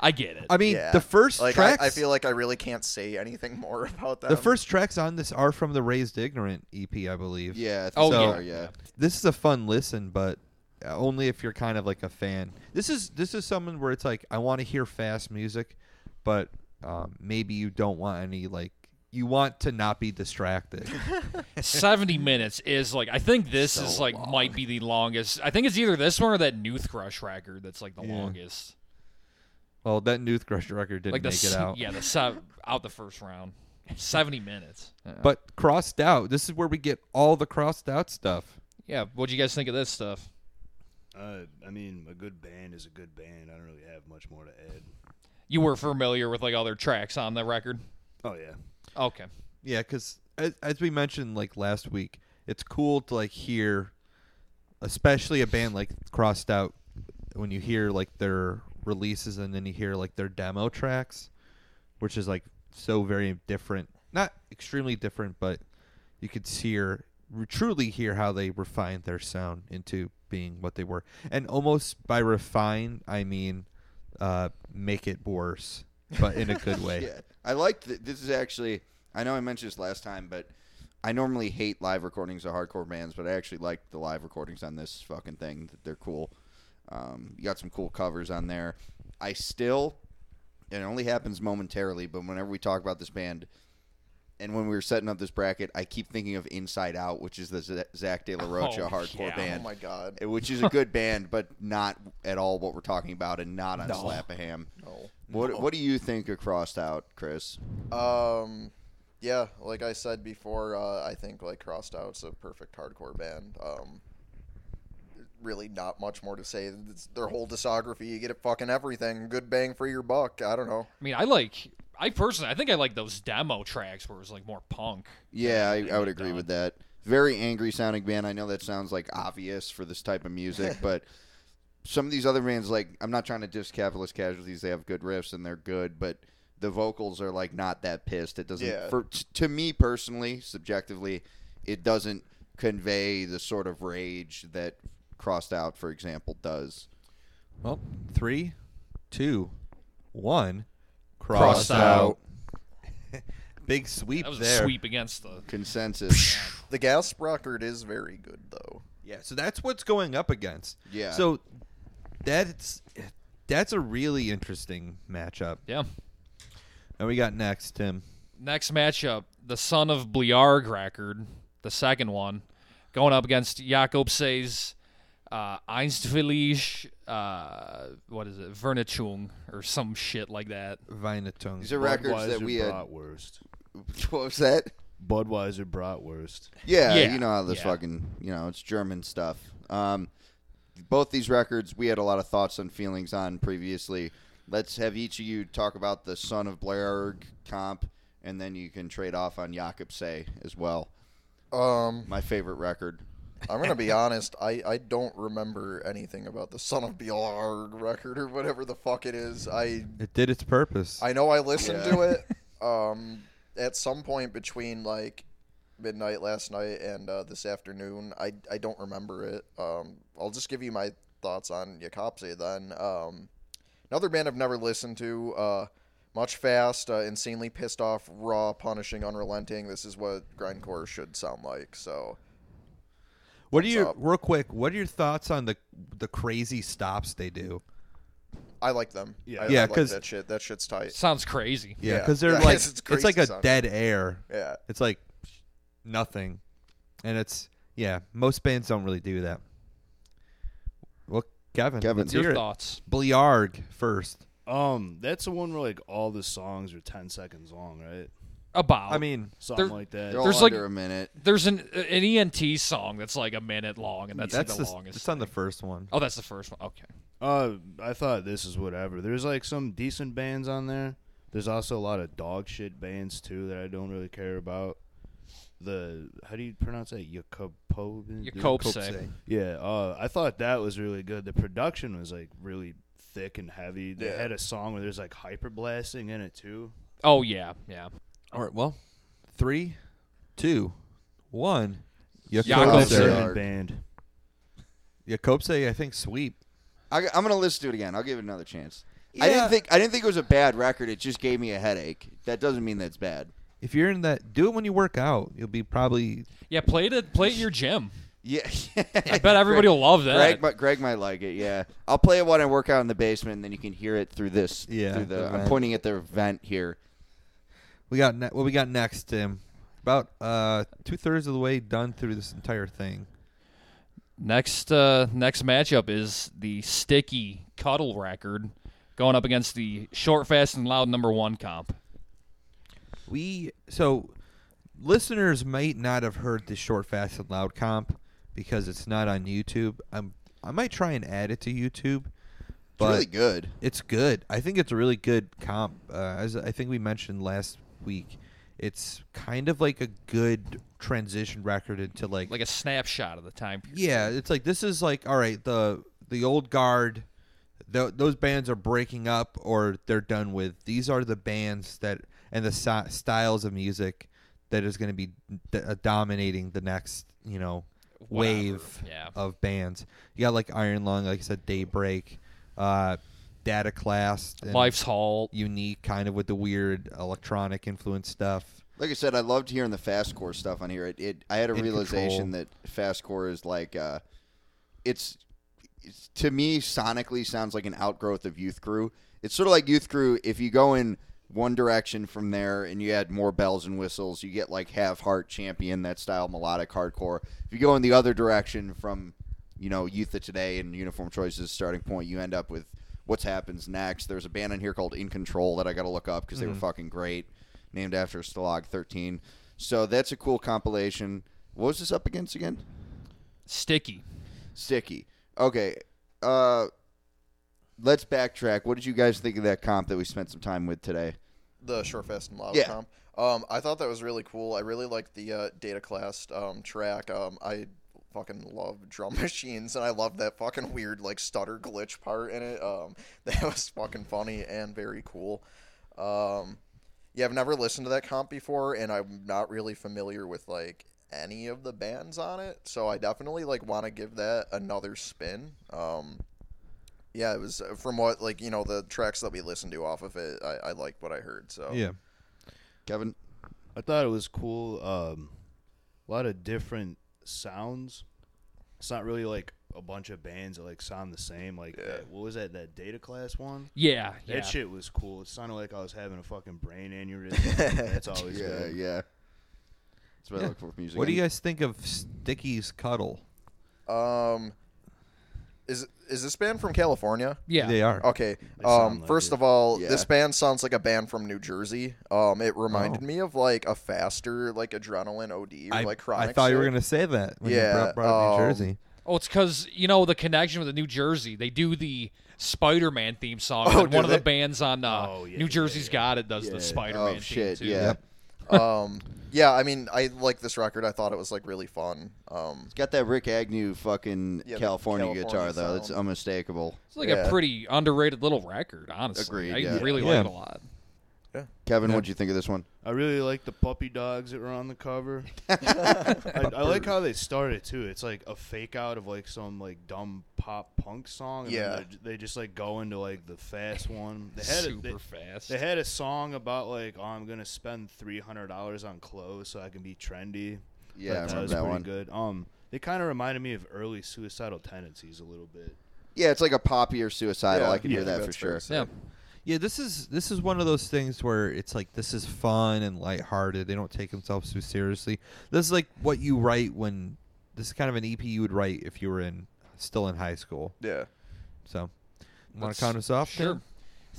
I get it.
I mean,
Yeah.
the first
like
tracks.
I, I feel like um, I really can't say anything more about that.
the first tracks on this are from the Raised Ignorant EP, I believe.
Yeah. I think
Oh,
they
yeah.
are, yeah.
this is a fun listen, but uh, only if you're kind of like a fan. This is this is someone where it's like I want to hear fast music, but um, maybe you don't want any like you want to not be distracted.
70 minutes is like I think this is like might be the longest. I think it's either this one or that Newth Crush record that's like the longest.
well, that Newth Crush record didn't
Like the
make
s-
it out,
yeah, the se- out the first round. 70 minutes.
but crossed out. This is where we get all the crossed out stuff.
Yeah, what do you guys think of this stuff?
Uh, I mean, a good band is a good band. I don't really have much more to add.
You were familiar with like other tracks on the record?
Oh yeah.
Okay.
Yeah, because as, as we mentioned like last week, it's cool to like hear, especially a band like Crossed Out, when you hear like their releases and then you hear like their demo tracks, which is like so very different. Not extremely different, but you could hear truly hear how they refined their sound into being what they were, and almost by refine I mean uh, make it worse, but in a good way.
Yeah, I like that. This is actually. I know I mentioned this last time, but I normally hate live recordings of hardcore bands, but I actually like the live recordings on this fucking thing. That they're cool. Um, you got some cool covers on there. I still, and it only happens momentarily, but whenever we talk about this band, and when we were setting up this bracket, I keep thinking of Inside Out, which is the Z- Zach De La Rocha
Oh,
hardcore
yeah.
Oh
band,
my god.
eh, which is a good band, but not at all what we're talking about, and not on
No.
Slap-a-Ham.
No.
What What do you think of Crossed Out, Chris?
Um, yeah, like I said before, uh, I think like Crossed Out's a perfect hardcore band. Um, really, not much more to say. It's their whole discography, you get it fucking everything. Good bang for your buck. I don't know.
I mean, I like. I personally, I think I like those demo tracks where it was like more punk.
Yeah, I, I would
they're
agree
done.
with that. Very angry sounding band. I know that sounds like obvious for this type of music, but some of these other bands, like I'm not trying to diss Capitalist Casualties. They have good riffs and they're good, but the vocals are like not that pissed. It doesn't.
Yeah.
For to me personally, subjectively, it doesn't convey the sort of rage that Crossed Out, for example, does.
Well, three, two, one.
Crossed out.
Big sweep
That was
there.
a sweep against the.
Consensus.
The Gasp record is very good though.
Yeah, so that's what's going up against.
Yeah.
So that's that's a really interesting matchup.
Yeah.
And we got next, Tim.
Next matchup, the son of Bliarg record, the second one, going up against Jakob Says, uh, Einstvillig, uh, what is it, Vernichung, or some shit like that.
Vinetung.
These are records that
Budweiser
we had.
Bratwurst.
What was that?
Budweiser Bratwurst.
Yeah,
Yeah,
you know how this
yeah.
fucking you know it's German stuff. Um, both these records we had a lot of thoughts and feelings on previously. Let's have each of you talk about the son of Blair comp, and then you can trade off on Jakob Say as well.
Um,
My favorite record.
I'm gonna be honest. I, I don't remember anything about the Son of BLR record or whatever the fuck it is. I
It did its purpose.
I know I listened to it. Um, at some point between like midnight last night and uh, this afternoon, I I don't remember it. Um, I'll just give you my thoughts on Yakopse then. Um, another band I've never listened to. Uh, much fast, uh, insanely pissed off, raw, punishing, unrelenting. This is what grindcore should sound like. So
what are your
up?
real quick? What are your thoughts on the the crazy stops they do?
I like them.
Yeah.
I, I
Yeah,
like
'cause-
that shit. That shit's tight.
Sounds crazy.
Yeah,
Yeah.
because
Yeah,
they're like
it's
it's,
crazy
like a
sounding.
dead air.
Yeah.
It's like nothing, and it's yeah. Most bands don't really do that. Well, Kevin,
Kevin.
let's hear
Your
it.
thoughts?
Bliarg first.
Um, that's the one where like all the songs are ten seconds long, right?
About.
I mean,
Something
They're-
like
They're
that.
all
There's like-
under a minute.
there's an an ENT song that's like a minute long, and that's,
that's
like the,
the-
longest.
it's on the first one.
oh, that's the first one. Okay.
Uh, I thought this is whatever. There's like some decent bands on there. There's also a lot of dog shit bands too that I don't really care about. The how do you pronounce that? Yakopobin.
Jakobse.
Yeah. Uh, I thought that was really good. The production was like really thick and heavy. They
Yeah.
had a song where there's like hyper blasting in it too.
Oh, yeah. Yeah.
All right. Well, three, two, one.
Jakobse.
Jakobse.
German band.
Jakobse, I think sweep.
I, am gonna listen to it again. I'll give it another chance. I
Yeah.
didn't think I didn't think it was a bad record. It just gave me a headache. That doesn't mean that's bad.
If you're in that, do it when you work out. You'll be probably
Yeah, play it at, play at your gym.
Yeah,
I bet everybody will love that.
Greg, might- Greg might like it. Yeah, I'll play it when I work out in the basement, and then you can hear it through this.
Yeah,
through the,
the
I'm
vent.
pointing at the vent here.
We got ne- what we got next, Tim. About uh, two thirds of the way done through this entire thing.
Next uh, next matchup is the sticky cuddle record going up against the short, fast, and loud number one comp.
We so listeners might not have heard the short, fast, and loud comp because it's not on YouTube. I'm I might try and add it to YouTube,
It's
but
really good.
It's good. I think it's a really good comp. Uh, as I think we mentioned last week, it's kind of like a good transition record into like,
Like a snapshot of the time period.
yeah, it's like this is like all right, the the old guard, tho- those bands are breaking up or they're done with. These are the bands that and the si- styles of music that is going to be d- uh, dominating the next you know
Whatever,
wave
yeah.
of bands. You got like Iron Lung, like I said, Daybreak, uh, Data Class, and-
Life's halt.
unique kind of with the weird electronic influence stuff.
Like I said, I loved hearing the fastcore stuff on here. It, it I had a
In
realization that fastcore is like, uh, it's, it's to me sonically sounds like an outgrowth of Youth Crew. It's sort of like Youth Crew if you go in One Direction from there, and you add more bells and whistles. You get like Have Heart Champion, that style melodic hardcore. If you go in the other direction from, you know, Youth of Today and Uniform Choices starting point, you end up with What's Happens Next. There's a band on here called In Control that I got to look up because they were fucking great, named after Stalag 13. So that's a cool compilation. What was this up against again?
Sticky.
Sticky. Okay. Uh, let's backtrack. What did you guys think of that comp that we spent some time with today?
the Shorefest and Loud
Yeah.
comp. Um, I thought that was really cool. I really liked the uh, Data Class um, track. Um, I fucking love drum machines, and I love that fucking weird like stutter glitch part in it. Um, that was fucking funny and very cool. Um, yeah, I've never listened to that comp before, and I'm not really familiar with like any of the bands on it, so I definitely like want to give that another spin. Um, yeah, it was uh, from what like you know the tracks that we listened to off of it. I, I liked what I heard. So
Yeah.
Kevin?
I thought it was cool. Um, a lot of different sounds. It's not really like a bunch of bands that like sound the same. Like that- what was that? That data class one.
Yeah. yeah.
That shit was cool. It sounded like I was having a fucking brain aneurysm. That's always
Yeah,
good.
yeah. That's what I look for with music.
What do you guys think of Sticky's Cuddle?
Um, is is this band from California?
Yeah.
They are.
Okay.
They sound
Um,
like
first
it.
of all,
Yeah.
this band sounds like a band from New Jersey. Um, it reminded
Oh.
me of like a faster, like adrenaline OD or
I,
like chronic.
I thought you were
shit.
gonna say that when
Yeah,
you brought, brought up New
um,
Jersey.
Oh, it's because you know the connection with the New Jersey. They do the Spider-Man theme song.
Oh,
and
do
one of
they?
the bands on uh,
Oh, yeah,
New
yeah,
Jersey's
yeah.
Got It does
Yeah.
the Spider-Man
Oh, shit,
theme too.
yeah.
um, yeah. I mean, I like this record. I thought it was like really fun. Um,
It's got that Rick Agnew fucking
Yeah, the
California,
California
guitar though. It's
sound.
unmistakable.
It's like
Yeah.
a pretty underrated little record, honestly.
Agreed,
I
yeah.
really
Yeah.
like it a lot.
Kevin, what'd you think of this one?
I really like the puppy dogs that were on the cover. I, I like how they started too. It's like a fake out of like some like dumb pop punk song. And then
Yeah.
they're- they just like go into like the fast one. They had
Super
a, they,
fast.
They had a song about like, oh, I'm gonna spend three hundred dollars on clothes so I can be trendy.
Yeah, I
Like, that
remember
was
that
pretty
one.
good. Um, they kind of reminded me of early suicidal tendencies a little bit.
Yeah, it's like a poppier suicidal.
Yeah,
I can
yeah,
hear that
that's
for
fair
sure.
to say.
yeah.
Yeah, this is this is one of those things where it's like this is fun and lighthearted. They don't take themselves too seriously. This is like what you write when this is kind of an EP you would write if you were in still in high school.
Yeah.
So, want
Let's-
to count us off?
Sure.
then?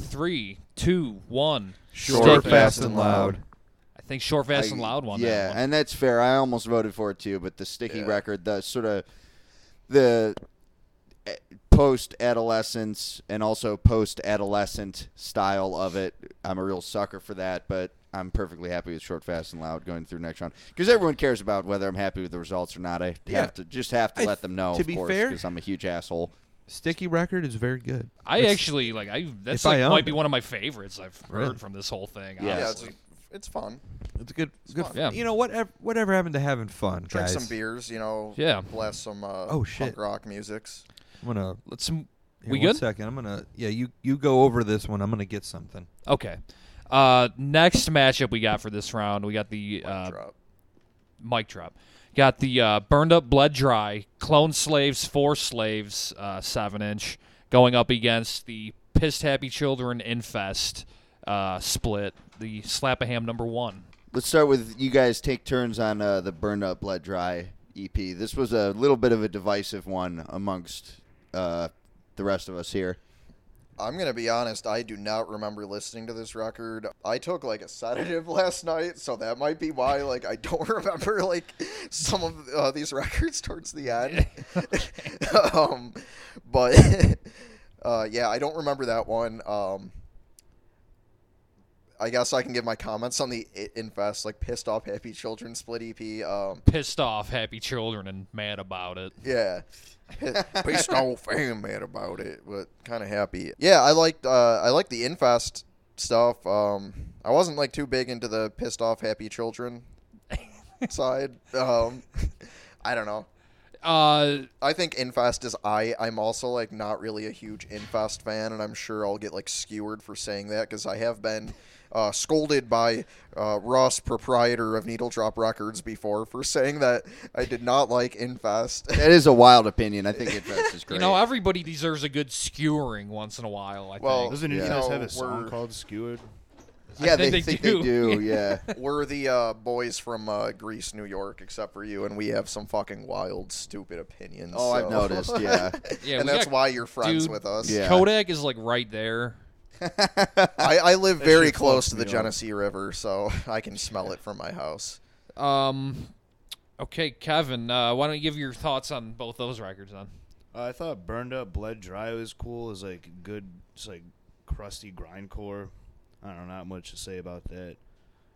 Three, two, one.
Short,
Sticky.
fast, and loud.
I think short, fast, and
I-
loud one.
Yeah,
That one.
and that's fair. I almost voted for it too, but the sticky
Yeah.
record, the sort of the post adolescence and also post adolescent style of it. I'm a real sucker for that, but I'm perfectly happy with short, fast, and loud going through next round because everyone cares about whether I'm happy with the results or not. I have
Yeah.
to just have to
I-
let them know.
to
of
be
course,
fair-
because I'm a huge asshole.
Sticky record is very good.
I
It's-
actually like. I that's
if I
like,
owned
might be
it.
one of my favorites I've heard
Really?
from this whole thing.
Yeah.
Yeah. It's,
honestly.
it's fun.
It's good. good
fun. Yeah.
You know whatever whatever happened to having fun,
Drink
guys.
some beers. You know.
Yeah.
Blast some. Uh,
Oh, shit.
Punk rock musics.
I'm gonna.
Let's. m-
here,
we
one
good?
Second, I'm gonna. Yeah, you you go over this one. I'm gonna get something.
Okay. Uh, next matchup we got for this round, we got the uh,
Drop.
mic drop. Got the uh, burned up, blood dry, clone slaves, four slaves, uh, seven inch, going up against the pissed happy children infest uh, split, the slap a ham number one.
Let's start with you guys take turns on uh, the Burned Up Blood Dry EP. This was a little bit of a divisive one amongst uh, the rest of us here.
I'm gonna be honest. I do not remember listening to this record. I took like a sedative last night, so that might be why. Like, I don't remember like some of uh, these records towards the end. um, but uh, yeah, I don't remember that one. Um, I guess I can give my comments on the I- Infest, like pissed off happy children split EP. Um,
Pissed off, happy children, and mad about it.
yeah. Pissed off and mad about it, but kind of happy. Yeah, I liked uh, I liked the Infest stuff. Um, I wasn't like too big into the pissed off happy children side. Um, I don't know.
Uh,
I think Infest is I. I'm also like not really a huge Infest fan, and I'm sure I'll get like skewered for saying that because I have been uh, scolded by uh, Ross, proprietor of Needle Drop Records, before for saying that I did not like Infest.
That is a wild opinion. I think Infest is great.
you know, everybody deserves a good skewering once in a while. I
Well,
think.
Oh,
Doesn't you
Yeah.
guys
No,
have a song
we're-
called Skewered?
Yeah, they,
think they
think they
do.
do. Yeah.
We're the uh, boys from uh, Greece, New York, except for you, and we have some fucking wild, stupid opinions.
Oh, I've
so-
noticed. Yeah.
Yeah,
and
we
that's
got-
why you're friends
dude,
with us.
Yeah.
Kodak is like right there.
I, I live very
shit
close
fucks
to the
me up.
Genesee River, so I can smell it from my house.
Um, okay, Kevin, uh, why don't you give your thoughts on both those records then?
Uh, I thought burned up, bled dry was cool. Is like good, it's like crusty grindcore. I don't know, not much to say about that.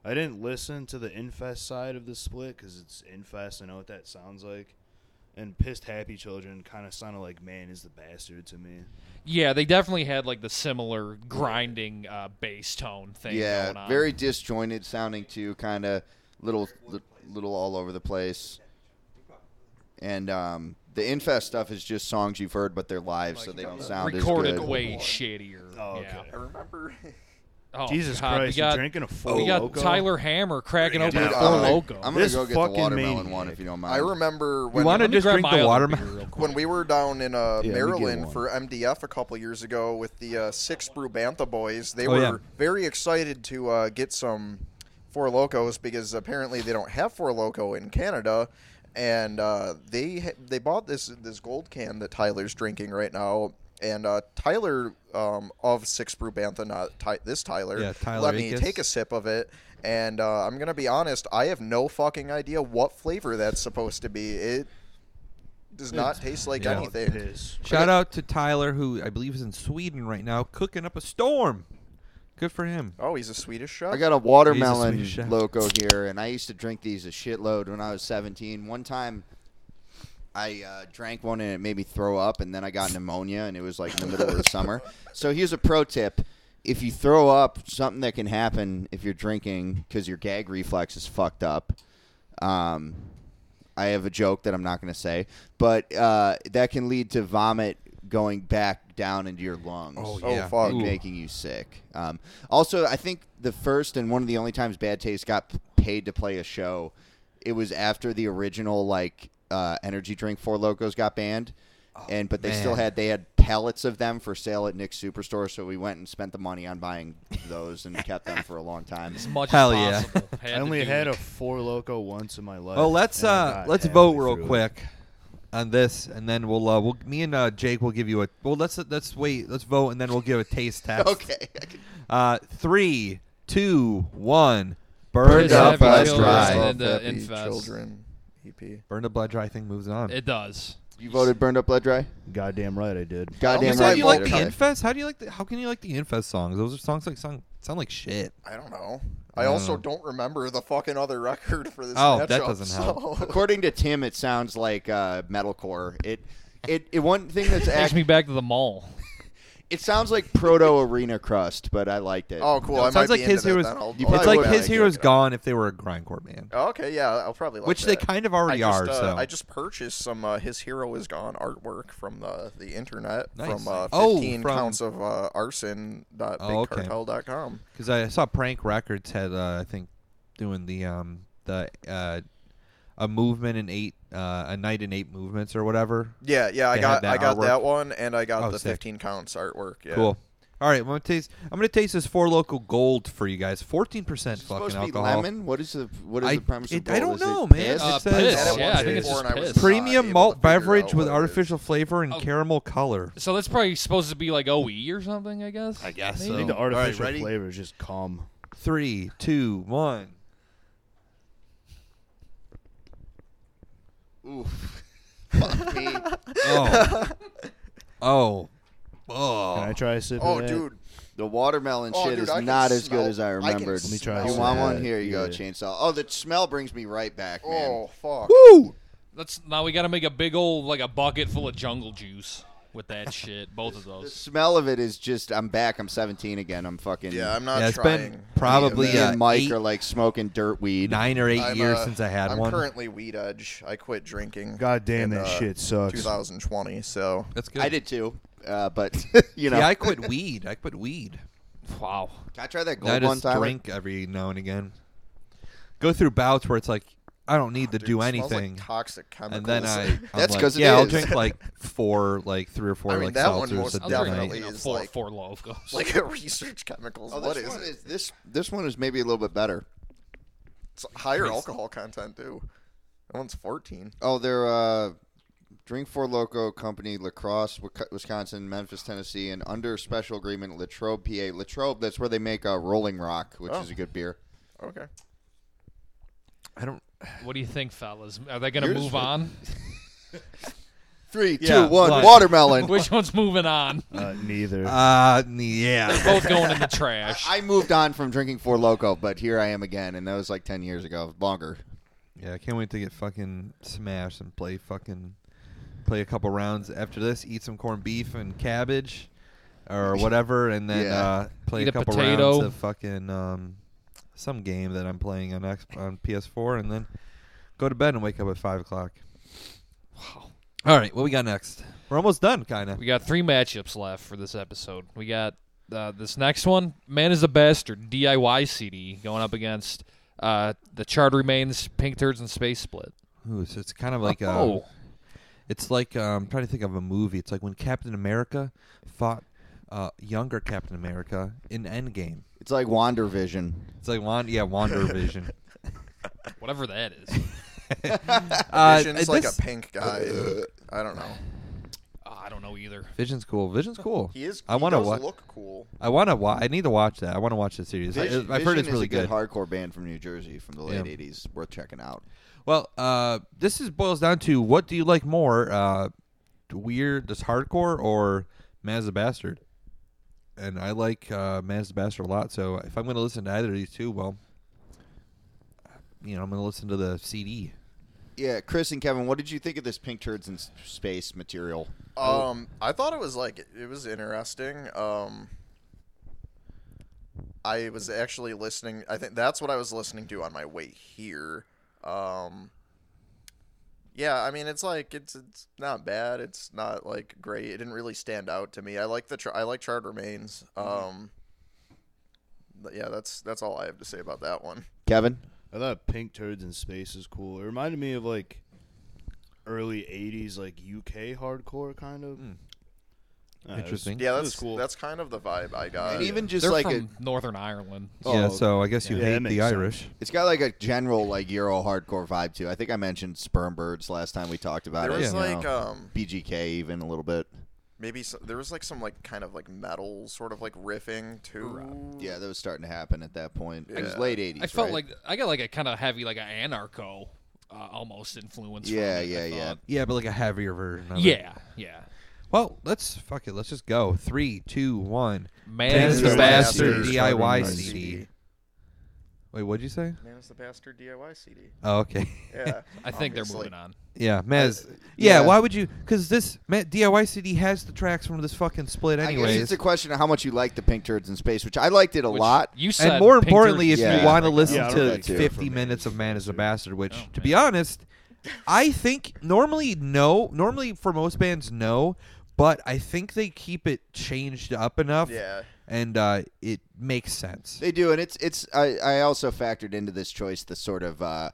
I didn't listen to the infest side of the split because it's infest. I know what that sounds like. And pissed happy children kind of sounded like man is the bastard to me.
Yeah, they definitely had like the similar grinding uh, bass tone thing. going
yeah.
on.
Very disjointed sounding too, kind of little li- little all over the place. And um, the infest stuff is just songs you've heard, but they're live, so they don't sound
uh, recorded
as good.
way shittier.
Oh,
yeah.
okay.
I remember.
Oh,
Jesus
God,
Christ,
we got, oh,
you're drinking a full
We got
Loco?
Tyler Hammer cracking open
Dude,
a
I'm
Four
gonna-
Loco.
I'm
This
gonna go get the
fucking
watermelon
maniac.
one if you don't mind.
I remember
You
when
want to
Let me
just
grab
drink
my
the
other
watermelon?
beer real quick.
when we were down in uh,
get
Maryland
one.
for MDF a couple years ago with the uh, Six Brew Bantha Boys, they
Oh,
were
yeah.
very excited to uh, get some Four Locos because apparently they don't have Four Loco in Canada, and uh, they ha- they bought this this gold can that Tyler's drinking right now. And uh, Tyler um, of Six Brew Bantha, not Ty- this Tyler,
Yeah, Tyler
let me
Akis.
take a sip of it. And uh, I'm gonna be honest, I have no fucking idea what flavor that's supposed to be. It does not taste like
Yeah.
anything.
Piss.
Shout out to Tyler, who I believe is in Sweden right now, cooking up a storm. Good for him.
Oh, he's a Swedish chef.
I got a watermelon
Swedish chef.
loco here, and I used to drink these a shitload when I was 17. One time, I uh, drank one and it made me throw up, and then I got pneumonia, and it was like in the middle of the summer. So here's a pro tip: if you throw up, something that can happen if you're drinking because your gag reflex is fucked up. Um, I have a joke that I'm not going to say, but uh, that can lead to vomit going back down into your lungs
Oh
Yeah.
fuck!
and making you sick. Um, also, I think the first and one of the only times Bad Taste got paid to play a show, it was after the original like uh, energy drink Four Locos got banned, and but they still
Oh, man.
had they had pallets of them for sale at Nick's Superstore. So we went and spent the money on buying those and kept them for a long time.
as much
Hell yeah.
as possible. Had
I
to
only
do
had
it.
a four loco once in my life.
Oh, let's
and I
uh,
got
let's vote
halfway
real
through it.
quick on this, and then we'll uh, we'll me and uh, Jake will give you a well. Let's let's wait. Let's vote, and then we'll give a taste test.
Okay, I can-
Uh, three, two, one. Burned
Piss
up,
happy
blood
children.
dry.
And the
Happy
infest.
children E EP.
Burned up, blood dry thing moves on.
It does.
you voted burned up blood dry.
Goddamn right, I did.
you
Goddamn
said
right.
you
I
like
did.
the
Okay.
Infest? How do you like the? How can you like the Infest songs? Those are songs like sound sound like shit.
I don't know. I
don't
also
know.
don't remember the fucking other record for this.
Oh,
matchup,
that doesn't help.
so-
According to Tim, it sounds like uh, metalcore. It, it, it. One thing that's
Takes
actually
me back to the mall.
It sounds like proto arena crust, but I liked it.
oh, cool.
No,
I
it
might
sounds like
be
his
into
heroes.
That. then. I'll-
You
I'll
It's
probably
like
check
would
his
it out.
heroes gone if they were a grindcore band,
Oh, okay, yeah, I'll probably like
which they
that.
kind of already
I
are.
just, uh,
so
I just purchased some uh, "His Hero Is Gone" artwork from the the internet
Nice.
from uh,
Oh,
15
from-
counts of uh, arson.
Oh, okay.
com.
because I saw Prank Records had uh, I think doing the um the uh a movement in eight uh, a night in eight movements or whatever.
Yeah, yeah, I
They had
got
that
I got
artwork.
that one, and I got
Oh,
the
sick.
15 counts artwork. Yeah.
Cool. All right, I'm gonna taste. I'm gonna taste this four local gold for you guys. Fourteen percent
It's
fucking
supposed to be
alcohol.
lemon. What is the what is
I-
the premise?
it-
of
I
gold?
don't
Is it
know, man.
piss?
Uh,
Uh,
says-
piss,
That
yeah,
one
I think it's
before
just
and I was
piss.
Pre-
Premium
able to
malt
figure out
beverage
what
with
it is.
artificial flavor and
Oh.
caramel color.
So that's probably supposed to be like OE or something, I guess. I guess
I think the
All right,
artificial
ready?
flavor is just calm.
Three, two, one.
Fuck me.
Oh, oh, oh.
Can I try a sip?
Oh,
of that?
dude,
The watermelon
Oh,
shit
dude,
is
I can
not as
smell-
good as I
I can
remembered.
Let
me try
You
smell
want
that.
one? Here you go,
Yeah.
chainsaw. Oh, the smell brings me right back, man.
oh fuck.
Woo!
That's now we got to make a big old like a bucket full of jungle juice with that shit. Both of
The
those.
smell of it is just. I'm back. I'm 17 again. I'm fucking.
Yeah, I'm not
Yeah, it's
trying.
been probably
Me
uh,
and Mike
eight-
are like smoking dirt weed.
nine or 8
I'm,
years
uh,
since I had
I'm
one.
currently weed edge. I quit drinking.
God damn,
in,
that
uh,
shit sucks.
2020. So
That's good.
I did too, uh, but you know,
Yeah, I quit weed. I quit weed.
Wow.
can I try that
I
gold one
just
time?
drink every now and again. Go through bouts where it's like I don't need to
Dude,
do
it smells like
anything.
toxic chemicals.
and then I, I'm
That's
like,
'cause it
yeah, I'll
is.
drink like four, like three or four,
I mean,
like
that one
seltzers
most
a
I'll drink,
day.
definitely
you know,
is
four
like-
four logos.
like a research chemicals.
Oh,
what
this
is
one
it?
is this this one is maybe a little bit better.
It's higher alcohol content too. That one's fourteen.
Oh, they're uh, Drink for Loco Company, Lacrosse, Wic- Wisconsin, Memphis, Tennessee, and under special agreement, Latrobe, PA. Latrobe, that's where they make uh, Rolling Rock, which
Oh.
is a good beer.
Okay.
I don't.
What do you think, fellas? Are they going to
Yours
move
would-
on?
Three, two, one.
Yeah, like-
watermelon.
Which one's moving on?
Uh, neither.
Uh, yeah.
Both going in the trash.
I moved on from drinking Four Loco, but here I am again, and that was like ten years ago, longer.
Yeah, I can't wait to get fucking smashed and play fucking play a couple rounds after this. Eat some corned beef and cabbage or whatever, and then
Yeah.
uh, play a
Eat a
couple
potato.
rounds of fucking um, some game that I'm playing on X- on PS4, and then go to bed and wake up at five o'clock. Wow. All right, what we got next? We're almost done, kind of.
We got three matchups left for this episode. We got uh, this next one, Man is a Bastard, DIY CD, going up against uh, The Chart Remains, Pink Turds, and Space Split.
Ooh, so it's kind of like uh,
oh,
It's like uh, I'm trying to think of a movie. It's like when Captain America fought uh, younger Captain America in Endgame.
It's like Wander Vision.
It's like Wand, yeah, Wander Vision.
whatever that is.
Uh,
Vision's
uh,
like
this- Uh,
a pink guy. I don't know.
Ah, I don't know either.
Vision's cool. Vision's cool.
He is.
I
want
wanna
to
wa-
look cool.
I want to. Wa- I need to watch that. I want to watch the series.
Vision-
I, have heard
Vision
it's really
is a
good.
good, hardcore band from New Jersey from the late
Yeah.
'80s, worth checking out.
Well, uh, this is boils down to what do you like more, uh, weird, this hardcore or Maz the Bastard? And I like uh, Maz the Bastard a lot. So if I'm going to listen to either of these two, well, you know, I'm going to listen to the CD.
Yeah, Chris and Kevin, what did you think of this Pink Turds in S- Space material?
Oh.
Um, I thought it was like it was interesting. Um, I was actually listening. I think that's what I was listening to on my way here. Um, yeah, I mean it's like it's it's not bad. It's not like great. It didn't really stand out to me. I like the char- I like charred remains.
Mm-hmm.
Um, but yeah, that's that's all I have to say about that one.
Kevin,
I thought Pink Turds in Space is cool. It reminded me of like early '80s, like UK hardcore kind of.
Hmm.
Uh, it was-
Interesting.
Yeah,
it
that's
was cool.
that's kind of the vibe I got.
and even just
They're
like a,
from Northern Ireland.
Oh,
yeah, so I guess you
yeah, that
hate
makes
the
sense.
Irish.
it's got like a general like Euro hardcore vibe too. I think I mentioned Sperm Birds last time we talked about
there
it.
was
you
like
know.
um.
BGK even a little bit.
maybe so, there was like some like kind of like metal sort of like riffing too.
Yeah, that was starting to happen at that point. It was
Yeah.
late '80s.
I felt
right?
like I got like a kind of heavy, like an anarcho uh, almost influence. from
Yeah,
it, I
yeah, yeah.
thought.
Yeah, but like a heavier version. Of it.
Yeah, yeah.
Well, let's fuck it. Let's just go. Three, two, one.
Man is
the
a
Bastard
Bastard.
DIY
Bastard
CD. Wait, what'd you say?
Man, it's the bastard DIY CD.
Oh, okay.
Yeah,
I think they're
obviously.
moving on.
Yeah, Maz. yeah,
yeah.
why would you? Because this Ma DIY CD has the tracks from this fucking split,
I guess it's
anyways.
a question of how much you like the Pink Turds in Space, which I liked it a
Which
lot.
You said
and more
Pink
importantly,
Turds-
if
Yeah.
you want to
Yeah,
listen
I don't
to
like that too.
50
For
minutes of Man is a Bastard, which, to be
man.
honest, I think normally no, normally for most bands no, but I think they keep it changed up enough,
Yeah.
and uh, it makes sense.
They do, and it's it's. I, I also factored into this choice the sort of uh,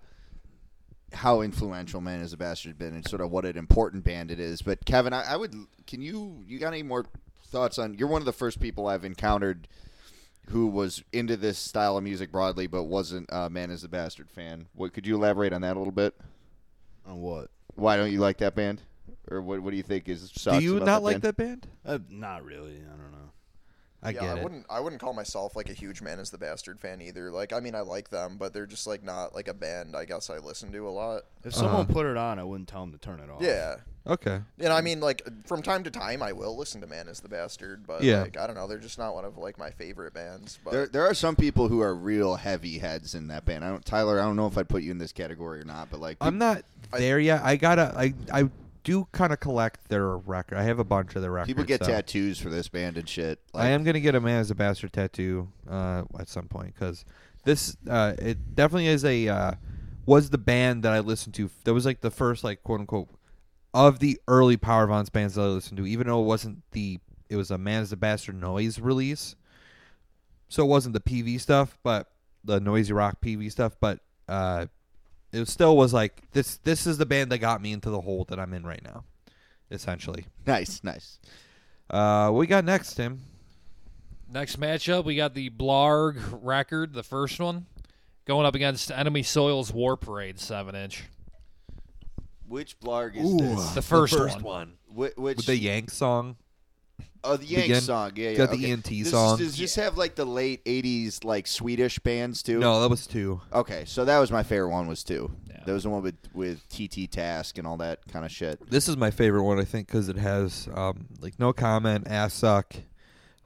how influential Man is a Bastard has been, and sort of what an important band it is. But Kevin, I, I would. Can you you got any more thoughts on? You're one of the first people I've encountered who was into this style of music broadly, but wasn't a Man is a Bastard fan. What could you elaborate on that a little bit?
On what?
Why don't you like that band, or what? What do you think is?
Do
sucks
you
about
not like
band?
that band?
Uh, not really. I don't know.
I
yeah,
get
I
it.
wouldn't. I wouldn't call myself like a huge Man is the Bastard fan either. Like, I mean, I like them, but they're just like not like a band. I guess I listen to a lot.
If
Uh-huh.
someone put it on, I wouldn't tell them to turn it
Oh.
off.
Yeah,
Okay.
and I mean, like from time to time, I will listen to Man is the Bastard, but
Yeah.
like I don't know, they're just not one of like my favorite bands. But
There, there are some people who are real heavy heads in that band. I don't, Tyler. I don't know if I'd put you in this category or not, but like,
I'm not there yet. I gotta. I I do kind of collect their record. I have a bunch of their records.
people get
so.
tattoos for this band and shit. Like,
uh, I am gonna get a man as a bastard tattoo uh, at some point because this uh, it definitely is a uh, was the band that I listened to. That was like the first like quote unquote of the early Power Vance bands that I listened to. Even though it wasn't the it was a man as a bastard noise release, so it wasn't the PV stuff, but the noisy rock PV stuff. But uh, it still was like this. This is the band that got me into the hole that I'm in right now, essentially.
Nice, nice.
Uh, what we got next, Tim?
Next matchup, we got the Blarg record, the first one, going up against Enemy Soil's War Parade seven inch.
Which blarg is this?
The first,
the first
one.
one.
Wh-
With
which
the Yank song.
oh the Yank
Begin.
song? Yeah, yeah.
Got the
okay.
ENT
Does-
song.
Does this have like the late '80s like Swedish bands too?
No, that was two.
Okay, so that was my favorite one was two.
Yeah.
That was the one with with TT Task and all that kind of shit.
This is my favorite one, I think, because it has um, like no comment, ass suck,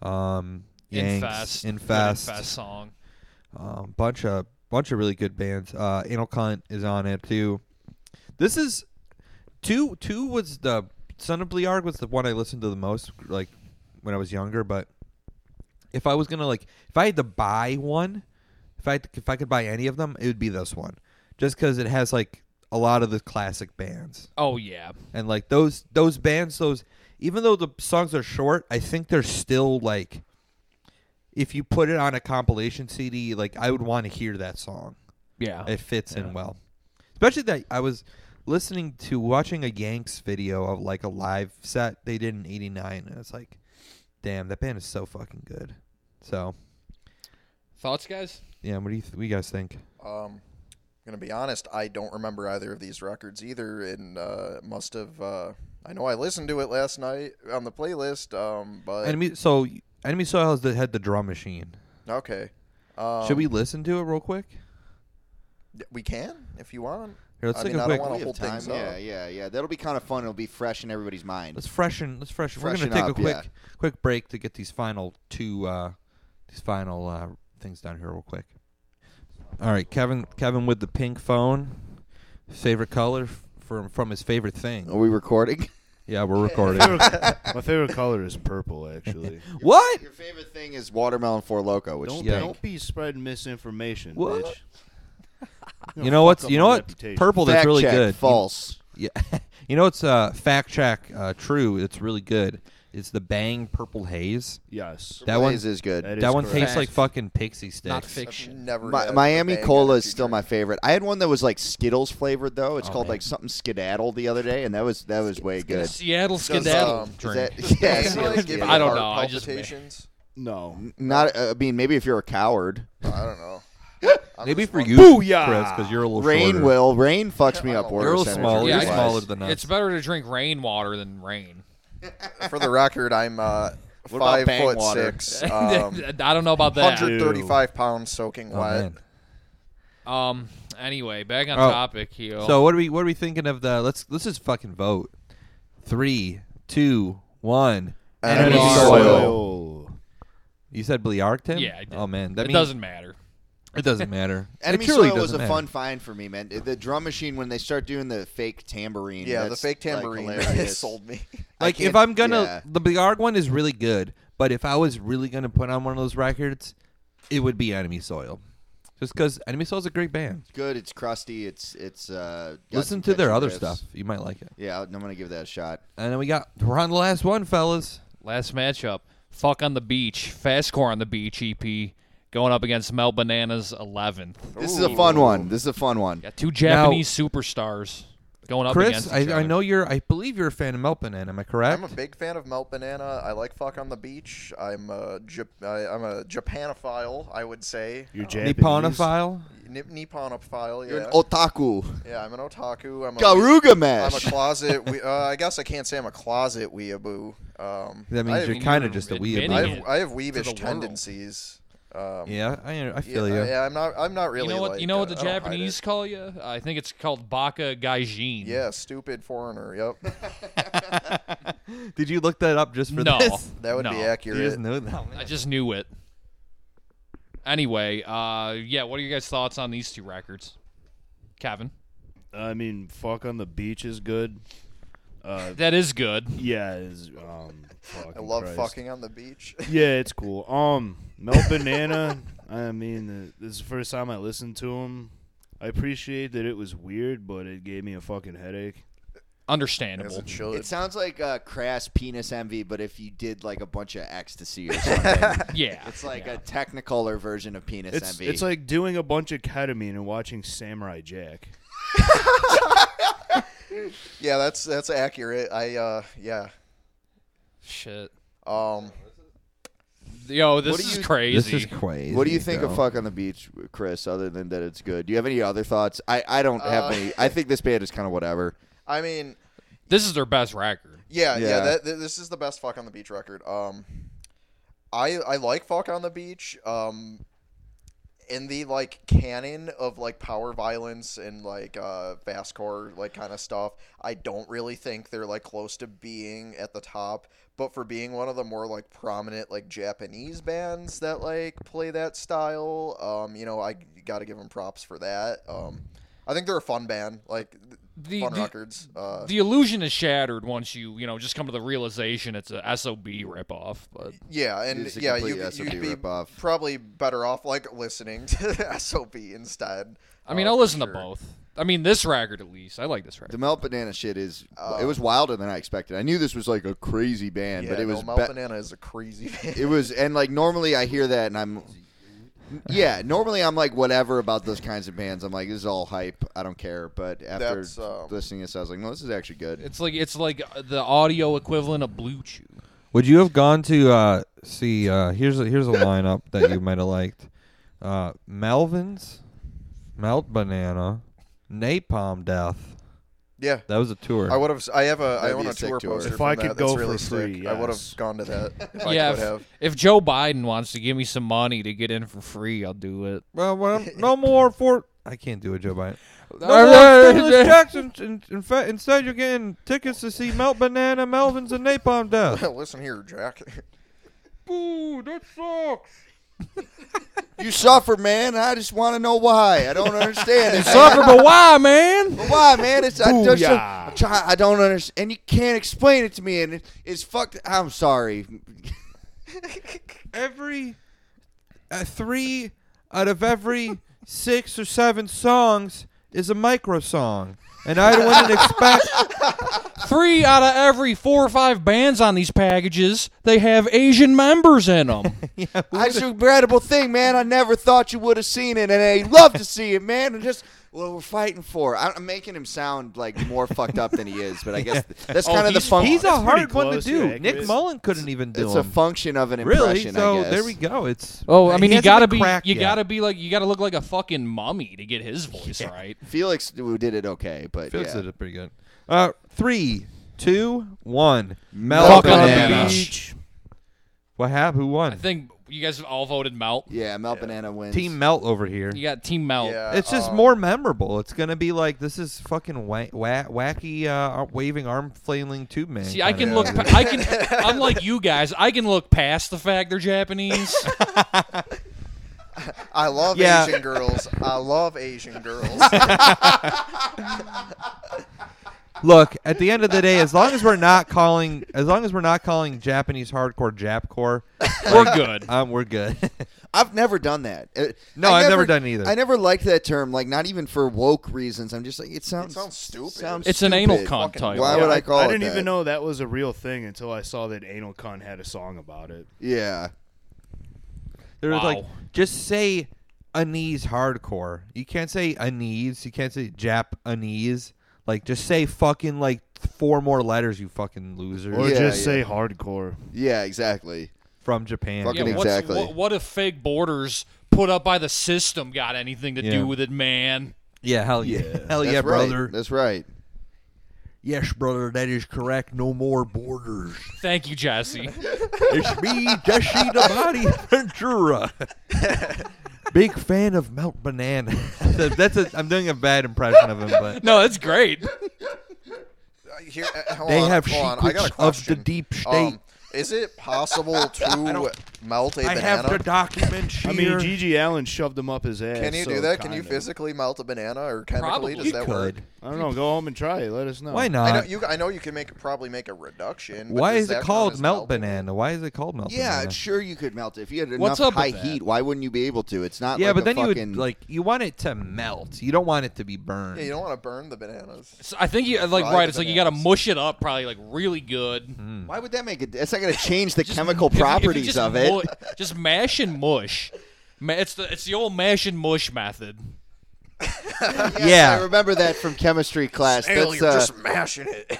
um, Yanks,
Infest. Good Infest song.
um, bunch of bunch of really good bands. Uh, Anal Cunt is on it too. This is two two was the Son of Bliard was the one I listened to the most like when I was younger. But if I was gonna like if I had to buy one, if I if I could buy any of them, it would be this one, just because it has like a lot of the classic bands
Oh yeah.
and like those those bands those even though the songs are short i think they're still like if you put it on a compilation cd like i would want to hear that song
Oh, Yeah.
it fits in well especially that i was listening to watching a yanks video of like a live set they did in 89 and it's like damn that band is so fucking good so
Thoughts, guys?
yeah what do you, th- what do you guys think
Um, I'm gonna be honest. I don't remember either of these records either, and uh, must have. Uh, I know I listened to it last night on the playlist. Um, but
enemy so enemy soil has the, had the drum machine
okay. Um,
should we listen to it real quick
We can if you want.
here let's
I
take
mean,
a
I don't
quick
wanna
We have
hold
time.
things
Yeah,
up.
yeah, yeah. That'll be kind of fun. It'll be fresh in everybody's mind.
Let's freshen. Let's freshen. We're
Freshen
gonna take
up,
a quick,
yeah.
quick break to get these final two, uh, these final uh, things done here real quick. All right, Kevin. Kevin with the pink phone, favorite color f- from from his favorite
Are
thing.
we recording?
Yeah, we're recording.
My favorite color is purple, actually.
what?
Your favorite thing is watermelon four loco, which
don't,
is
Yeah.
don't be spreading misinformation,
What?
bitch.
You know what's
fuck
you
up
know
my
what
reputation.
purple that's
fact
really
check,
good.
False.
Yeah, you know it's uh fact check uh, true. It's really good. It's the Bang Purple Haze.
Yes.
That one.
Blaze is good.
That is
That one
correct.
tastes like fucking pixie sticks.
Not
I've
fiction.
never.
Mi-
had
Miami
Bang
Cola
energy
is still
drink.
my favorite. I had one that was like Skittles flavored though. It's
Oh,
called
man.
like something skedaddle the other day, and that was that was way good.
Seattle
um,
skedaddle
is
drink.
Is that- yeah,
Does it,
Skittles
like, give you
skedaddle.
I don't know.
heart
I just-
palpitations?
No.
Not. Uh, I mean, maybe if you're a coward.
I don't know. I'm
Maybe
just
for
one-
you,
Booyah!
Chris, because you're a little
Rain
shorter.
will. Rain fucks me up.
You're a
little
percentage
smaller.
Yeah,
wise.
you're
smaller than us.
It's better to drink rainwater than rain.
For the record, I'm uh,
What about
five
Bang
foot
water?
six, um,
I don't know about that.
135 pounds soaking
Oh, man.
wet.
Um. Anyway, back on
Oh.
topic here.
So what are we what are we thinking of the let's let's just fucking vote. Three, two, one.
Enemy
Enemy
soil.
You said Bliark, Tim?
Yeah, I did.
Oh man, that
it
means-
doesn't matter.
It doesn't matter. It
Enemy
truly
Soil was
doesn't
a
matter.
fun find for me, man. The drum machine when they start doing the fake tambourine.
Yeah, the
that's,
fake
like,
tambourine
hilarious.
sold me.
I
Like if
can't-
I'm gonna
yeah.
the Bliark one is really good, but if I was really gonna put on one of those records, it would be Enemy Soil, just because Enemy Soil is a great band.
It's good. It's crusty. It's it's. Uh, got
Listen
some
to their
catchy
other
riffs.
stuff, you might like it.
Yeah, I'm gonna give that a shot.
And then we got we're on the last one, fellas.
Last matchup. Fuck on the beach. Fastcore on the beach. EP going up against Mel Bananas 11th.
This is a fun one. This is a fun one.
Got two Japanese superstars going up
Chris,
against each
I, I
other.
know you're. I believe you're a fan of Melpin, am I correct?
I'm a big fan of Melt Banana. I like Fuck on the Beach. I'm a, Jap- I, I'm a Japanophile, I would say.
You're Japanese.
Nipponophile.
Nip- Nipponophile, yeah.
You're an otaku.
yeah, I'm an otaku. I'm a,
Garuga
I'm a
mash.
closet. We- uh, I guess I can't say I'm a closet weeaboo. Um,
That
I
means
have,
you're kind of just a weird.
admitting
I
it.
have, I have
world.
weebish tendencies. Um,
Yeah, I, I
yeah,
feel you.
yeah, I'm not. I'm not really.
you know what?
like,
you know what
uh,
the
I don't hide it.
Japanese call you? I think it's called Baka Gaijin.
Yeah, stupid foreigner. Yep,
Did you look that up just for
No.
this?
that would
No,
be
you
You
accurate.
just know that.
I just knew it. Anyway, uh, yeah. What are your guys' thoughts on these two records, Kevin?
I mean, fuck on the beach is good. Uh,
That is good.
yeah, is um.
I love
Christ.
fucking on the beach.
Yeah, it's cool. Um, Mel Banana. I mean, uh, this is the first time I listened to him. I appreciate that it was weird, but it gave me a fucking headache.
As
Understandable.
it should.
It sounds like uh, crass penis envy, but if you did like a bunch of ecstasy or something,
Yeah.
it's like
yeah.
a technicolor version of penis
It's
envy.
it's like doing a bunch of ketamine and watching Samurai Jack.
Yeah, that's that's accurate. I uh yeah.
Shit.
Um
Yo, this
What do
is
you-
This
crazy.
is crazy.
What do you think of
bro.
Fuck on the Beach, Chris, other than that it's good? Do you have any other thoughts? I, I don't have
Uh,
any. I think this band is kind of whatever.
I mean,
this is their best record.
yeah, yeah,
Yeah.
that, th- this is the best fuck on the beach record. Um I I like fuck on the beach. Um in the like canon of like power violence and like uh fastcore like kind of stuff, I don't really think they're like close to being at the top, but for being one of the more like prominent like Japanese bands that like play that style, um you know, I got to give them props for that. Um I think they're a fun band, like th-
The,
fun
the,
records. Uh,
the illusion is shattered once you, you know, just come to the realization it's a SOB ripoff. But
yeah, and
It's a
yeah,
complete
you,
SOB
you'd be
ripoff.
probably better off like listening to SOB instead.
I mean,
Uh,
I'll
for
listen to
sure.
both. I mean, this record at least. I like this
The
record.
Melt Banana shit is. it was wilder than I expected. I knew this was like a crazy band,
Yeah,
but it was.
no, Mount
be-
Banana is a crazy
it was and like normally I hear that and I'm yeah normally I'm like whatever about those kinds of bands I'm like this is all hype I don't care but after
That's, um,
listening to this I was like no this is actually good
It's like it's like uh, the audio equivalent of Blue Chew.
Would you have gone to uh, see? Uh, here's a, here's a lineup that you might have liked: uh, Melvin's, Melt Banana, Napalm Death.
yeah.
That was a tour.
I would have. I have a. I
That'd
own
be
a
a sick
tour
tour.
poster.
If
from
I
that
could
that's
go
really
for
sick.
free,
I would have
yes.
gone to that. If I
yeah,
could have.
if, if Joe Biden wants to give me some money to get in for free, I'll do it.
well, well, no more for. I can't do a Joe Biden.
no,
Phyllis
no.
Jackson. In, in fact, instead, you're getting tickets to see Melt Banana, Melvin's, and Napalm Death.
Listen here, Jack.
Boo! That sucks.
you suffer man I just want to know why I don't understand it
Suffer, but why, man?
But why man it's I, just,
Booyah.
I'm try- I don't understand and you can't explain it to me and it, it's fucked I'm sorry
Every uh, three out of every six or seven songs is a micro song, and I wouldn't expect.
Three out of every four or five bands on these packages, they have Asian members in them.
It's an incredible thing, man. I never thought you would have seen it, and I love to see it, man. And just what we're fighting for. I- I'm making him sound like more fucked up than he is, but I guess that's
Oh,
kind of the
he's-
function.
He's a hard
pretty
one to
close,
do.
yeah,
Nick
it's-
Mullen couldn't even do
it's
him.
a function of an impression.
really? So
I guess.
there we go. It's
Oh, I mean,
he
you
hasn't
gotta
been
be,
cracked
you
yet.
gotta be like, you gotta look like a fucking mummy to get his voice right.
Felix did it okay, but
Felix
yeah.
did it pretty good. Uh, three, two, one. Mel
Fuck on the
Banana.
beach.
What happened? Who won?
I think you guys all voted Melt.
Yeah, Mel Banana wins.
Team Melt over here.
You got Team Melt.
Yeah.
It's just
Uh,
um,
more memorable. It's gonna be like this is fucking wa- wa- wacky, uh, waving arm flailing tube man.
See, I
kinda
can look.
dude.
Pa- I can. I'm like you guys. I can look past the fact they're Japanese.
I love
Yeah.
Asian girls. I love Asian girls.
Look, at the end of the day, as long as we're not calling, as long as we're not calling Japanese hardcore Japcore,
We're good.
um, we're good.
I've never done that. Uh,
No,
I
I've never done either.
I never liked that term. Like not even for woke reasons. I'm just like it sounds.
sounds stupid.
sounds
It's an anal
stupid.
cunt
Fucking-
title.
Why
Yeah,
would I call
I
it
didn't even
that?
know that was a real thing until I saw that Anal Cunt had a song about it.
Yeah.
They're just like,
Wow.
just say anise hardcore. You can't say anise. You can't say Japanese. Like, just say fucking like four more letters, you fucking loser
Or
Yeah,
just
yeah.
say hardcore.
Yeah. Exactly.
from Japan.
Fucking
yeah,
Yeah,
what's,
exactly.
What, what if fake borders put up by the system got anything to
Yeah.
do with it, man?
yeah, hell yeah, hell
That's
yeah,
right.
brother.
That's right.
Yes, brother, that is correct. No more borders.
Thank you, Jesse.
It's me, Jesse the Body Ventura. Big fan of Mount Banana. That's a. I'm doing a bad impression of him, but
No, that's great.
Here, uh, hold
They
on,
have
hold on. I got a
secrets of the
question.
deep state.
Um, is it possible to melt a
I
banana?
have the documents here.
I mean, Gigi Allen shoved him up his ass.
Can you do
so
that? Can you
kinda.
physically melt a banana or chemically?
Probably.
Does
you
that
could.
work?
I don't know. Go home and try it. Let us know.
Why
I know
not?
you. I know you can make probably make a reduction. but
Why
does
is
that
it
count
called
as
melt
melting?
banana? Why is it called melt
Yeah,
banana?
sure you could melt it. if you had enough
What's up
high
with that?
heat. Why wouldn't you be able to? It's not
Yeah,
like
but
a
then you
fucking-
would like you want it to melt. You don't want it to be burned.
Yeah, you don't want to burn the bananas.
So I think you uh, like
Fried
right. It's like you got to
bananas.
mush it up, probably like really good.
Why would that make it? That's not going to change the chemical
If- if you
Mm-hmm. properties
just
of it.
mu- just mash and mush. Ma- it's the it's the old mash and mush method.
Yes,
Yeah.
I remember that from chemistry class.
Ale,
That's
you're
uh,
just mashing it.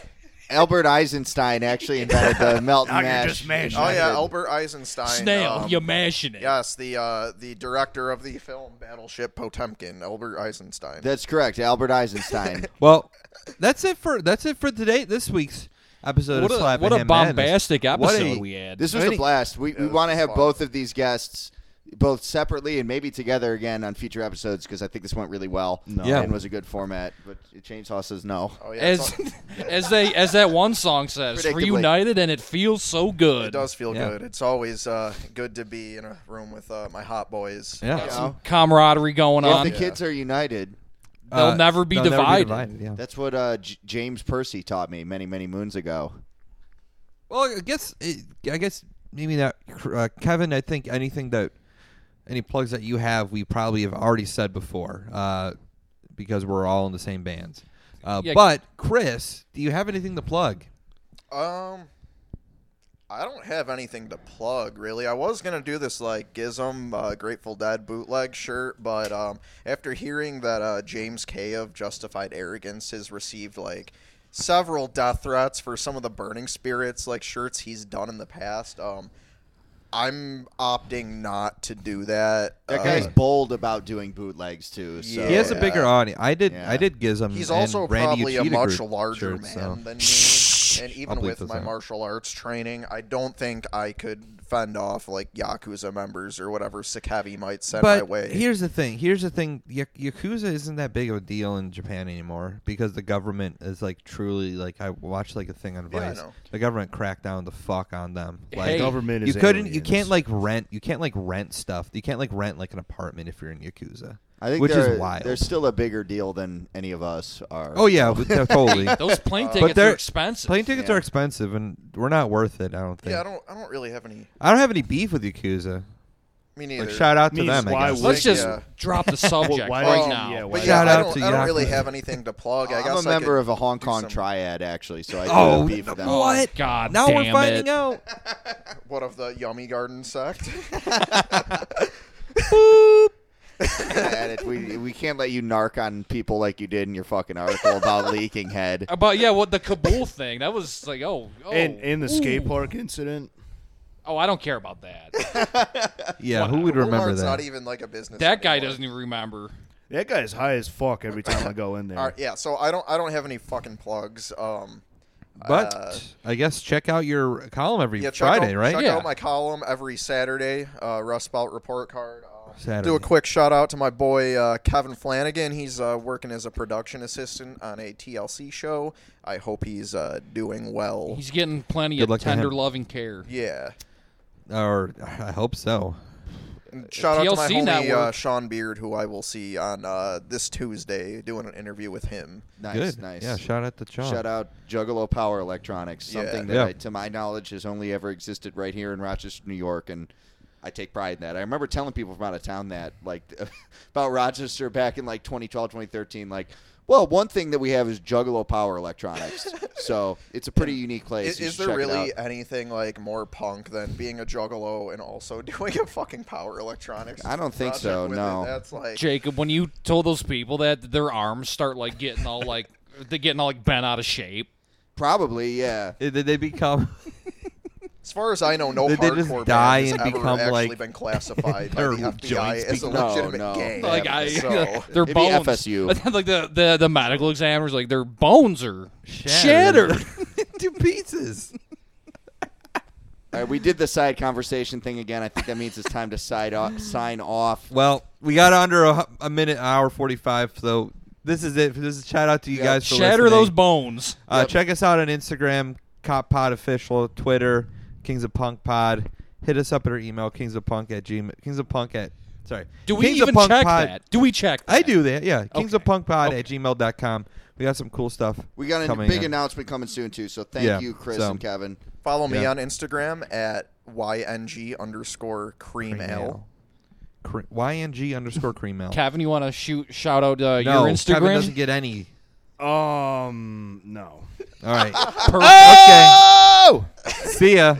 Albert Einstein actually invented the melt and
Now
mash.
you're just mashing
Oh
it.
yeah, Albert Eisenstein.
Snail,
um,
you mashing it.
Yes, the uh, the director of the film Battleship Potemkin, Albert Eisenstein.
That's correct, Albert Eisenstein.
Well, that's it for that's it for today. This week's episode
What
of
a,
Slap
what
and
a
Ham Madness.
bombastic
What
episode
a-
we had.
This was a blast. We, we
this
want to
was
have
fun.
both of these guests, both separately and maybe together again on future episodes because I think this went really well
Yeah.
and was a good format. But Chainsaw says no.
oh yeah,
as
it's-
as they as that one song says,
Predictably.
reunited and it feels so
it
good.
does feel
Yeah.
good. It's always uh, good to be in a room with uh, my hot boys.
Yeah.
You know?
Some camaraderie going
If
on.
the kids are united,
They'll never be
they'll
divided.
yeah.
that's what uh, J- James Percy taught me many, many moons ago.
Well, I guess it, I guess maybe that uh, Kevin. I think anything that any plugs that you have, we probably have already said before, uh, because we're all in the same bands. Uh,
Yeah.
But Chris, do you have anything to plug?
Um, I don't have anything to plug really. I was gonna do this like Gizm uh, Grateful Dead bootleg shirt, but um, after hearing that uh, James K of Justified Arrogance has received like several death threats for some of the Burning Spirits like shirts he's done in the past, um, I'm opting not to do that.
That
Uh,
guy's bold about doing bootlegs too. So.
He has a
Yeah.
bigger audience. I did.
Yeah.
I did Gizm.
He's
and
also
Randy
probably a
Uchida
much
group
larger
shirts, so.
man than me. And even
bleep
with
this
my
out.
martial arts training, I don't think I could fend off like Yakuza members or whatever Sakevi might send my
But
way.
here's the thing. Here's the thing. Ya- Yakuza isn't that big of a deal in Japan anymore because the government is like truly like I watched like a thing on
Yeah, I
Vice.
know.
The government cracked down the fuck on them. Like
Hey,
Government
you
is
couldn't. You
aliens.
can't like rent. You can't like rent stuff. You can't like rent like an apartment if you're in Yakuza.
I think
which
they're,
is wild.
they're still a bigger deal than any of us are.
oh yeah, but- yeah, totally.
Those plane
but
tickets are
they're
expensive.
Plane tickets
Yeah.
are expensive, and we're not worth it. I don't think.
yeah, I don't. I don't really have any.
I don't have any beef with Yakuza.
Me neither.
Like shout out to
Means
them. I
why
guess.
Let's just
Yeah.
drop the subject
why
right
don't-
now.
yeah, why-
Um, but yeah,
Shout
I
out
don't,
to
I don't really
Yakuza.
have anything to plug. I
I'm
guess
a member
I
of a Hong
do
Kong
some-
triad, actually, so I do
Oh,
have beef with them.
Oh,
What?
God
now we're
damn
finding
it.
out.
of what of the Yummy Garden sect.
And it- we, we can't let you narc on people like you did in your fucking article about leaking head.
About yeah, what the Kabul thing. That was like, oh, oh,
And and the skate
ooh.
park incident.
Oh, I don't care about that.
Yeah, who would remember
Walmart's
that?
not even like a business.
that guy
anymore.
doesn't even remember.
That guy's high as fuck every time I go in there.
All right, yeah. So I don't. I don't have any fucking plugs. Um.
But
Uh,
I guess check out your column every
Yeah, check
Friday,
out,
right?
Check
Yeah.
out my column every Saturday, uh, Rust Belt Report Card. Um,
Saturday.
Do a quick shout out to my boy uh, Kevin Flanagan. He's uh, working as a production assistant on a TLC show. I hope he's uh, doing well.
He's getting plenty
Good luck
of
to
tender,
him.
loving care.
yeah.
Or I hope so.
And shout out to my
TLC
homie uh,
network.
Sean Beard, who I will see on uh, this Tuesday doing an interview with him.
Nice,
Good.
nice.
Yeah, shout out to Sean.
Shout out Juggalo Power Electronics,
Yeah.
something that,
Yeah.
I, to my knowledge, has only ever existed right here in Rochester, New York, and I take pride in that. I remember telling people from out of town that, like, about Rochester back in like 2012, 2013, like. Well, one thing that we have is Juggalo Power Electronics, so it's a pretty unique place.
Is,
You
is
should
there
check it
really
out.
anything like more punk than being a juggalo and also doing a fucking power electronics?
I don't think
project
so,
with it?
no.
that's like
Jacob, when you told those people that their arms start like getting all like they're getting all like bent out of shape.
Probably, yeah.
Did they become?
As far as I know, no
They- they
hardcore
just
band
die
has
and
ever
become,
actually
like,
been classified by
their
the FBI
joints
as a
become- No,
legitimate
no.
gang.
Like I,
so,
their
Maybe
bones.
FSU.
like the, the the medical examiners, like their bones are
Shattered.
shattered.
Two pieces.
All right, Uh, we did the side conversation thing again. I think that means it's time to side off, sign off.
Well, we got under a, a minute, hour forty-five. So this is it. This is shout out to you
Yep.
guys. For
Shatter
listening.
those bones.
Uh,
Yep.
Check us out on Instagram, Cop Pod Official, Twitter, Kings of Punk Pod. Hit us up at our email, Kings of Punk at gmail. Kings of Punk at sorry.
Do we
Kings of
even
Punk
check
Pod-
that? Do we check? That?
I do that. Yeah, Kings of
Okay.
Punk Pod at gmail.com. We got some cool stuff.
We got a
coming
big
in.
announcement coming soon too. So thank
Yeah,
you, Chris
so-
and Kevin.
follow me
Yeah.
on Instagram at yng underscore cream ale.
Cre- YNG underscore cream ale.
Kevin, you want to shoot shout out uh,
no,
your
Kevin
Instagram?
doesn't get any.
Um, no.
All right.
Perfect.
okay. See ya.